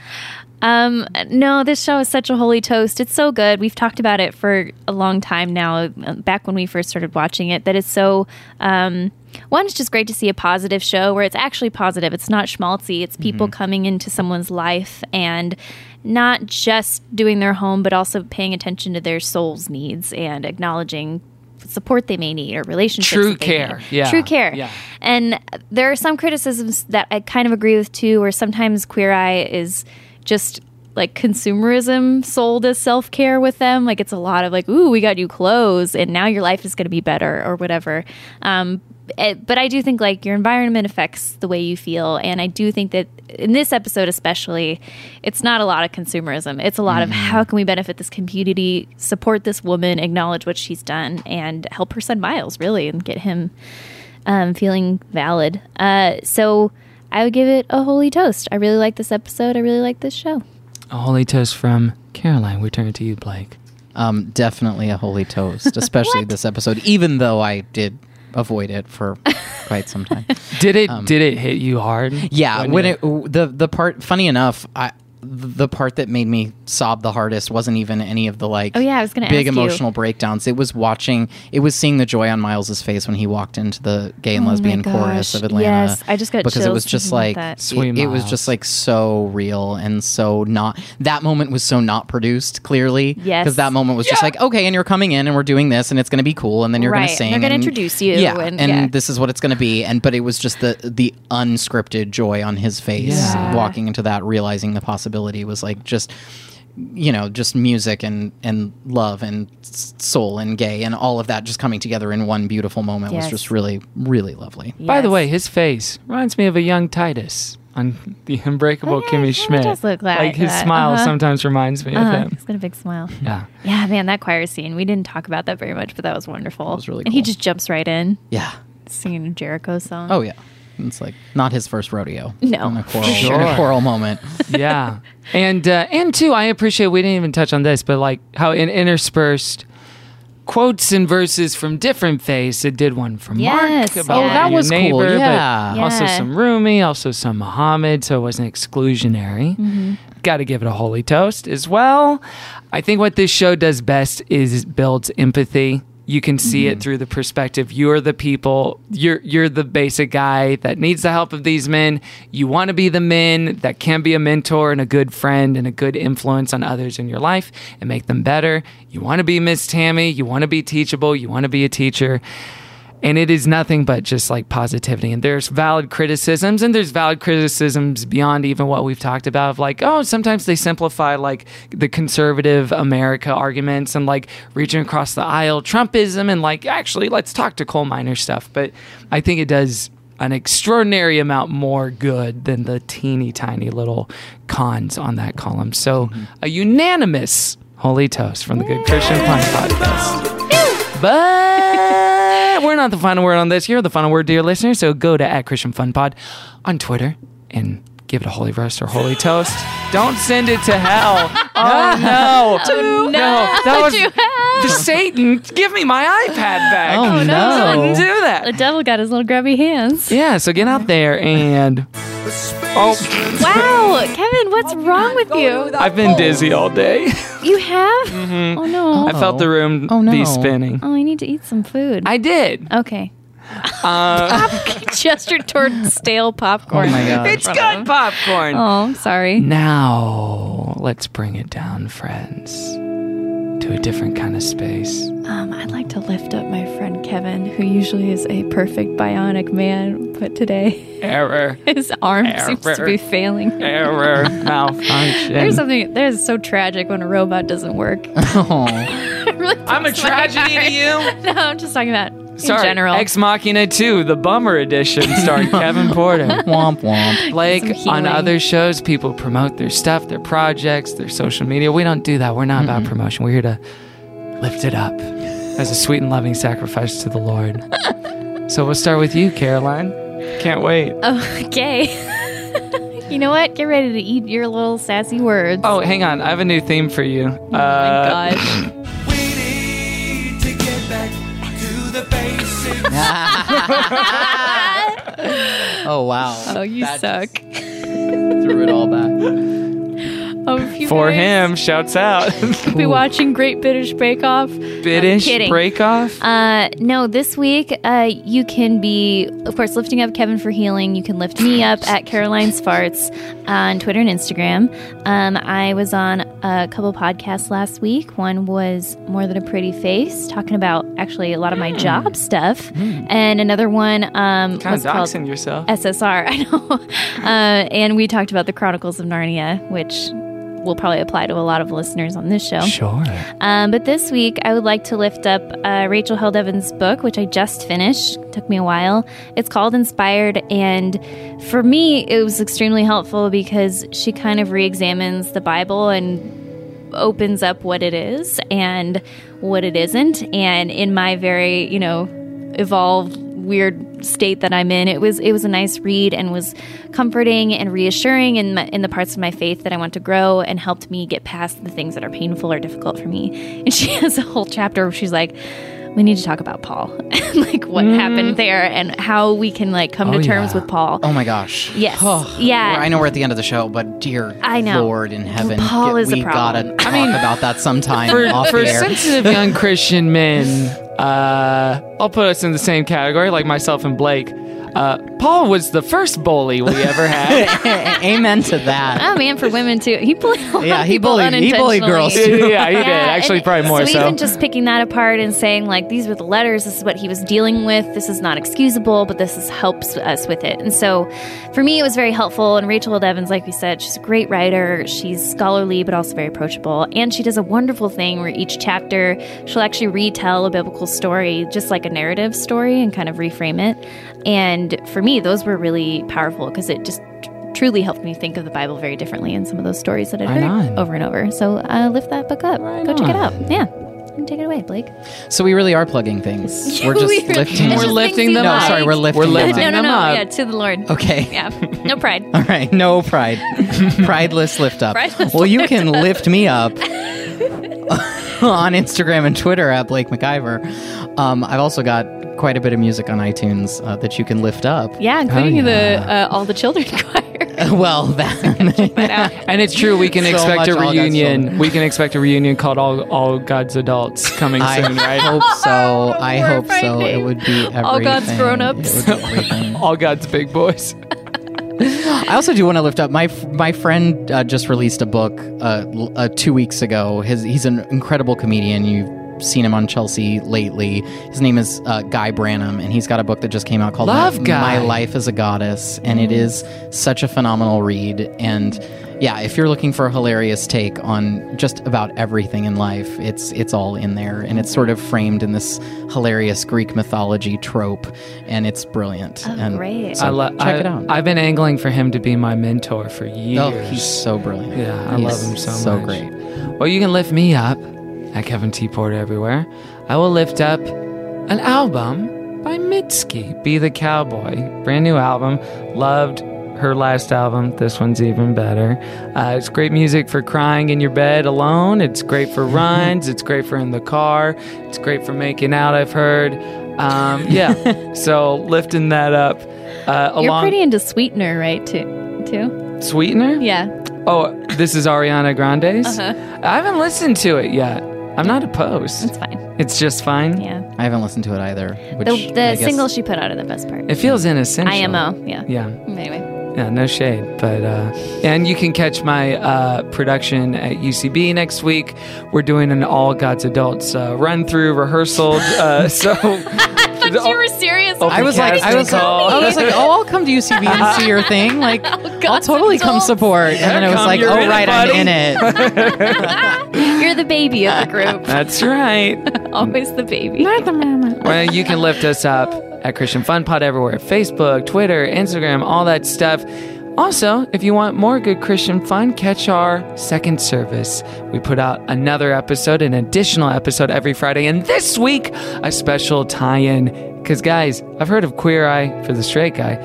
Um, no, this show is such a holy toast. It's so good. We've talked about it for a long time now, uh, back when we first started watching it, that it's so. Um, one, it's just great to see a positive show where it's actually positive. It's not schmaltzy. It's people Mm-hmm. Mhm. coming into someone's life and not just doing their home, but also paying attention to their soul's needs and acknowledging support they may need or relationships. True that they care. need. Yeah. True care. Yeah. And there are some criticisms that I kind of agree with too, where sometimes Queer Eye is just like consumerism sold as self care with them. Like it's a lot of like, ooh, we got you clothes and now your life is going to be better or whatever. Um, it- but I do think like your environment affects the way you feel. And I do think that in this episode, especially, it's not a lot of consumerism. It's a lot of how can we benefit this community, support this woman, acknowledge what she's done, and help her son Miles really and get him um, feeling valid. Uh, so I would give it a holy toast. I really like this episode. I really like this show. A holy toast from Caroline. We turn it to you, Blake. Um, definitely a holy toast, especially this episode. Even though I did avoid it for quite some time. Did it? Um, did it hit you hard? (laughs) Yeah, When when you- it the the part. Funny enough, I the part that made me sob the hardest wasn't even any of the like Oh, yeah, I was gonna big ask you. emotional breakdowns it was watching it was seeing the joy on miles's face when he walked into the gay and Oh my lesbian chorus gosh, of atlanta yes. I just got because it chills was just thinking about like that. it- Sweet it, was Miles. just like so real and so not that moment was so not produced clearly Yes. because that moment was just like okay and you're coming in and we're doing this and it's gonna be cool and then you're Right, gonna and sing they're gonna introduce you yeah and- and yeah. this is what it's going to be and but it was just the the unscripted joy on his face Yeah. walking into that realizing the possibility was like just you know just music and and love and s- soul and gay and all of that just coming together in one beautiful moment Yes. was just really really lovely By the way, his face reminds me of a young Titus on the Unbreakable Kimmy Schmidt. does look like his that. smile Uh-huh. sometimes reminds me Uh-huh. of him. He's got a big smile. Yeah. Yeah, man, that choir scene. We didn't talk about that very much, but that was wonderful. It was really And he just jumps right in. Yeah. Singing a Jericho song. oh yeah it's like not his first rodeo No. in a choral, Sure. in a choral moment yeah and uh, and two i appreciate we didn't even touch on this but like how in interspersed quotes and verses from different faiths it did one from Yes, mark about yeah. Oh, that your was cool, neighbor, but yeah. also Yeah. some rumi also some muhammad so it wasn't exclusionary Mhm. got to give it a holy toast as well i think what this show does best is builds empathy you can see it through the perspective you're the people you're you're the basic guy that needs the help of these men you want to be the men that can be a mentor and a good friend and a good influence on others in your life and make them better you want to be miss tammy you want to be teachable you want to be a teacher and it is nothing but just like positivity and there's valid criticisms and there's valid criticisms beyond even what we've talked about of like oh sometimes they simplify like the conservative america arguments and like reaching across the aisle trumpism and like actually let's talk to coal miner stuff but i think it does an extraordinary amount more good than the teeny tiny little cons on that column so a unanimous holy toast from the good christian pine podcast but we're not the final word on this. You're the final word, dear listener. So go to at Christian Fun Pod on Twitter and give it a holy roast or holy toast. Don't send it (laughs) to hell. Oh no. Oh, no. that was (laughs) To the Satan. Give me my iPad back. Oh, no. Don't do that. The devil got his little grubby hands. Yeah. So get out there and oh, (laughs) Wow, Kevin, what's wrong with you? I've been dizzy all day. You have? Mhm. Oh no. I felt the room Oh, no. be spinning. Oh, I need to eat some food. I did. Okay. (laughs) Uh, Gestured (laughs) toward stale popcorn. (laughs) Oh, my God. It's good popcorn. Oh, I'm sorry. Now, let's bring it down, friends, to a different kind of space. Um, I'd like to lift up my friend Kevin, who usually is a perfect bionic man, but today (laughs) Error. his arm seems to be failing. him. (laughs) Error. Malfunction. There's something that is so tragic when a robot doesn't work. (laughs) It really I'm a breaks my tragedy to (laughs) heart. No, I'm just talking about Sorry, in general. Ex Machina 2, the bummer edition, (laughs) starring Kevin Porter. womp womp. Like Some healing. on other shows, people promote their stuff, their projects, their social media. We don't do that. We're not about promotion. We're here to lift it up as a sweet and loving sacrifice to the (laughs) Lord. so we'll start with you, Caroline. Can't wait. okay. (laughs) you know what? Get ready to eat your little sassy words. Oh, hang on. I have a new theme for you. Oh my (laughs) gosh. oh wow Oh, you That suck. Oh, threw it all back of Oh, you For guys. him, shouts (laughs) out. Be watching Great British Bake Off. British kidding. Break Off? Uh, no, this week uh, you can be, of course, lifting up Kevin for healing. You can lift me up at Caroline's Farts on Twitter and Instagram. Um, I was on a couple podcasts last week. One was More Than a Pretty Face, talking about actually a lot of my Mm. job stuff, and another one um, Hmm. Kinda was called doxing yourself. SSR. (laughs) I know, uh, and we talked about the Chronicles of Narnia, which will probably apply to a lot of listeners on this show. Sure. Um, but this week, I would like to lift up uh, Rachel Held Evans' book, which I just finished. Took me a while. It's called Inspired, and for me, it was extremely helpful because she kind of re-examines the Bible and opens up what it is and what it isn't. And in my very, you know, evolved weird state that I'm in, it was it was a nice read and was comforting and reassuring in my, in the parts of my faith that I want to grow and helped me get past the things that are painful or difficult for me. And (laughs) she has a whole chapter where she's like we need to talk about Paul (laughs) and like what Mm-hmm. happened there and how we can like come Oh, to terms yeah. with Paul. Oh my gosh. Yes. (sighs) Oh, Yeah. we're- I know we're at the end of the show, but dear I know. Lord in heaven, Paul get- is a we problem. gotta talk about that sometime for off for the air. sensitive young Christian men, uh, I'll put us in the same category, like myself and Blake. Uh, Paul was the first bully we ever (laughs) had. Amen to that. (laughs) Oh man, for women too. He bullied a lot Yeah, of he people bullied- he unintentionally. bullied girls, too. Yeah, he did. Actually, and probably more so. even just picking that apart and saying like these were the letters. This is what he was dealing with. This is not excusable, but this is, helps us with it. And so, for me, it was very helpful. And Rachel Devins, like we said, she's a great writer. She's scholarly, but also very approachable. And she does a wonderful thing where each chapter she'll actually retell a biblical story, just like a narrative story, and kind of reframe it. And for me, those were really powerful because it just truly helped me think of the Bible very differently in some of those stories that I'd Right heard on. over and over. So uh, lift that book up. Go check it out. on. Yeah. And take it away, Blake. So we really are plugging (laughs) things. Yeah, we're just we are. It's lifting. just We're lifting things you No, like. sorry, we're lifting. We're them lifting up. No, no, no. Yeah, to the Lord. Okay. Yeah. No pride. (laughs) All right, (laughs) no pride. Prideless lift up. Prideless well, you lift can up. lift (laughs) me up (laughs) on Instagram and Twitter at Blake McIver. Um, I've also got quite a bit of music on iTunes uh, that you can lift up. Yeah, including Oh, the uh, all the children (laughs) choir. yeah. (laughs) (laughs) well, that and it's true. We can So expect much a all God's reunion. children. We can expect a reunion called "All All God's Adults" coming I soon, right? hope (laughs) so. I hope so. It would be everything. All God's grown-ups. (laughs) all God's big boys. I also do want to lift up my my friend uh, just released a book uh, l- uh, two weeks ago. His he's an incredible comedian. You've seen him on Chelsea lately. His name is uh, Guy Branham, and he's got a book that just came out called Love my, Guy. my Life as a Goddess, and it is such a phenomenal read. And yeah, if you're looking for a hilarious take on just about everything in life, it's it's all in there, and it's sort of framed in this hilarious Greek mythology trope, and it's brilliant. Oh, (laughs) and great. so I lo- check I- it out. I've been angling for him to be my mentor for years. Oh, he's so brilliant. Yeah, I He's love him so, so much. great. Well, you can lift me up at Kevin T. Porter everywhere. I will lift up an album by Mitski, Be the Cowboy. Brand new album. Loved her last album. This one's even better. Uh, it's great music for crying in your bed alone. It's great (laughs) for runs. it's great for in the car. It's great for making out, I've heard. Um, (laughs) yeah, so lifting that up. Uh, You're along pretty into sweetener, right? Too, too. Sweetener? Yeah. Oh, this is Ariana Grande's? Uh-huh. I haven't listened to it yet. I'm not opposed. It's fine. It's just fine? Yeah. I haven't listened to it either. Which the the I guess- single she put out are the best part. It feels inessential. IMO. Yeah. Yeah. Anyway. Yeah, no shade, but uh, and you can catch my uh, production at UCB next week. We're doing an all God's adults uh, run through rehearsal, uh, (laughs) (laughs) so I thought Oh. you were serious. I was like, I was like, I was like, oh, I'll come to UCB and see your (laughs) thing. Like, oh, I'll totally come support. Yeah, and then I was come, like, you're oh in it, right, buddy. I'm in it. You're the baby of the (laughs) group. that's right. Always the baby. Not the well, you can lift us up at Christian Fun Pod everywhere Facebook, Twitter, Instagram, all that stuff. Also, if you want more good Christian fun, catch our second service. We put out another episode, an additional episode every Friday, and this week, a special tie in. Because, guys, I've heard of Queer Eye for the Straight Guy.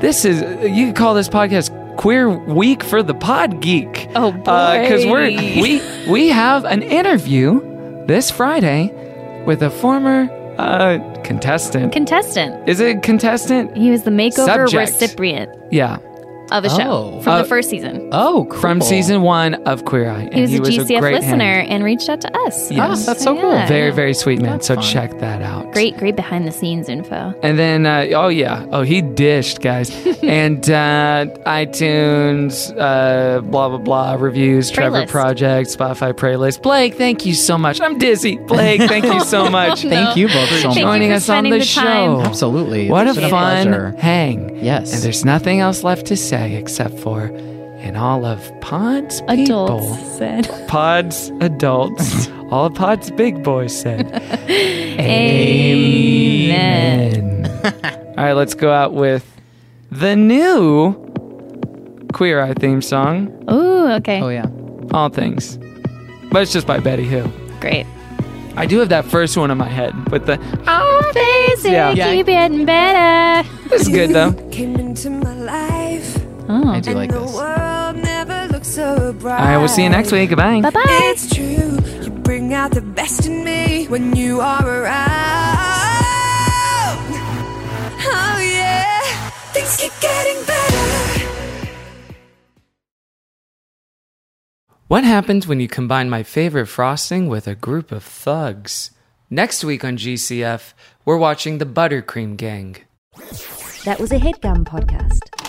This is, you could call this podcast Queer Week for the Pod Geek. Oh, Because we're, boy. we, we have an interview this Friday with a former uh, contestant. Contestant. Is it contestant? He was the makeover Subject. recipient. Yeah. Of of a show Oh. from Uh, the first season. Oh, From season one of Queer Eye. and He was a GCF great listener hand. and reached out to us. Ah, Yes. So, yeah. Very, very sweet man. so check that out. Great, great behind the scenes info. And then, uh, oh yeah, oh he dished, (laughs) guys. and uh, iTunes, uh, blah blah blah reviews, Trevor Playlist. Project, Spotify playlist. Blake, thank you so much. I'm dizzy. Blake, thank you (laughs) so much. No. (laughs) Thank you both so Thank you much. joining for us on spending the, the time. show. Absolutely. what a It's been a fun pleasure. hang. Yes. And there's nothing else left to say except for, in all of Pod's people, Adults said. Pod's (laughs) adults, all of Pod's big boys said. Amen. (laughs) All right, let's go out with the new Queer Eye theme song, Ooh, okay. Oh, yeah. All Things. But it's just by Betty Who. Great. I do have that first one in my head with the. All things Yeah. yeah. keep getting better. It's good though. Came into my life. Oh. I do like and this. The world never looked so bright. All right, we'll see you next week. Goodbye. Bye bye. It's true. You bring out the best in me when you are around. Oh yeah. Things keep getting better. What happens when you combine my favorite frosting with a group of thugs? Next week on GCF, we're watching the Buttercream Gang. That was a headgum podcast.